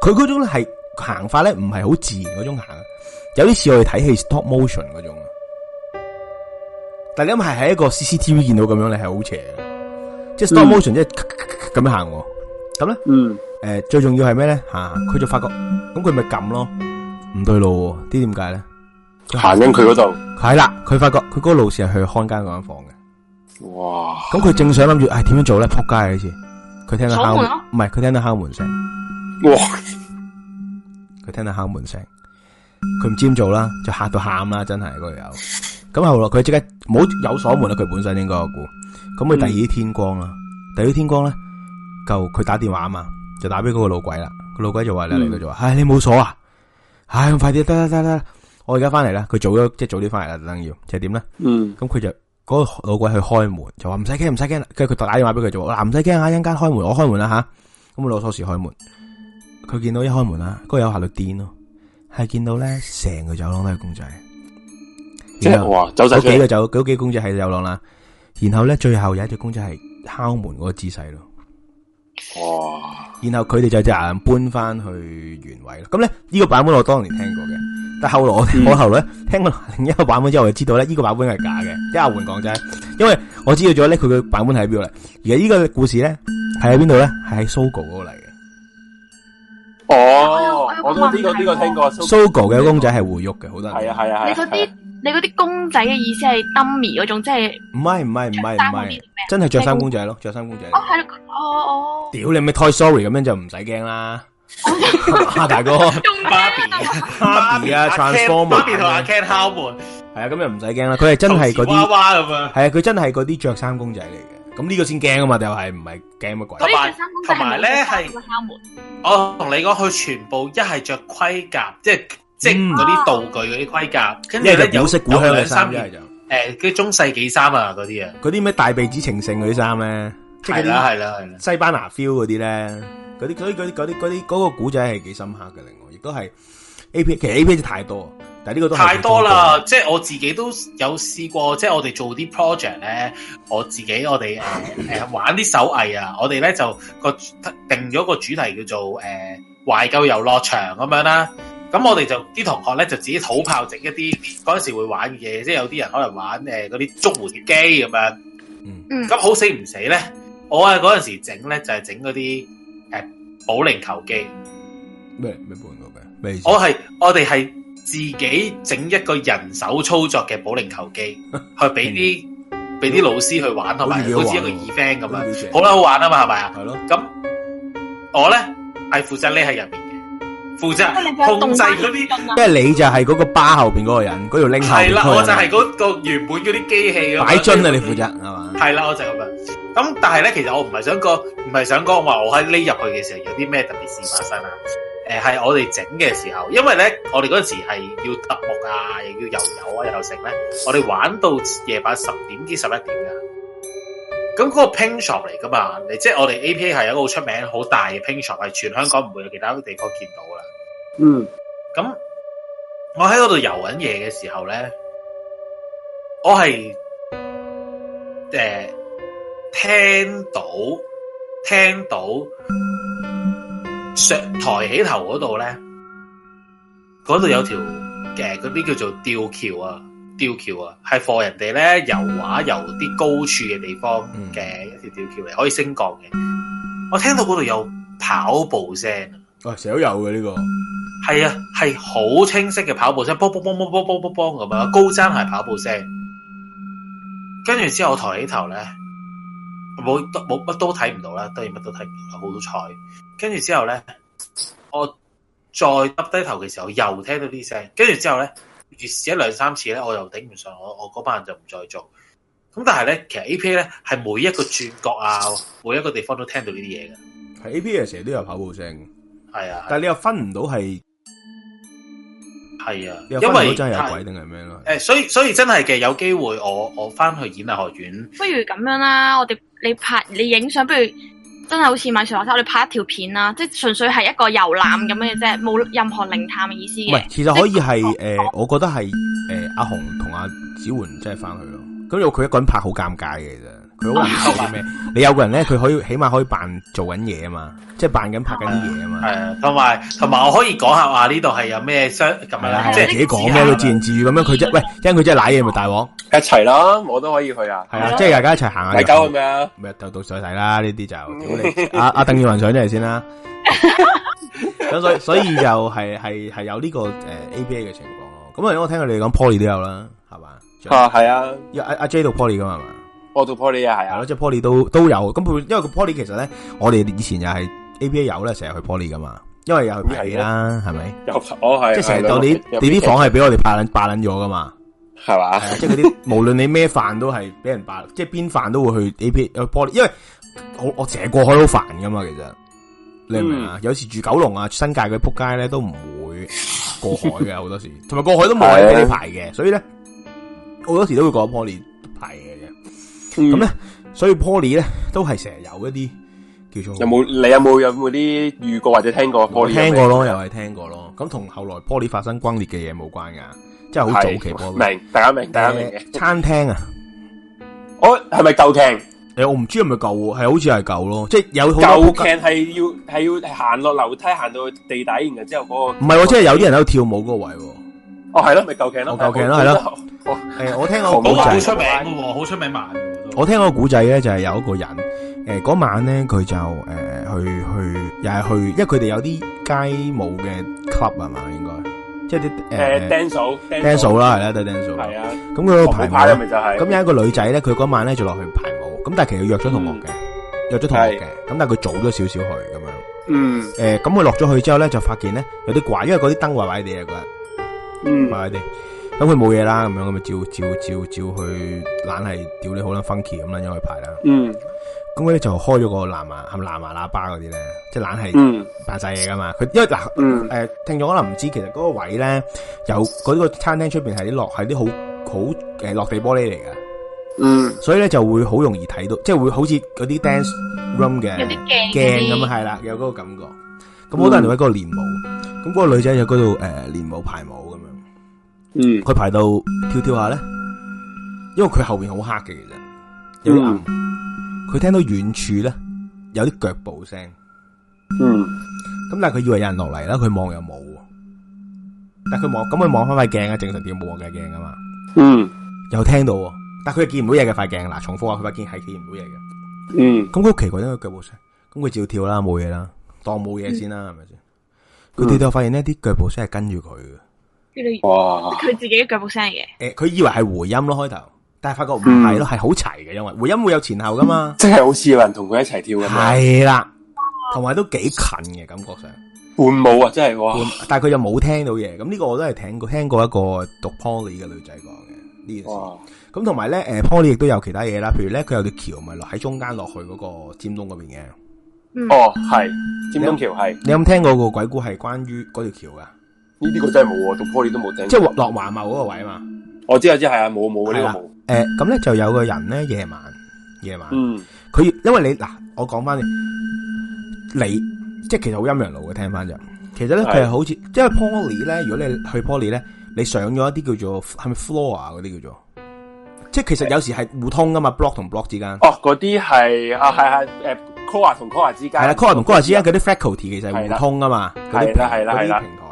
S3: 佢嗰種咧係行法咧唔係好自然嗰種行，有啲似我哋睇戲 stop motion 嗰種啊。但你諗係喺一個 CCTV 見到咁樣，你係好邪嘅，即係 stop
S5: 嗯
S3: motion 即係咔咔咔咔咁樣行喎。
S5: 嗯
S3: 诶、最重要係咩咧？吓、佢就發覺，咁佢咪撳咯，唔對路喎，啲點解咧？
S5: 行緊佢嗰
S3: 係啦，佢發覺佢嗰個路線係去看更嗰間房嘅，
S5: 度，哇！
S3: 咁佢正想諗住，唉、點樣做咧？扑街啊！呢次佢聽到敲
S4: 鎖
S3: 門
S4: 門咯
S3: 唔係佢聽到敲門聲，
S5: 哇！
S3: 佢聽到敲門聲，佢唔知點做啦，就嚇到喊啦，真係嗰條友。咁後來佢即刻冇有鎖門啦，佢本身應該我估。
S5: 嗯
S3: 咁佢第二天光啦，第二天光咧，就佢打電話啊嘛，就打俾嗰個老鬼啦。個老鬼就話咧
S5: 嗯
S3: 嚟到就話：，唉，你冇鎖啊！唉，咁快啲，得得得得，我而家翻嚟啦。佢早咗，即係早啲翻嚟啦，特登要，就係點咧？
S5: 嗯
S3: 咁佢就嗰、個老鬼去開門，就話唔使驚，唔使驚啦。跟住佢打電話俾佢就話：嗱，唔使驚啊，一陣間開門，我開門啦吓。咁佢攞鎖匙開門，佢見到一開門啦，嗰個友嚇到癲咯，係見到咧成個走廊都係公仔，
S5: 即
S3: 然
S5: 係
S3: 後
S5: 哇，走晒
S3: 嗰
S5: 出
S3: 幾
S5: 嚟
S3: 個走嗰幾個公仔喺走廊啦。然後咧最後有一隻公仔係敲門嗰個姿勢咯。
S5: 哇！
S3: 然後佢哋就就人搬翻去原位咯。咁咧呢個版本我當年聽過嘅，但後來我、
S5: 嗯
S3: 我後來聽過另一個版本之後，我就知道咧呢、個版本係假嘅。一阿換講真，因為我知道咗咧佢嘅版本喺邊度咧。而家呢個故事咧係喺邊度咧？係喺 Sogo 嗰度嚟嘅。
S5: 哦
S4: 我有，
S5: 我都呢個呢個聽過。
S3: Sogo 嘅公仔係會喐嘅，好多人
S5: 係啊係啊
S4: 你
S5: 係啊。
S4: 嗰啲你嗰啲公仔嘅意思係 dummy 嗰種，即係
S3: 唔係唔係唔
S4: 着
S3: 係
S4: 衫
S3: 唔
S4: 嗰啲
S3: 係
S4: 定，咩？
S3: 真係着衫公仔咯，着衫公仔。
S4: 哦，係啦，哦哦，
S3: 屌你咪 Toy Story 咁樣就唔使驚啦。啊大哥，
S2: 芭比、
S3: 芭比啊，Transformer
S2: 芭比同阿 à, Ken 敲門，
S3: 系啊，咁又唔使驚啦，佢係真係
S2: 陶
S3: 嗰
S2: 瓷娃
S3: 啲，
S2: 娃咁啊。
S3: 係啊，佢真係嗰啲着衫公仔嚟嘅，咁呢個先驚啊嘛，就係唔係驚乜
S4: 嗰
S3: 鬼
S2: 同？
S4: 啲
S2: 埋
S4: 着衫公仔
S2: 同埋咧
S4: 係冇着衫門，
S2: 我同你講，佢全部一係着盔甲，即係即係
S3: 嗯
S2: 嗰啲道具嗰啲盔甲，跟
S3: 一
S2: 住
S3: 係
S2: 咧
S3: 就
S2: 有
S3: 古色古香
S2: 有
S3: 嘅
S2: 兩三
S3: 衫，
S2: 件
S3: 一係就
S2: 誒嗰啲中世紀衫啊嗰啲啊，
S3: 嗰啲咩大鼻子情聖嗰啲衫咧，即係
S2: 係
S3: 嗰
S2: 啦
S3: 啲
S2: 係啦係啦，
S3: 西班牙 feel 嗰啲咧，嗰啲所以嗰啲嗰啲嗰啲嗰個古仔係幾深刻嘅，另外亦都係 A P，其實 A P 太多，但係呢個都係
S2: 太多啦！即係我自己都有試過，即係我哋做啲 project 咧，我自己我哋誒誒玩啲手藝啊，我哋咧就個定咗個主題叫做誒、呃、懷舊遊樂場咁樣啦。咁我哋就啲同學咧就自己土炮整一啲嗰陣時會玩嘅嘢，即係有啲人可能玩呃誒嗰啲捉蝴蝶機咁樣。
S4: 嗯
S2: 咁好死唔死咧？我啊嗰陣時整咧就係整嗰啲誒保齡球機，
S3: 咩咩半個嘅咩意思？
S2: 我係我哋係自己整一個人手操作嘅保齡球
S3: [LAUGHS]
S2: 機，去俾啲俾啲老師去玩，同埋
S3: 好似幾好
S2: 好
S3: 玩
S2: 似一個
S3: 喎
S2: event 咁
S3: 好似幾
S2: 樣，
S3: 正
S2: 好啦好玩啊嘛，係咪啊？
S3: 係咯，
S2: 咁我咧係負責匿喺入面嘅，負責
S4: 即係你嘅
S2: 控
S4: 動
S2: 制
S4: 漫
S2: 嗰啲。
S4: 進啊，
S3: 因為你就係嗰個巴後邊嗰個人，嗰條拎後邊
S2: 係啦，
S3: 嗰個
S2: 我
S3: 人
S2: 就係嗰個原本嗰啲機器咁樣
S3: 擺樽啊，你負責
S2: 嗯
S3: 係嘛？
S2: 係啦，我就係咁樣。咁但係咧，其實我唔係想講，唔係想講話我喺匿入去嘅時候有啲咩特別事發生啊。誒、係我哋整嘅時候，因為咧我哋嗰陣時係要特木啊，又要游友啊，又成咧，我哋玩到夜晚十點至十一點㗎。咁嗰個 ping shop 嚟噶嘛？你即係我哋 APA 係有一個好出名、好大嘅 ping shop，係全香港唔會有其他地方見到啦。
S5: 嗯，
S2: 咁我喺嗰度游緊嘢嘅時候咧，我係诶、聽到聽到上抬起頭嗰度咧，嗰度有條嘅嗰啲叫做吊橋啊，吊橋啊，係貨人哋咧游畫游啲高處嘅地方
S3: 嗯
S2: 嘅一條吊橋嚟，可以升降嘅。我聽到嗰度有跑步聲。啊
S3: 喂，哦成日都有嘅呢個，
S2: 系啊，系好清晰嘅跑步聲，啵啵啵啵啵啵啵啵咁樣，高踭鞋跑步聲。跟住之後，我抬起頭咧，冇冇乜都睇唔到啦，當然乜都睇唔到啦，好彩。跟住之後咧，我再耷低頭嘅時候，又聽到啲聲。跟住之後咧，越試一兩三次咧，我又頂唔順，我我嗰班人就唔再做。咁但係咧，其實 A P A 咧係每一個轉角啊，每一個地方都聽到呢啲嘢嘅。
S3: 係 A P 啊，成日都有跑步聲，
S2: 係啊，
S3: 但係你又分唔到係，
S2: 係啊，
S3: 你
S2: 因
S3: 又分唔到
S2: 為
S3: 真係
S2: 太
S3: 有鬼定係咩咯？
S2: 誒，所以所以真係嘅，有機會我我翻去演藝學院，
S4: 不如咁樣啦，我哋你拍你影相，不如真係好似米雪話齋，我哋拍一條片啦，即係純粹係一個遊覽咁樣嘅啫，冇任何靈探嘅意思
S3: 嗯唔係
S4: 嘅，。
S3: 其實可以係诶、呃我覺得係诶、呃阿紅同阿子媛真係翻去咯。咁如果佢一個人拍好尷尬嘅啫，佢
S2: [LAUGHS]
S3: 好唔知啲哦咩。你有個人咧，佢可以起碼可以扮做緊嘢啊嘛，即係扮緊拍緊啲嘢啊嘛。
S2: 誒，同埋同埋我可以講下話呢度係有咩相咁樣
S3: 係
S2: 啦
S3: 啦，，
S2: 即
S3: 即
S2: 係
S3: 係自己講嘅，佢自言自語咁樣。
S2: [LAUGHS]
S3: 佢即喂，因為佢真係濑嘢咪大鑊，
S5: 一齊啦，我都可以去啊。
S3: 係啊，即係大家一齊行下
S5: 大
S3: 入。
S5: 狗係咪啊？
S3: 咪就到水睇啦，呢啲
S5: [LAUGHS]
S3: 就屌你阿阿邓耀文上咗嚟先啦。咁所以 [LAUGHS] 所以就係係係有呢個诶 A B A 嘅情況咯。咁啊，我聽佢哋講 Poly 都有啦，係嘛？
S5: 啊，係啊，
S3: 因為阿阿 J 到 Poly 噶嘛，係嘛？
S5: 我到 Poly 啊，係
S3: 係咯，
S5: 啊，
S3: 即係 Poly 都都有。咁佢因為個 Poly 其實咧，我哋以前又係 A B A 有咧，成日去 Poly 噶嘛，因為又去排戲啦，係咪？
S5: 有我啊係
S3: 即係成日
S5: 係
S3: 到你
S5: 有
S3: 你啲房係俾我哋霸撚霸撚咗噶嘛。
S5: 係嘛？
S3: 係啊，即係嗰
S5: [LAUGHS]
S3: 啲無論你咩飯都係俾人霸，即係邊飯都會去 A P 去 Poly，因為我我成日過海都煩噶嘛，其實你明唔
S5: 嗯
S3: 明啊？有時住九龍啊、新界嗰啲仆街咧都唔會過海
S5: [LAUGHS]
S3: 嘅，好多時，同埋過海都冇位俾你排嘅，所以咧好多時都會過 Poly 排嘅啫。
S5: 咁
S3: 咁咧，所以 Poly 咧都係成日有一啲叫做
S5: 有冇你有冇有冇啲遇過或者聽過 Poly？
S3: 聽過咯，又係聽過咯。咁同後來 Poly 發生轟烈嘅嘢冇關噶，即係好早期 Poly。
S5: 明，大家明，大家明嘅。
S3: 誒餐廳啊。
S5: 我係咪夠聽？
S3: 诶，我唔知系咪舊喎，係好似係舊咯，即係有好多
S5: 夠
S3: 仆街
S5: 聽係要係要行落樓梯，行到地底，然後之後嗰個
S3: 唔係喎，即係有啲人喺度跳舞嗰個位喎。
S5: 哦係咯，咪夠聽咯，
S3: 我夠聽咯係
S5: 啊
S3: 咯。诶，啊我聽我個
S2: 嗰
S3: 古
S2: 個好
S3: 仔，
S2: 出名嘅喎，好出名漫嘅喎都
S3: 我聽我個古仔咧就係有一個人，诶嗰晚咧佢就诶去去又係去，因為佢哋有啲街舞嘅 club 係嘛，應該即係啲
S5: 誒
S3: 诶
S5: 呃 dance 數
S3: dance 舞啦，係啦，都係 dance 舞。
S5: 係啊，
S3: 咁佢嗰個
S5: 冇
S3: 排
S5: 派啦
S3: 舞
S5: 咪
S3: 呢，
S5: 就係
S3: 咁有一個女仔咧，佢嗰晚
S5: 嗯
S3: 咧就落去排舞，咁但係其實佢約咗同學嘅，約咗同學嘅，咁但係佢早咗少少去咁樣。
S5: 嗯
S3: 诶、呃咁佢落咗去之後咧，就發現咧有啲怪，因為嗰啲燈壞壞地啊，嗰日
S5: 嗯
S3: 壞壞地。咁佢冇嘢啦，咁樣咁咪照照照照去，懶係屌你好啦，funky 咁樣樣去排啦。
S5: 嗯
S3: 咁佢咧就開咗個藍牙，係咪藍牙喇叭嗰啲咧？即係懶係。
S5: 嗯
S3: 扮晒嘢噶嘛。佢因為嗱，誒、
S5: 嗯
S3: 聽眾可能唔知，其實嗰個位咧，有嗰個餐廳出邊係啲落係啲好好誒落地玻璃嚟嘅，
S5: 嗯
S3: 所以咧就會好容易睇到，即係會好似嗰啲 dance room 嘅
S4: 有啲鏡
S3: 鏡咁啊，係啦，有嗰個感覺。咁好
S5: 嗯
S3: 多人會喺嗰度練舞，咁嗰個女仔就喺嗰度誒練舞排舞咁樣，
S5: 嗯
S3: 佢排到跳跳下咧，因為佢後邊好黑嘅，其實有
S5: 嗯
S3: 啲暗，佢、聽到遠處咧有啲腳步聲，
S5: 嗯
S3: 咁但系佢以為有人落嚟啦，佢望又冇喎。但佢望咁佢望翻塊鏡啊，正常點冇嘅鏡啊嘛，
S5: 嗯
S3: 又聽到喎，但佢又見唔到嘢嘅塊鏡嗱，重複啊，佢塊鏡係見唔到嘢嘅。
S5: 嗯
S3: 咁佢好奇怪因為佢腳步聲，咁佢照跳啦，冇嘢啦，當冇嘢
S5: 嗯
S3: 先啦，係咪先？佢跳到發現呢啲腳步聲係跟住佢嘅，
S4: 佢哋
S5: 哇
S4: 佢自己嘅腳步聲嚟嘅，
S3: 诶、佢以為係回音咯開頭，但係發覺唔係咯，係好齊嘅，因為回音會有前後噶嘛，
S5: 嗯即係好似有人同佢一齊跳咁樣，
S3: 係啦，同埋都幾近嘅感覺上。
S5: 伴舞啊，真係哇！
S3: 半但系佢又冇聽到嘢，咁呢個我都係聽過聽過一個讀 poly 嘅女仔講嘅呢件事。
S5: 哇，
S3: 咁同埋咧，诶 poly 亦都有其他嘢啦，譬如咧佢有條橋咪落喺中間落去嗰個尖東嗰邊嘅。
S5: 哦，係尖東橋係
S3: 你有冇聽過個鬼故係關於嗰條橋噶？
S5: 呢啲，個真係冇喎，讀 poly 都冇聽。
S3: 即係落華茂嗰個位嘛？
S5: 我知我知係啊，冇冇呢
S3: 係
S5: 個
S3: 啦
S5: 冇。
S3: 诶、咁咧就有個人咧夜晚夜晚，
S5: 嗯
S3: 佢、因為你嗱，我講翻你，你即係其實好陰陽路嘅，聽翻就。其實咧，佢係好似，因為 poly 咧，如果你去 poly 咧，你上咗一啲叫做係咪 floor 啊嗰啲叫做，即係其實有時係互通噶嘛，block 同 block 之間。
S5: 哦，嗰啲係啊，係係诶 c o r a 同 c o r a 之間
S3: 嗯係啦 c o r e 同 c o r e 之間嗰啲 faculty 其實係
S5: 係
S3: 互
S5: 啦
S3: 通噶嘛，嗰啲平
S5: 係啦係啦
S3: 嗰啲
S5: 係啦
S3: 平台。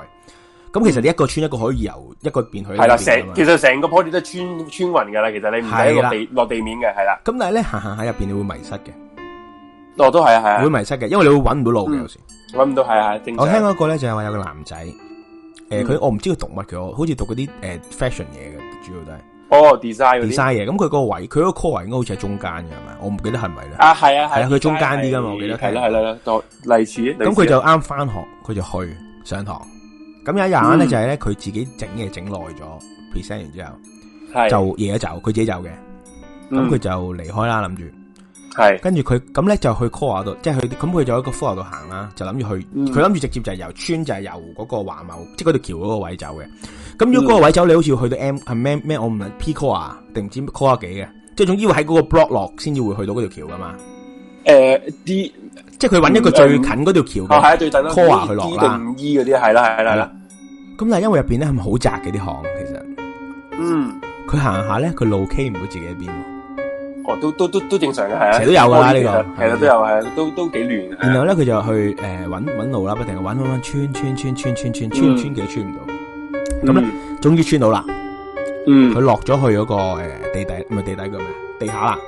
S3: 咁其實你一個村一個可以由一個變去
S5: 係啦，
S3: 另一邊㗎
S5: 成
S3: 嘛
S5: 其實成個 poly 都係穿穿雲㗎啦，其實你唔使
S3: 係啦
S5: 落地落地面嘅，係啦，
S3: 咁但係咧行行喺入邊你會迷失嘅，
S5: 我都係啊，係
S3: 會
S5: 啊，
S3: 迷失嘅，因為你會揾唔到路嘅
S5: 嗯
S3: 有時。
S5: 搵唔到係啊，係正
S3: 我
S5: 常。
S3: 聽嗰個咧就係話有個男仔，誒
S5: 嗯
S3: 佢我唔知佢讀乜嘅，我好似讀嗰啲誒 fashion 嘢嘅，主要都係
S5: 哦，design 嗰啲
S3: design 嘢。咁佢個位佢嗰個 core 應該好似係中間嘅係咪？我唔記得係咪咧。
S5: 啊，係啊，
S3: 係啊佢
S5: design
S3: 中間啲㗎嘛我記得
S5: 係啦係啦係啦，就例似啊
S3: 咁佢就啱翻學，佢就去上堂。咁有一日咧
S5: 嗯
S3: 就係咧佢自己整嘢整耐咗，present 完之後
S5: 係
S3: 就夜咗走，佢自己走嘅。咁
S5: 嗯
S3: 佢就離開啦，諗住，
S5: 係
S3: 跟住佢咁咧就去 core 度，即係去咁佢就喺個 core 度行啦，就諗住去，
S5: 嗯
S3: 佢諗住直接就係由村就係由嗰個華茂，即係嗰條橋嗰個位走嘅。咁如果嗰個位走，你好似要去到 M 係咩咩，我唔係 P core 啊，定唔知 core 幾嘅，即係總之要喺嗰個 block 落先至會去到嗰條橋噶嘛。
S5: 誒 D
S3: 即係佢揾一個
S5: 嗯
S3: 最近
S5: 嗯
S3: 嗰條橋
S5: 哦係啊，
S3: 嘅。
S5: 對陣啦
S3: Core 佢
S5: D
S3: 落啦
S5: 定 E 嗰啲係啦係啦係啦，
S3: 咁但係因為入邊咧係咪好窄嘅啲巷，其實
S5: 嗯，
S3: 佢行下咧佢路 K 唔到自己喺邊喎。
S5: 哦都都都都正常嘅係啊，
S3: 成日都有㗎啦呢個
S5: 其實都有係啊都都幾亂嘅
S3: 然
S5: 係
S3: 後
S5: 啊，
S3: 咧佢就去誒揾揾路啦，不停揾揾揾穿穿穿穿穿穿穿
S5: 嗯
S3: 穿幾都穿唔到。咁咧終於穿到啦。
S5: 嗯
S3: 佢落咗去嗰個诶地底，唔係地底叫咩？地下啦。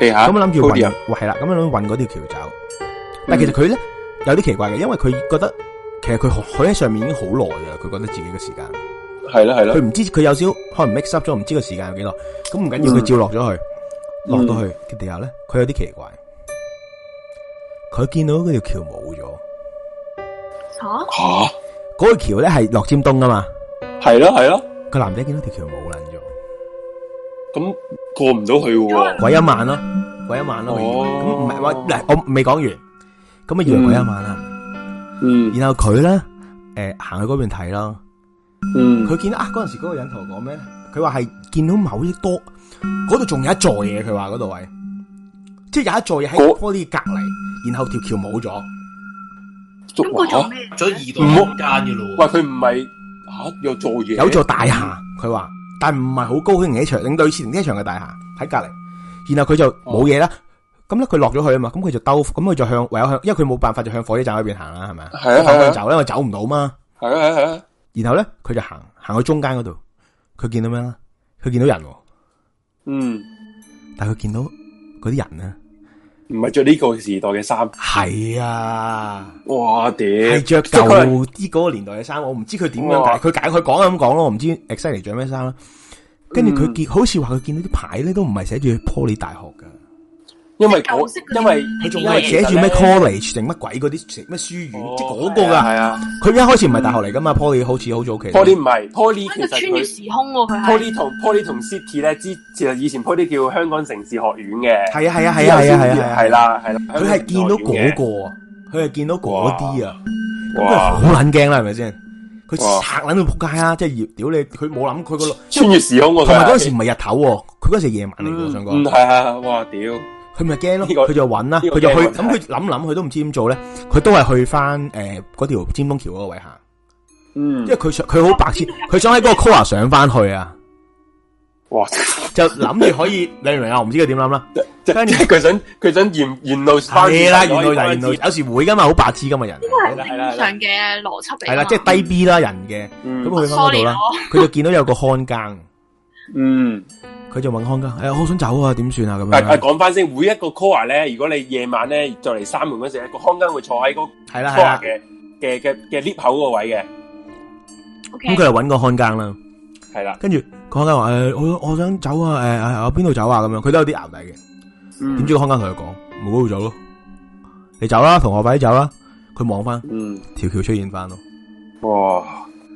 S5: 地下嗯
S3: 咁我諗住
S5: 高啲
S3: 運
S5: 啊，
S3: 係啦，咁樣運嗰條橋走。但其實佢咧有啲奇怪嘅，因為佢覺得其實佢佢喺上面已經好耐噶啦，佢覺得自己嘅時間，
S5: 係啦係啦
S3: 佢，唔知佢有少少可能 mix up 咗，唔知個時間有幾耐。咁唔緊要，
S5: 嗯
S3: 佢照落咗去，落
S5: 嗯
S3: 到去條地下咧，佢有啲奇怪。佢見到嗰條橋冇咗，
S4: 吓
S5: 吓
S3: 嗰個橋咧係落尖東噶嘛，
S5: 係咯係咯，
S3: 個男仔見到條橋冇撚咗，
S5: 咁過唔到去喎，
S3: 鬼一晚咯，鬼一晚咯，佢以為咁
S5: 哦
S3: 唔係話嗱，我未講完，咁啊以為
S6: Ừ.
S3: 鬼一晚啦。
S5: 嗯
S3: 然後佢咧，诶、行去嗰邊睇啦，
S5: 嗯
S3: 佢見到啊嗰阵时嗰個人同我講咩呢？佢話係見到某啲多，嗰度仲有一座嘢，佢話嗰度位，即係有一座嘢喺
S5: 嗰
S3: 玻璃隔離，然後條橋冇咗，
S5: 捉
S4: 咁佢
S5: 嚇
S4: 做咩？
S2: 咗二度空間嘅
S5: 喂
S2: 咯
S5: 佢唔係吓有做嘢，
S3: 有座大廈，佢話，但唔係好高嘅停車場，類似停車場嘅大廈喺隔離。然後佢就
S5: 哦
S3: 冇嘢啦，咁咧佢落咗去啊嘛，咁佢就兜，咁佢就向唯有向，因為佢冇辦法就向火車站嗰邊行啦，係咪啊？
S5: 係啊
S3: 向
S5: 係
S3: 佢
S5: 啊
S3: 走，因為走唔到嘛。
S5: 係啊係啊係啊，
S3: 然後咧佢就行行去中間嗰度，佢見到咩啦？佢見到人喎、
S5: 嗯。
S3: 但系佢見到嗰啲人
S5: 唔
S3: 咧，
S5: 係着呢個時代嘅衫，哎
S3: 係啊，
S5: 哇屌！
S3: 係着
S5: 即係佢係
S3: 舊啲嗰個年代嘅衫，我唔知佢點樣
S5: 哇
S3: 解，佢解佢講咁講咯，我唔知 exactly 着咩衫啦。跟住佢
S5: 嗯
S3: 見，好似話佢見到啲牌咧，都唔係寫住 Poly 大學噶，
S5: 因為
S4: 舊
S5: 我
S4: 式嗰啲
S5: 因為
S3: 佢仲係寫住咩 college 定乜鬼嗰啲成乜書院，即係嗰個
S5: 哦係
S3: 噶。
S5: 啊，
S3: 佢一開始唔係大學嚟噶嘛，Poly 好似好早期。
S5: Poly 唔係 Poly
S4: 佢
S5: 其實
S4: 穿越
S5: 佢
S4: 時空喎，佢係
S5: Poly 同 Poly 同 City 咧，之其實以前 Poly 叫香港城市學院嘅，
S3: 係啊係啊係啊係啊係啊
S5: 係，啦係啦，
S3: 佢係見到嗰
S5: 香
S3: 個啊，佢係見到嗰啲啊，
S5: 港城市學院嘅，
S3: 佢好
S5: 哇！
S3: 撚驚啦，係咪先？佢
S5: 哇
S3: 嚇撚到仆街啊啦，即係屌你，佢冇諗佢個腦，
S5: 穿越時空喎，
S3: 同埋嗰陣
S5: 陣
S3: 時唔係日頭喎，佢嗰陣時係夜晚嚟嘅，我想講
S5: 嗯。係係係 [LAUGHS] 哇屌，
S3: 佢咪驚咯，
S5: 呢個
S3: 佢就揾啦，
S5: 呢個啊
S3: 佢就去，
S5: 驚喎
S3: 咁佢諗諗，佢都唔知點做咧，佢都係去翻誒嗰條尖東橋嗰個位行，
S5: 嗯
S3: 因為佢想佢好白痴，佢想喺嗰個 core 上翻去啊，
S5: 哇！
S3: 就諗住可
S5: [LAUGHS]
S3: 以，你明唔明啊？我唔知佢點諗啦，
S5: 即即
S3: 跟住
S5: 係佢想佢想沿沿路翻
S3: 係
S5: 可
S3: 啦，
S5: 以
S3: 原來
S5: 翻
S3: 人類
S5: 轉
S3: 有時會噶嘛，好白痴噶嘛人，
S5: 啦係啦啊
S4: 正常嘅邏輯嚟㗎嘛。
S3: 係啦，即係低 B 啦人嘅，
S5: 嗯
S3: 咁佢去翻嗰
S4: sorry
S3: 度啦，
S4: 我
S3: 佢就見到有個看更，
S5: 嗯。
S3: 佢就問看更，誒，我好想走啊，點算啊咁
S5: 但係
S3: 樣，
S5: 講翻先，每一個 core 咧，如果你夜晚咧就嚟閂門嗰時咧，個看更會坐喺嗰
S3: 係啦係
S5: core
S3: 啦，
S5: 嘅嘅嘅嘅 lift 口個位嘅，
S3: 咁佢
S4: OK，
S3: 就揾個看更啦。
S5: 係啦，
S3: 跟住講緊話誒，我我想走啊，誒、誒，我邊度走啊咁樣，佢都有啲淆底嘅。
S5: 嗯
S3: 點知個看更同佢講冇嗰度走咯，你走啦，同學快啲走啦。佢望翻
S5: 嗯，
S3: 條橋出現翻咯，
S5: 哇，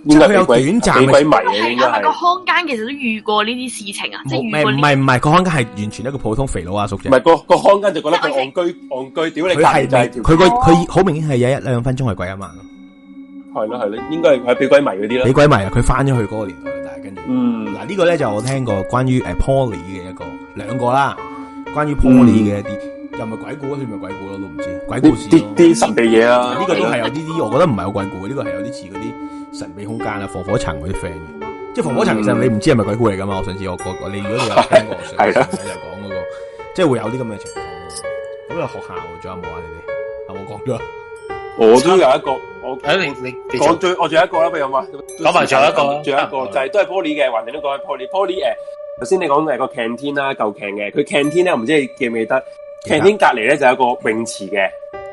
S3: 即
S5: 應該
S3: 係佢
S5: 俾
S3: 有
S5: 鬼
S3: 短暫嘅
S5: 俾鬼迷啊
S4: 係
S5: 嘅應該
S4: 咪個
S5: 係，
S4: 空間其實都遇過呢啲事情啊？即係
S3: 冇
S4: 遇
S3: 咩
S4: 過
S3: 唔
S4: 呢
S3: 係唔係，個看更係完全一個普通肥佬阿叔
S5: 唔
S3: 啫。
S5: 係個個看更就覺得佢
S4: 即係
S5: 戇居戇居，屌你
S3: 佢
S5: 隔離
S3: 係
S5: 就係條啊
S3: 佢個佢好明顯係有一兩分鐘係鬼一晚咯，
S5: 係咯係咯，應該係佢俾鬼迷嗰啲
S3: 俾
S5: 啦，
S3: 鬼迷啊！佢翻咗去嗰個年代，但係跟住
S5: 嗯，
S3: 嗱呢個咧就我聽過關於誒 Poly 嘅一個兩個啦，關於
S5: 嗯
S3: Poly 嘅一啲又唔係鬼故，啊算唔係鬼故咯，都唔知鬼故事
S5: 啲
S3: 咯。
S5: 啲神秘嘢啊啦，
S3: 呢個都係有啲啲，我覺得唔係好鬼故嘅，呢個係有啲似嗰啲神秘空間啊、防火層嗰啲 friend 嘅。即係防火
S5: 嗯
S3: 層其實你唔知係咪鬼故嚟噶嘛？我上次我我你如果你有聽
S5: [LAUGHS]
S3: 過，我上
S5: 係
S3: 次
S5: 啦
S3: 就講嗰個，即係會有啲咁嘅情況咯。咁啊，學校仲有冇啊？你哋有冇講咗？
S5: 我都有一個我。
S2: 誒，你你你
S5: 講
S2: 做
S5: 最我仲有一個啦，不如有冇啊？
S2: 講埋最後一個啦
S5: 最後一個
S2: 啊
S5: 就係都係 Poly 嘅，橫掂都講係 Poly。Poly 誒，頭先你講嘅個 canteen 啦，舊 can 嘅，佢 canteen 咧，我唔知你記唔記得？canteen 隔離咧就有一個泳池嘅，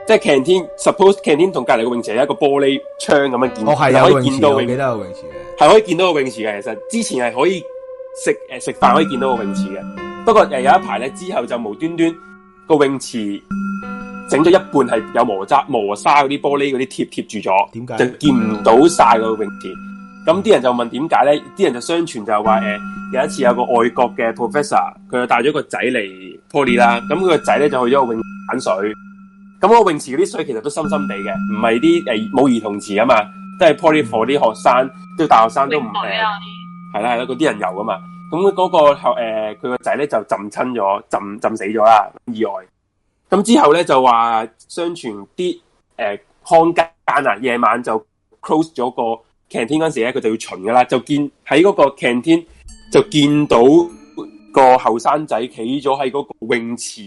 S5: 即係 canteen，suppose canteen 同隔離個泳池有一個玻璃窗咁樣見，
S3: 我哦係
S5: 就
S3: 有
S5: 可以
S3: 泳
S5: 見
S3: 池，
S5: 到
S3: 我記
S5: 泳，
S3: 得有泳池嘅。
S5: 係可以見到個泳池嘅。其實之前係可以食誒食飯可以見到個泳池嘅，不過誒有一排咧之後就無端端個泳池整咗一半係有磨砂磨砂嗰啲玻璃嗰啲貼貼住咗。
S3: 點
S5: 就
S3: 解？
S5: 見唔到晒個泳池。咁啲人就問點解咧？啲人就相傳就係話誒，有一次有個外國嘅 professor，佢就帶咗個仔嚟 Poly 啦。咁佢個仔咧就去咗個泳池玩水。咁個泳池嗰啲水其實都深深地嘅，唔係啲誒冇兒童池啊嘛，都係 Poly for 啲學生，都大學生都唔呃
S4: 泳隊
S5: 誒
S4: 啊
S5: 係啦係啦，嗰啲人游噶嘛。咁嗰、個後呃誒佢個仔咧就浸親咗，浸浸死咗啦，意外。咁之後咧就話相傳啲誒看更啊，夜晚就 close 咗個 canteen 嗰陣時咧，佢就要巡噶啦，就見喺嗰個 canteen 就見到個後生仔企咗喺嗰個泳池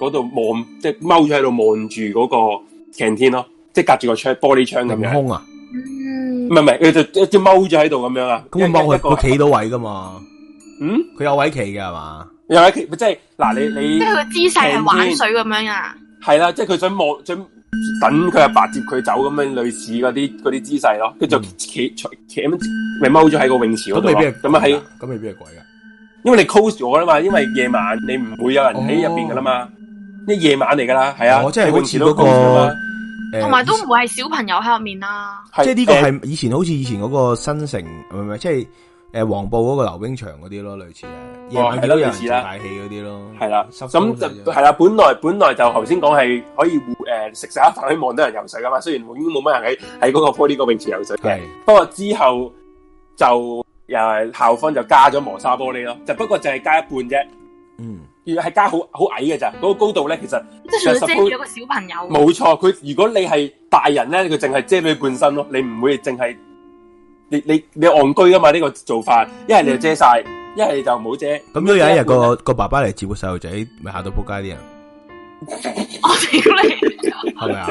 S5: 嗰度望，即係踎咗喺度望住嗰個 canteen 咯，即係隔住個窗玻璃窗咁
S3: 凌
S5: 樣。
S3: 空啊！
S4: 嗯
S5: 唔係唔係，佢就一隻踎咗喺度咁樣啊。
S3: 咁佢
S5: 一
S3: 踎
S5: 一個
S3: 佢，佢企到位噶嘛？
S5: 嗯。
S3: 佢有位企嘅係嘛？
S5: 又係其即係嗱，你
S4: 嗯
S5: 你
S4: 即係佢個姿勢係玩水咁樣啊！
S3: 嗯
S5: 係啦，即係佢想望想等佢阿爸接佢走咁樣，類似嗰啲嗰啲姿勢咯。跟住就
S3: 嗯
S5: 企企咁咪踎咗喺個泳池
S3: 咁
S5: 嗰度
S3: 未必
S5: 咯。
S3: 係
S5: 咁啊喺，
S3: 咁未必係鬼噶。
S5: 因為你 close 咗啦嘛，因為夜晚你唔會有人喺入邊噶啦嘛，因為夜晚嚟噶啦，係啊。
S3: 哦即係
S5: 你
S3: 好
S5: 泳
S3: 似
S5: 池
S3: 嗰
S5: 都 close 咗啦
S3: 個，誒
S4: 同埋都唔會係小朋友喺入面啦。
S3: 即係呢個
S5: 誒
S3: 係以前好似以前嗰個新城，唔係唔係，即係诶黃埔嗰個溜冰場嗰啲咯，類似哦係夜
S5: 哦
S3: 晚見到有人做大戲嗰啲咯，
S5: 係啦，
S3: 濕濕
S5: 咁就係啦。本來本來就頭先講係可以誒食晒一飯可以望到人游水噶嘛。雖然已經冇乜人喺喺嗰個 poly 個泳池游水嘅
S3: 係，
S5: 不過之後就又係校方就加咗磨砂玻璃咯。就不過就係加一半啫，
S3: 嗯，
S5: 要係加好好矮嘅咋。嗰、個高度咧，其實
S4: 即係純粹遮住一個小朋友。
S5: 冇錯。佢如果你係大人咧，佢淨係遮到你半身咯，你唔會淨係你你你戇居噶嘛？呢、個做法，一係你就遮晒，
S4: 嗯
S5: 一係你就唔好遮。
S3: 咁如果有一日個個爸爸嚟接個細路仔，咪嚇到仆街啲人，
S4: 我屌你！
S3: 係咪啊？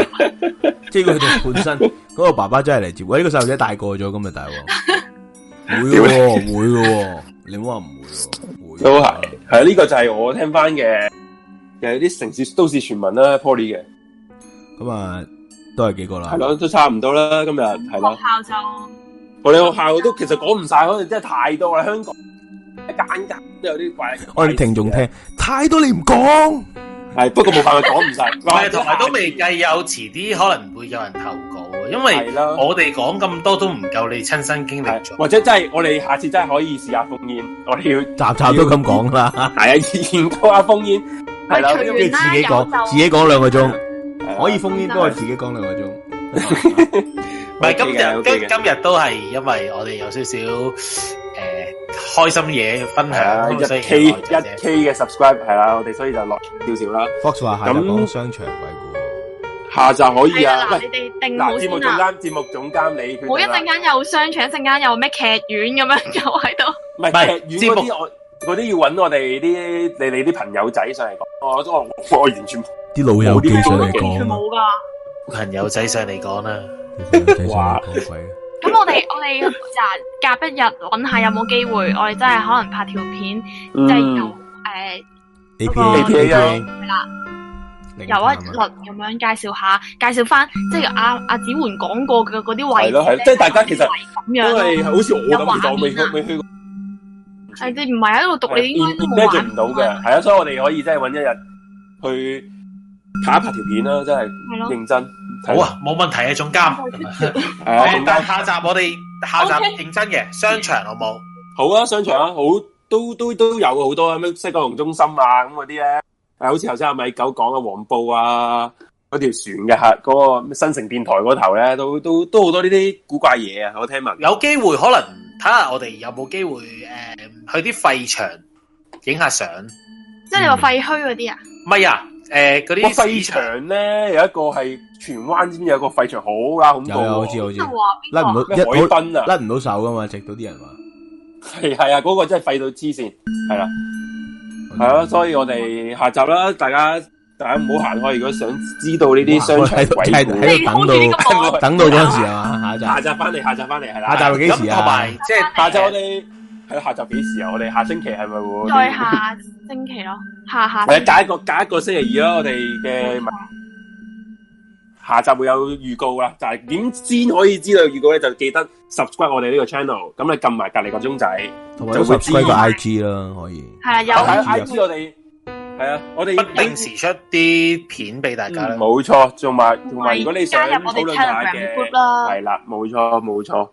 S3: 即係佢哋本 [LAUGHS] 身嗰個爸爸真係嚟接，喂呢個細路仔大個咗，咁咪大鑊，會嘅喎， [LAUGHS] 會嘅喎，你唔好話唔會喎，會嘅喎
S5: 都係，係呢、個就係我聽翻嘅，有啲城市都市傳聞啦，Poly 嘅，
S3: 咁啊，都係幾個啦，
S5: 係咯，都差唔多啦，今日係啦，
S4: 學校就
S5: 我哋學校都其實講唔晒，可能真係太多啦，香港一間間都有啲怪，
S3: 我哋聽眾聽太多你唔講，
S5: 系不過冇辦法講唔晒，
S2: 唔係，同埋都未計有遲啲可能會有人投稿，因為
S5: 係啦
S2: 我哋講咁多都唔夠你親身經歷咗。
S5: 或者真係我哋下次真係可以試下封煙，我哋要
S3: 集集都咁講啦，
S5: 系啊， [LAUGHS] 研究下封煙係啦，啊
S4: 喂隨
S5: 因
S3: 跟
S5: 為
S3: 住自己講，自己講兩個鐘，可以封煙，
S4: 得
S3: 不過自己講兩個鐘。
S2: 唔係今
S5: OK 嘅
S2: 日今
S5: OK 嘅
S2: 今日都係因為我哋有少少诶開心嘢分
S5: 係
S2: 享，
S5: 啊，
S2: 咁所
S5: 一
S2: 以
S5: K
S2: 就
S5: 一 K 嘅 subscribe 係啦，我哋所以就落少少啦。
S3: Fox 話下集
S5: 咁
S3: 講商場鬼故，
S5: 下集可以
S4: 係
S5: 啊
S4: 啊，，嗱，
S5: 喂，
S4: 你哋定好
S5: 嗱，節
S4: 先
S5: 目
S4: 啦。
S5: 總監，節目總監你決定啦，
S4: 我一陣間又商場，一陣間又咩劇院咁樣，又喺度。
S5: 唔係
S2: 唔係
S5: 劇院嗰啲我。嗰啲要揾我哋啲你哋啲朋友仔上嚟講，我我我完全
S3: 啲老友記上嚟
S4: 完全
S3: 講啊，
S4: 冇噶。
S2: 朋友仔上嚟講啦。
S3: 啲老友記上嚟講鬼。
S4: 咁我哋我哋嗱隔一日揾下有冇機會，我哋真係可能拍條片，即
S5: 嗯
S4: 係由誒
S3: A P
S4: 嗰個
S3: A，
S4: 係啦，
S3: 有
S4: 由一輪咁樣介紹下，介紹翻即係阿阿子桓講過嘅嗰啲位置
S5: 係咯係咯
S4: 咧
S5: 即係大家其實
S4: 咁樣
S5: 因
S4: 咯，
S5: 為好似我
S4: 有
S5: 咁，其實我
S4: 畫
S5: 未
S4: 面啊
S5: 去未去過。
S4: 係你唔係喺度讀，你應該都冇
S5: imagine
S4: 玩
S5: 唔到嘅，係啊，所以我哋可以真係揾一日去拍一拍條片啦，真係
S4: 係咯。
S5: 認真。
S2: 好啊，冇問題啊，總監。
S5: 係啊，
S2: 誒
S5: 仲
S2: 但下
S5: 加
S2: 集我哋下集
S4: OK
S2: 認真嘅商場好冇？
S5: 好啊，商場啊，好都都都有好多啊咩西九龍中心啊咁嗰啲咧，誒好似頭先阿米狗講嘅黃埔啊，嗰條船嘅客嗰個咩新城電台嗰頭咧，都都都好多呢啲古怪嘢啊，我聽聞。
S2: 有機會可能睇下我哋有冇機會誒、去啲廢場影下相，唔
S4: 即係你話廢墟嗰啲啊？
S2: 係啊誒嗰
S5: 哇
S2: 啲
S5: 廢場咧有一個係荃灣，知唔知有個廢場好啦恐怖
S3: 有有，我知
S5: 喎？
S3: 我知
S4: 即係，話
S3: 甩唔
S4: 邊個啊
S3: 到
S5: 咩海
S3: 一
S5: 濱啊？
S3: 甩唔到手噶嘛，直到啲人話。
S5: 係係啊，嗰、個真係廢到黐線，係啦、系咯，
S3: 嗯
S5: 所以我哋下集啦，大家大家唔好行開。如果想知道呢啲商場
S3: 喺度
S5: 鬼故，
S3: 喺度等到
S5: 係咪
S3: [LAUGHS] 等到嗰陣時啊嘛，下
S5: 下
S3: 一集
S5: 集翻嚟，下集翻嚟係啦。
S3: 下集係幾時
S2: 咁同埋
S3: 啊？
S2: 即係
S5: 下集我哋係下集幾時啊？我哋下星期係咪會？
S4: 再下星期咯，下下
S5: 嗯係啊，隔一個隔一個星期二啦，我哋嘅下集會有預告啦。就係點先可以知道預告咧？就記得 subscribe 我哋呢個 channel。咁你撳埋隔離個鐘仔，
S3: 同埋都 subscribe 個 I G 啦，可以。
S4: 係啦，有
S3: 好
S5: 喺
S3: 啊
S5: IG 我哋係啊，我哋
S2: 不定時出啲片俾大家啦
S5: 嗯。冇錯，仲埋同埋，如果你想
S4: 加入我
S5: 討
S4: 哋
S5: 論下
S4: Telegram
S5: 嘅
S4: group。啦。
S5: 系啦，冇錯冇錯。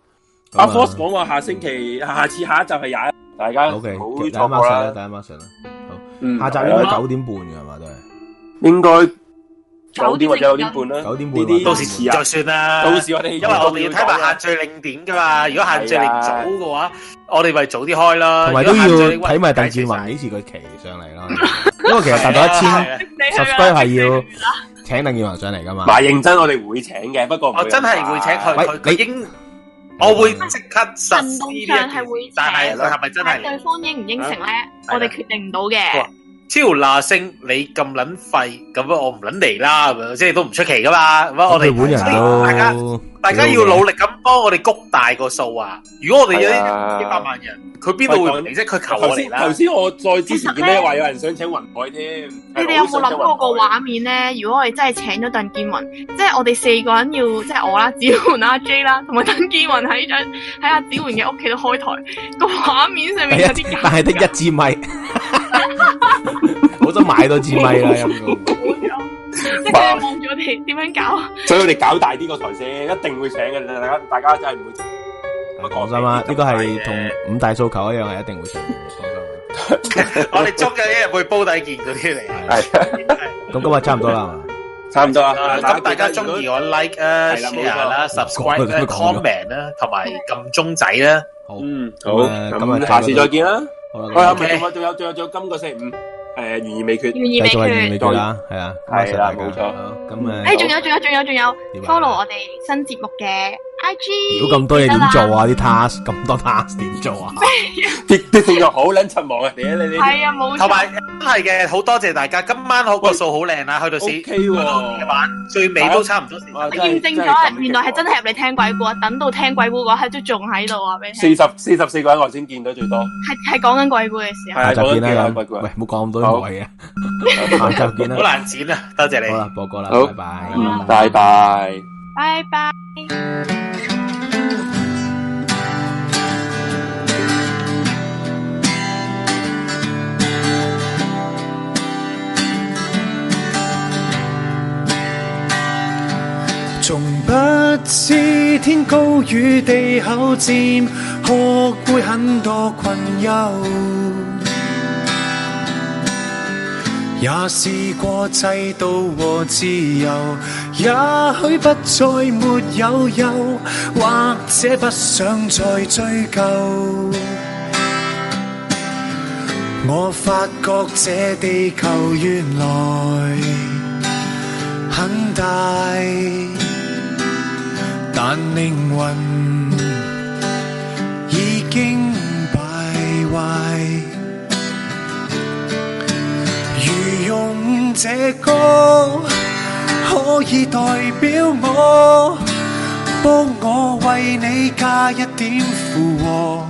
S3: 咁啊
S5: 阿 Force 講話下星期、下次下一集係廿一，大家
S3: O
S5: 唔
S3: K，
S5: 好
S3: 大家
S5: 錯
S3: mark
S5: 過
S3: 上啦，
S5: 啦。
S3: 大家 mark 上啦。
S5: 嗯
S3: 下集
S5: 係
S3: 應該
S5: 啦
S3: 九點半嘅係嘛，都係
S5: 應該九點或者九點半啦。
S3: 九點半
S5: 呢啲
S2: 到
S5: 到
S2: 時
S5: 時
S2: 再算啦。
S5: 到時我哋
S2: 因為我哋要睇埋限聚令點噶嘛，如果限聚令早嘅話，我哋咪早啲開啦。
S3: 同埋都要
S2: 如果限聚令
S3: 睇埋鄧志雲幾時個期上嚟啦。因為其實達到一千 subscribe 係要請鄧志雲上嚟噶嘛。
S5: 嗱，認真我哋會請嘅，不過唔會
S2: 我真係會請佢，
S3: 喂
S2: 佢
S3: 你
S2: 佢應我會即刻實施
S4: 行動
S2: 呢
S4: 上
S2: 樣
S4: 係會
S2: 嘢，但係佢係咪真
S4: 但係
S2: 係
S4: 對方應唔應承
S5: 啊
S4: 咧，
S2: 係
S4: 我哋決定唔到嘅
S2: 哇。超那星你咁撚廢，咁我唔撚嚟啦，咁樣即係都唔出奇噶嘛。咁啊我
S3: 我
S2: 哋
S3: 哋本人
S2: 大家
S3: 都
S2: 大家要努力咁幫我哋谷大個數啊！如果我哋有
S5: 係啊
S2: 一百萬人，佢邊度會唔嚟啫？佢求
S5: 頭
S2: 我嚟
S5: 先
S2: 啦
S5: 頭。先我再之前見
S4: 其實
S5: 咧
S4: 呢
S5: 話有人想請雲海添，
S4: 你哋有冇諗過個畫面咧？如果我哋真係請咗鄧建雲，即係我哋四個人要，即係我啦、子桓啦、J 啦，同埋鄧建雲喺張 [LAUGHS] 喺阿子桓嘅屋企度開台，個畫面上面有啲
S3: 但係得一支咪，我都買到支咪啦，陰公。
S4: [LAUGHS] 即係佢哋望住我哋點樣搞。
S5: 所以我哋搞大啲個台先，一定會請嘅。大家大家真係唔會
S3: 講真啦，呢個係同五大訴求一樣，係一定會成嘅。
S2: 我哋捉嘅一日會煲底件嗰啲嚟。
S3: 講真，咁今日差唔多啦，係嘛？
S5: 差唔多啊。
S2: 咁大家中意我 like 啊、
S5: 係啦冇錯
S2: share 啦、subscribe 啦、
S3: 講咗
S2: comment 啦，同埋撳鐘仔啦。
S3: 好，
S5: 嗯好，
S3: 咁啊今日
S5: 咁下次再見啦。
S3: 好
S5: 好啦，
S3: 啦，
S5: 咪仲有仲有仲有仲有今個星期五誒懸而未決。
S4: 願意
S3: 繼
S4: 俾
S3: 續係完
S4: 佢。
S3: 美劇啦，係啊，
S5: 係啦冇錯
S3: 錯。咁誒，
S4: 哎誒，仲有仲有仲有仲有
S3: 點啊
S4: ，follow 我哋新節目嘅 IG。
S3: 屌咁多嘢點做啊？啲 task 咁多 task 點做啊？
S5: 啲啲聽眾好撚失望啊！你你你
S4: 係啊，冇
S2: 同
S4: 錯。
S2: 埋真係嘅，好多謝大家。今晚好個數好靚啊，去到
S5: OK
S2: 四
S5: 喎，
S2: 晚最尾都差唔多四十
S5: 哇真係
S4: 驗證咗，原來係真係入嚟聽鬼故啊！等到聽鬼故嗰刻都仲喺度啊！俾你聽，
S5: 四十四十四個人我先見到最多，
S4: 係係講緊鬼故嘅時候。
S3: 下
S5: 係
S3: 集見啦，
S5: 講緊
S3: 咁
S5: 幾
S3: 喂，唔好講咁多無謂嘢。下集見
S2: 好
S3: 啦，
S2: 難剪啊！多謝你
S3: 好。啦，播歌啦，
S5: 好
S3: 拜拜。
S2: Ừ.
S5: 嗯拜拜。
S4: 拜拜。
S9: Hãy subscribe cho kênh Ghiền Mì Gõ Để không bỏ lỡ 從不知天高與地厚，漸學會很多困憂。也試過制度和自由，也許不再沒有憂，或者不想再追究。我發覺這地球原來很大，但靈魂已經敗壞。如用這歌可以代表我，幫我為你加一點附和。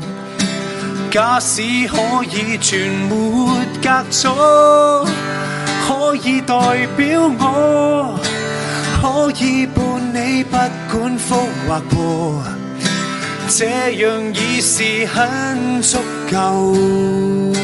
S9: 假使可以全沒隔阻，可以代表我，可以伴你不管福或禍，這樣已是很足夠。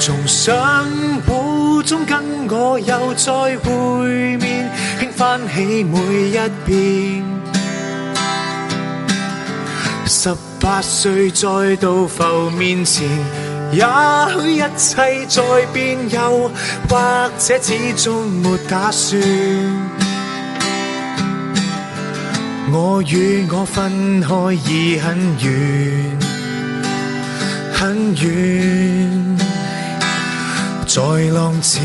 S9: 從相簿中跟我又再會面，輕翻起每一遍。十八歲再到浮面前，也許一切在變，又或者始終沒打算。我與我分開已很遠，很遠。在浪潮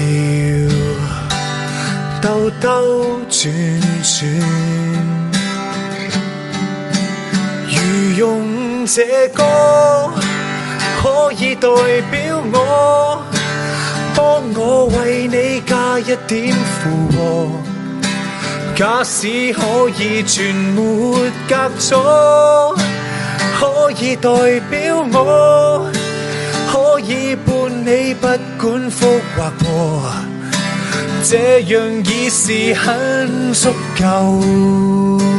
S9: 兜兜轉轉，如用這歌可以代表我，幫我為你加一點附和。假使可以全沒隔阻，可以代表我。可以伴你不管福或禍，這樣已是很足夠。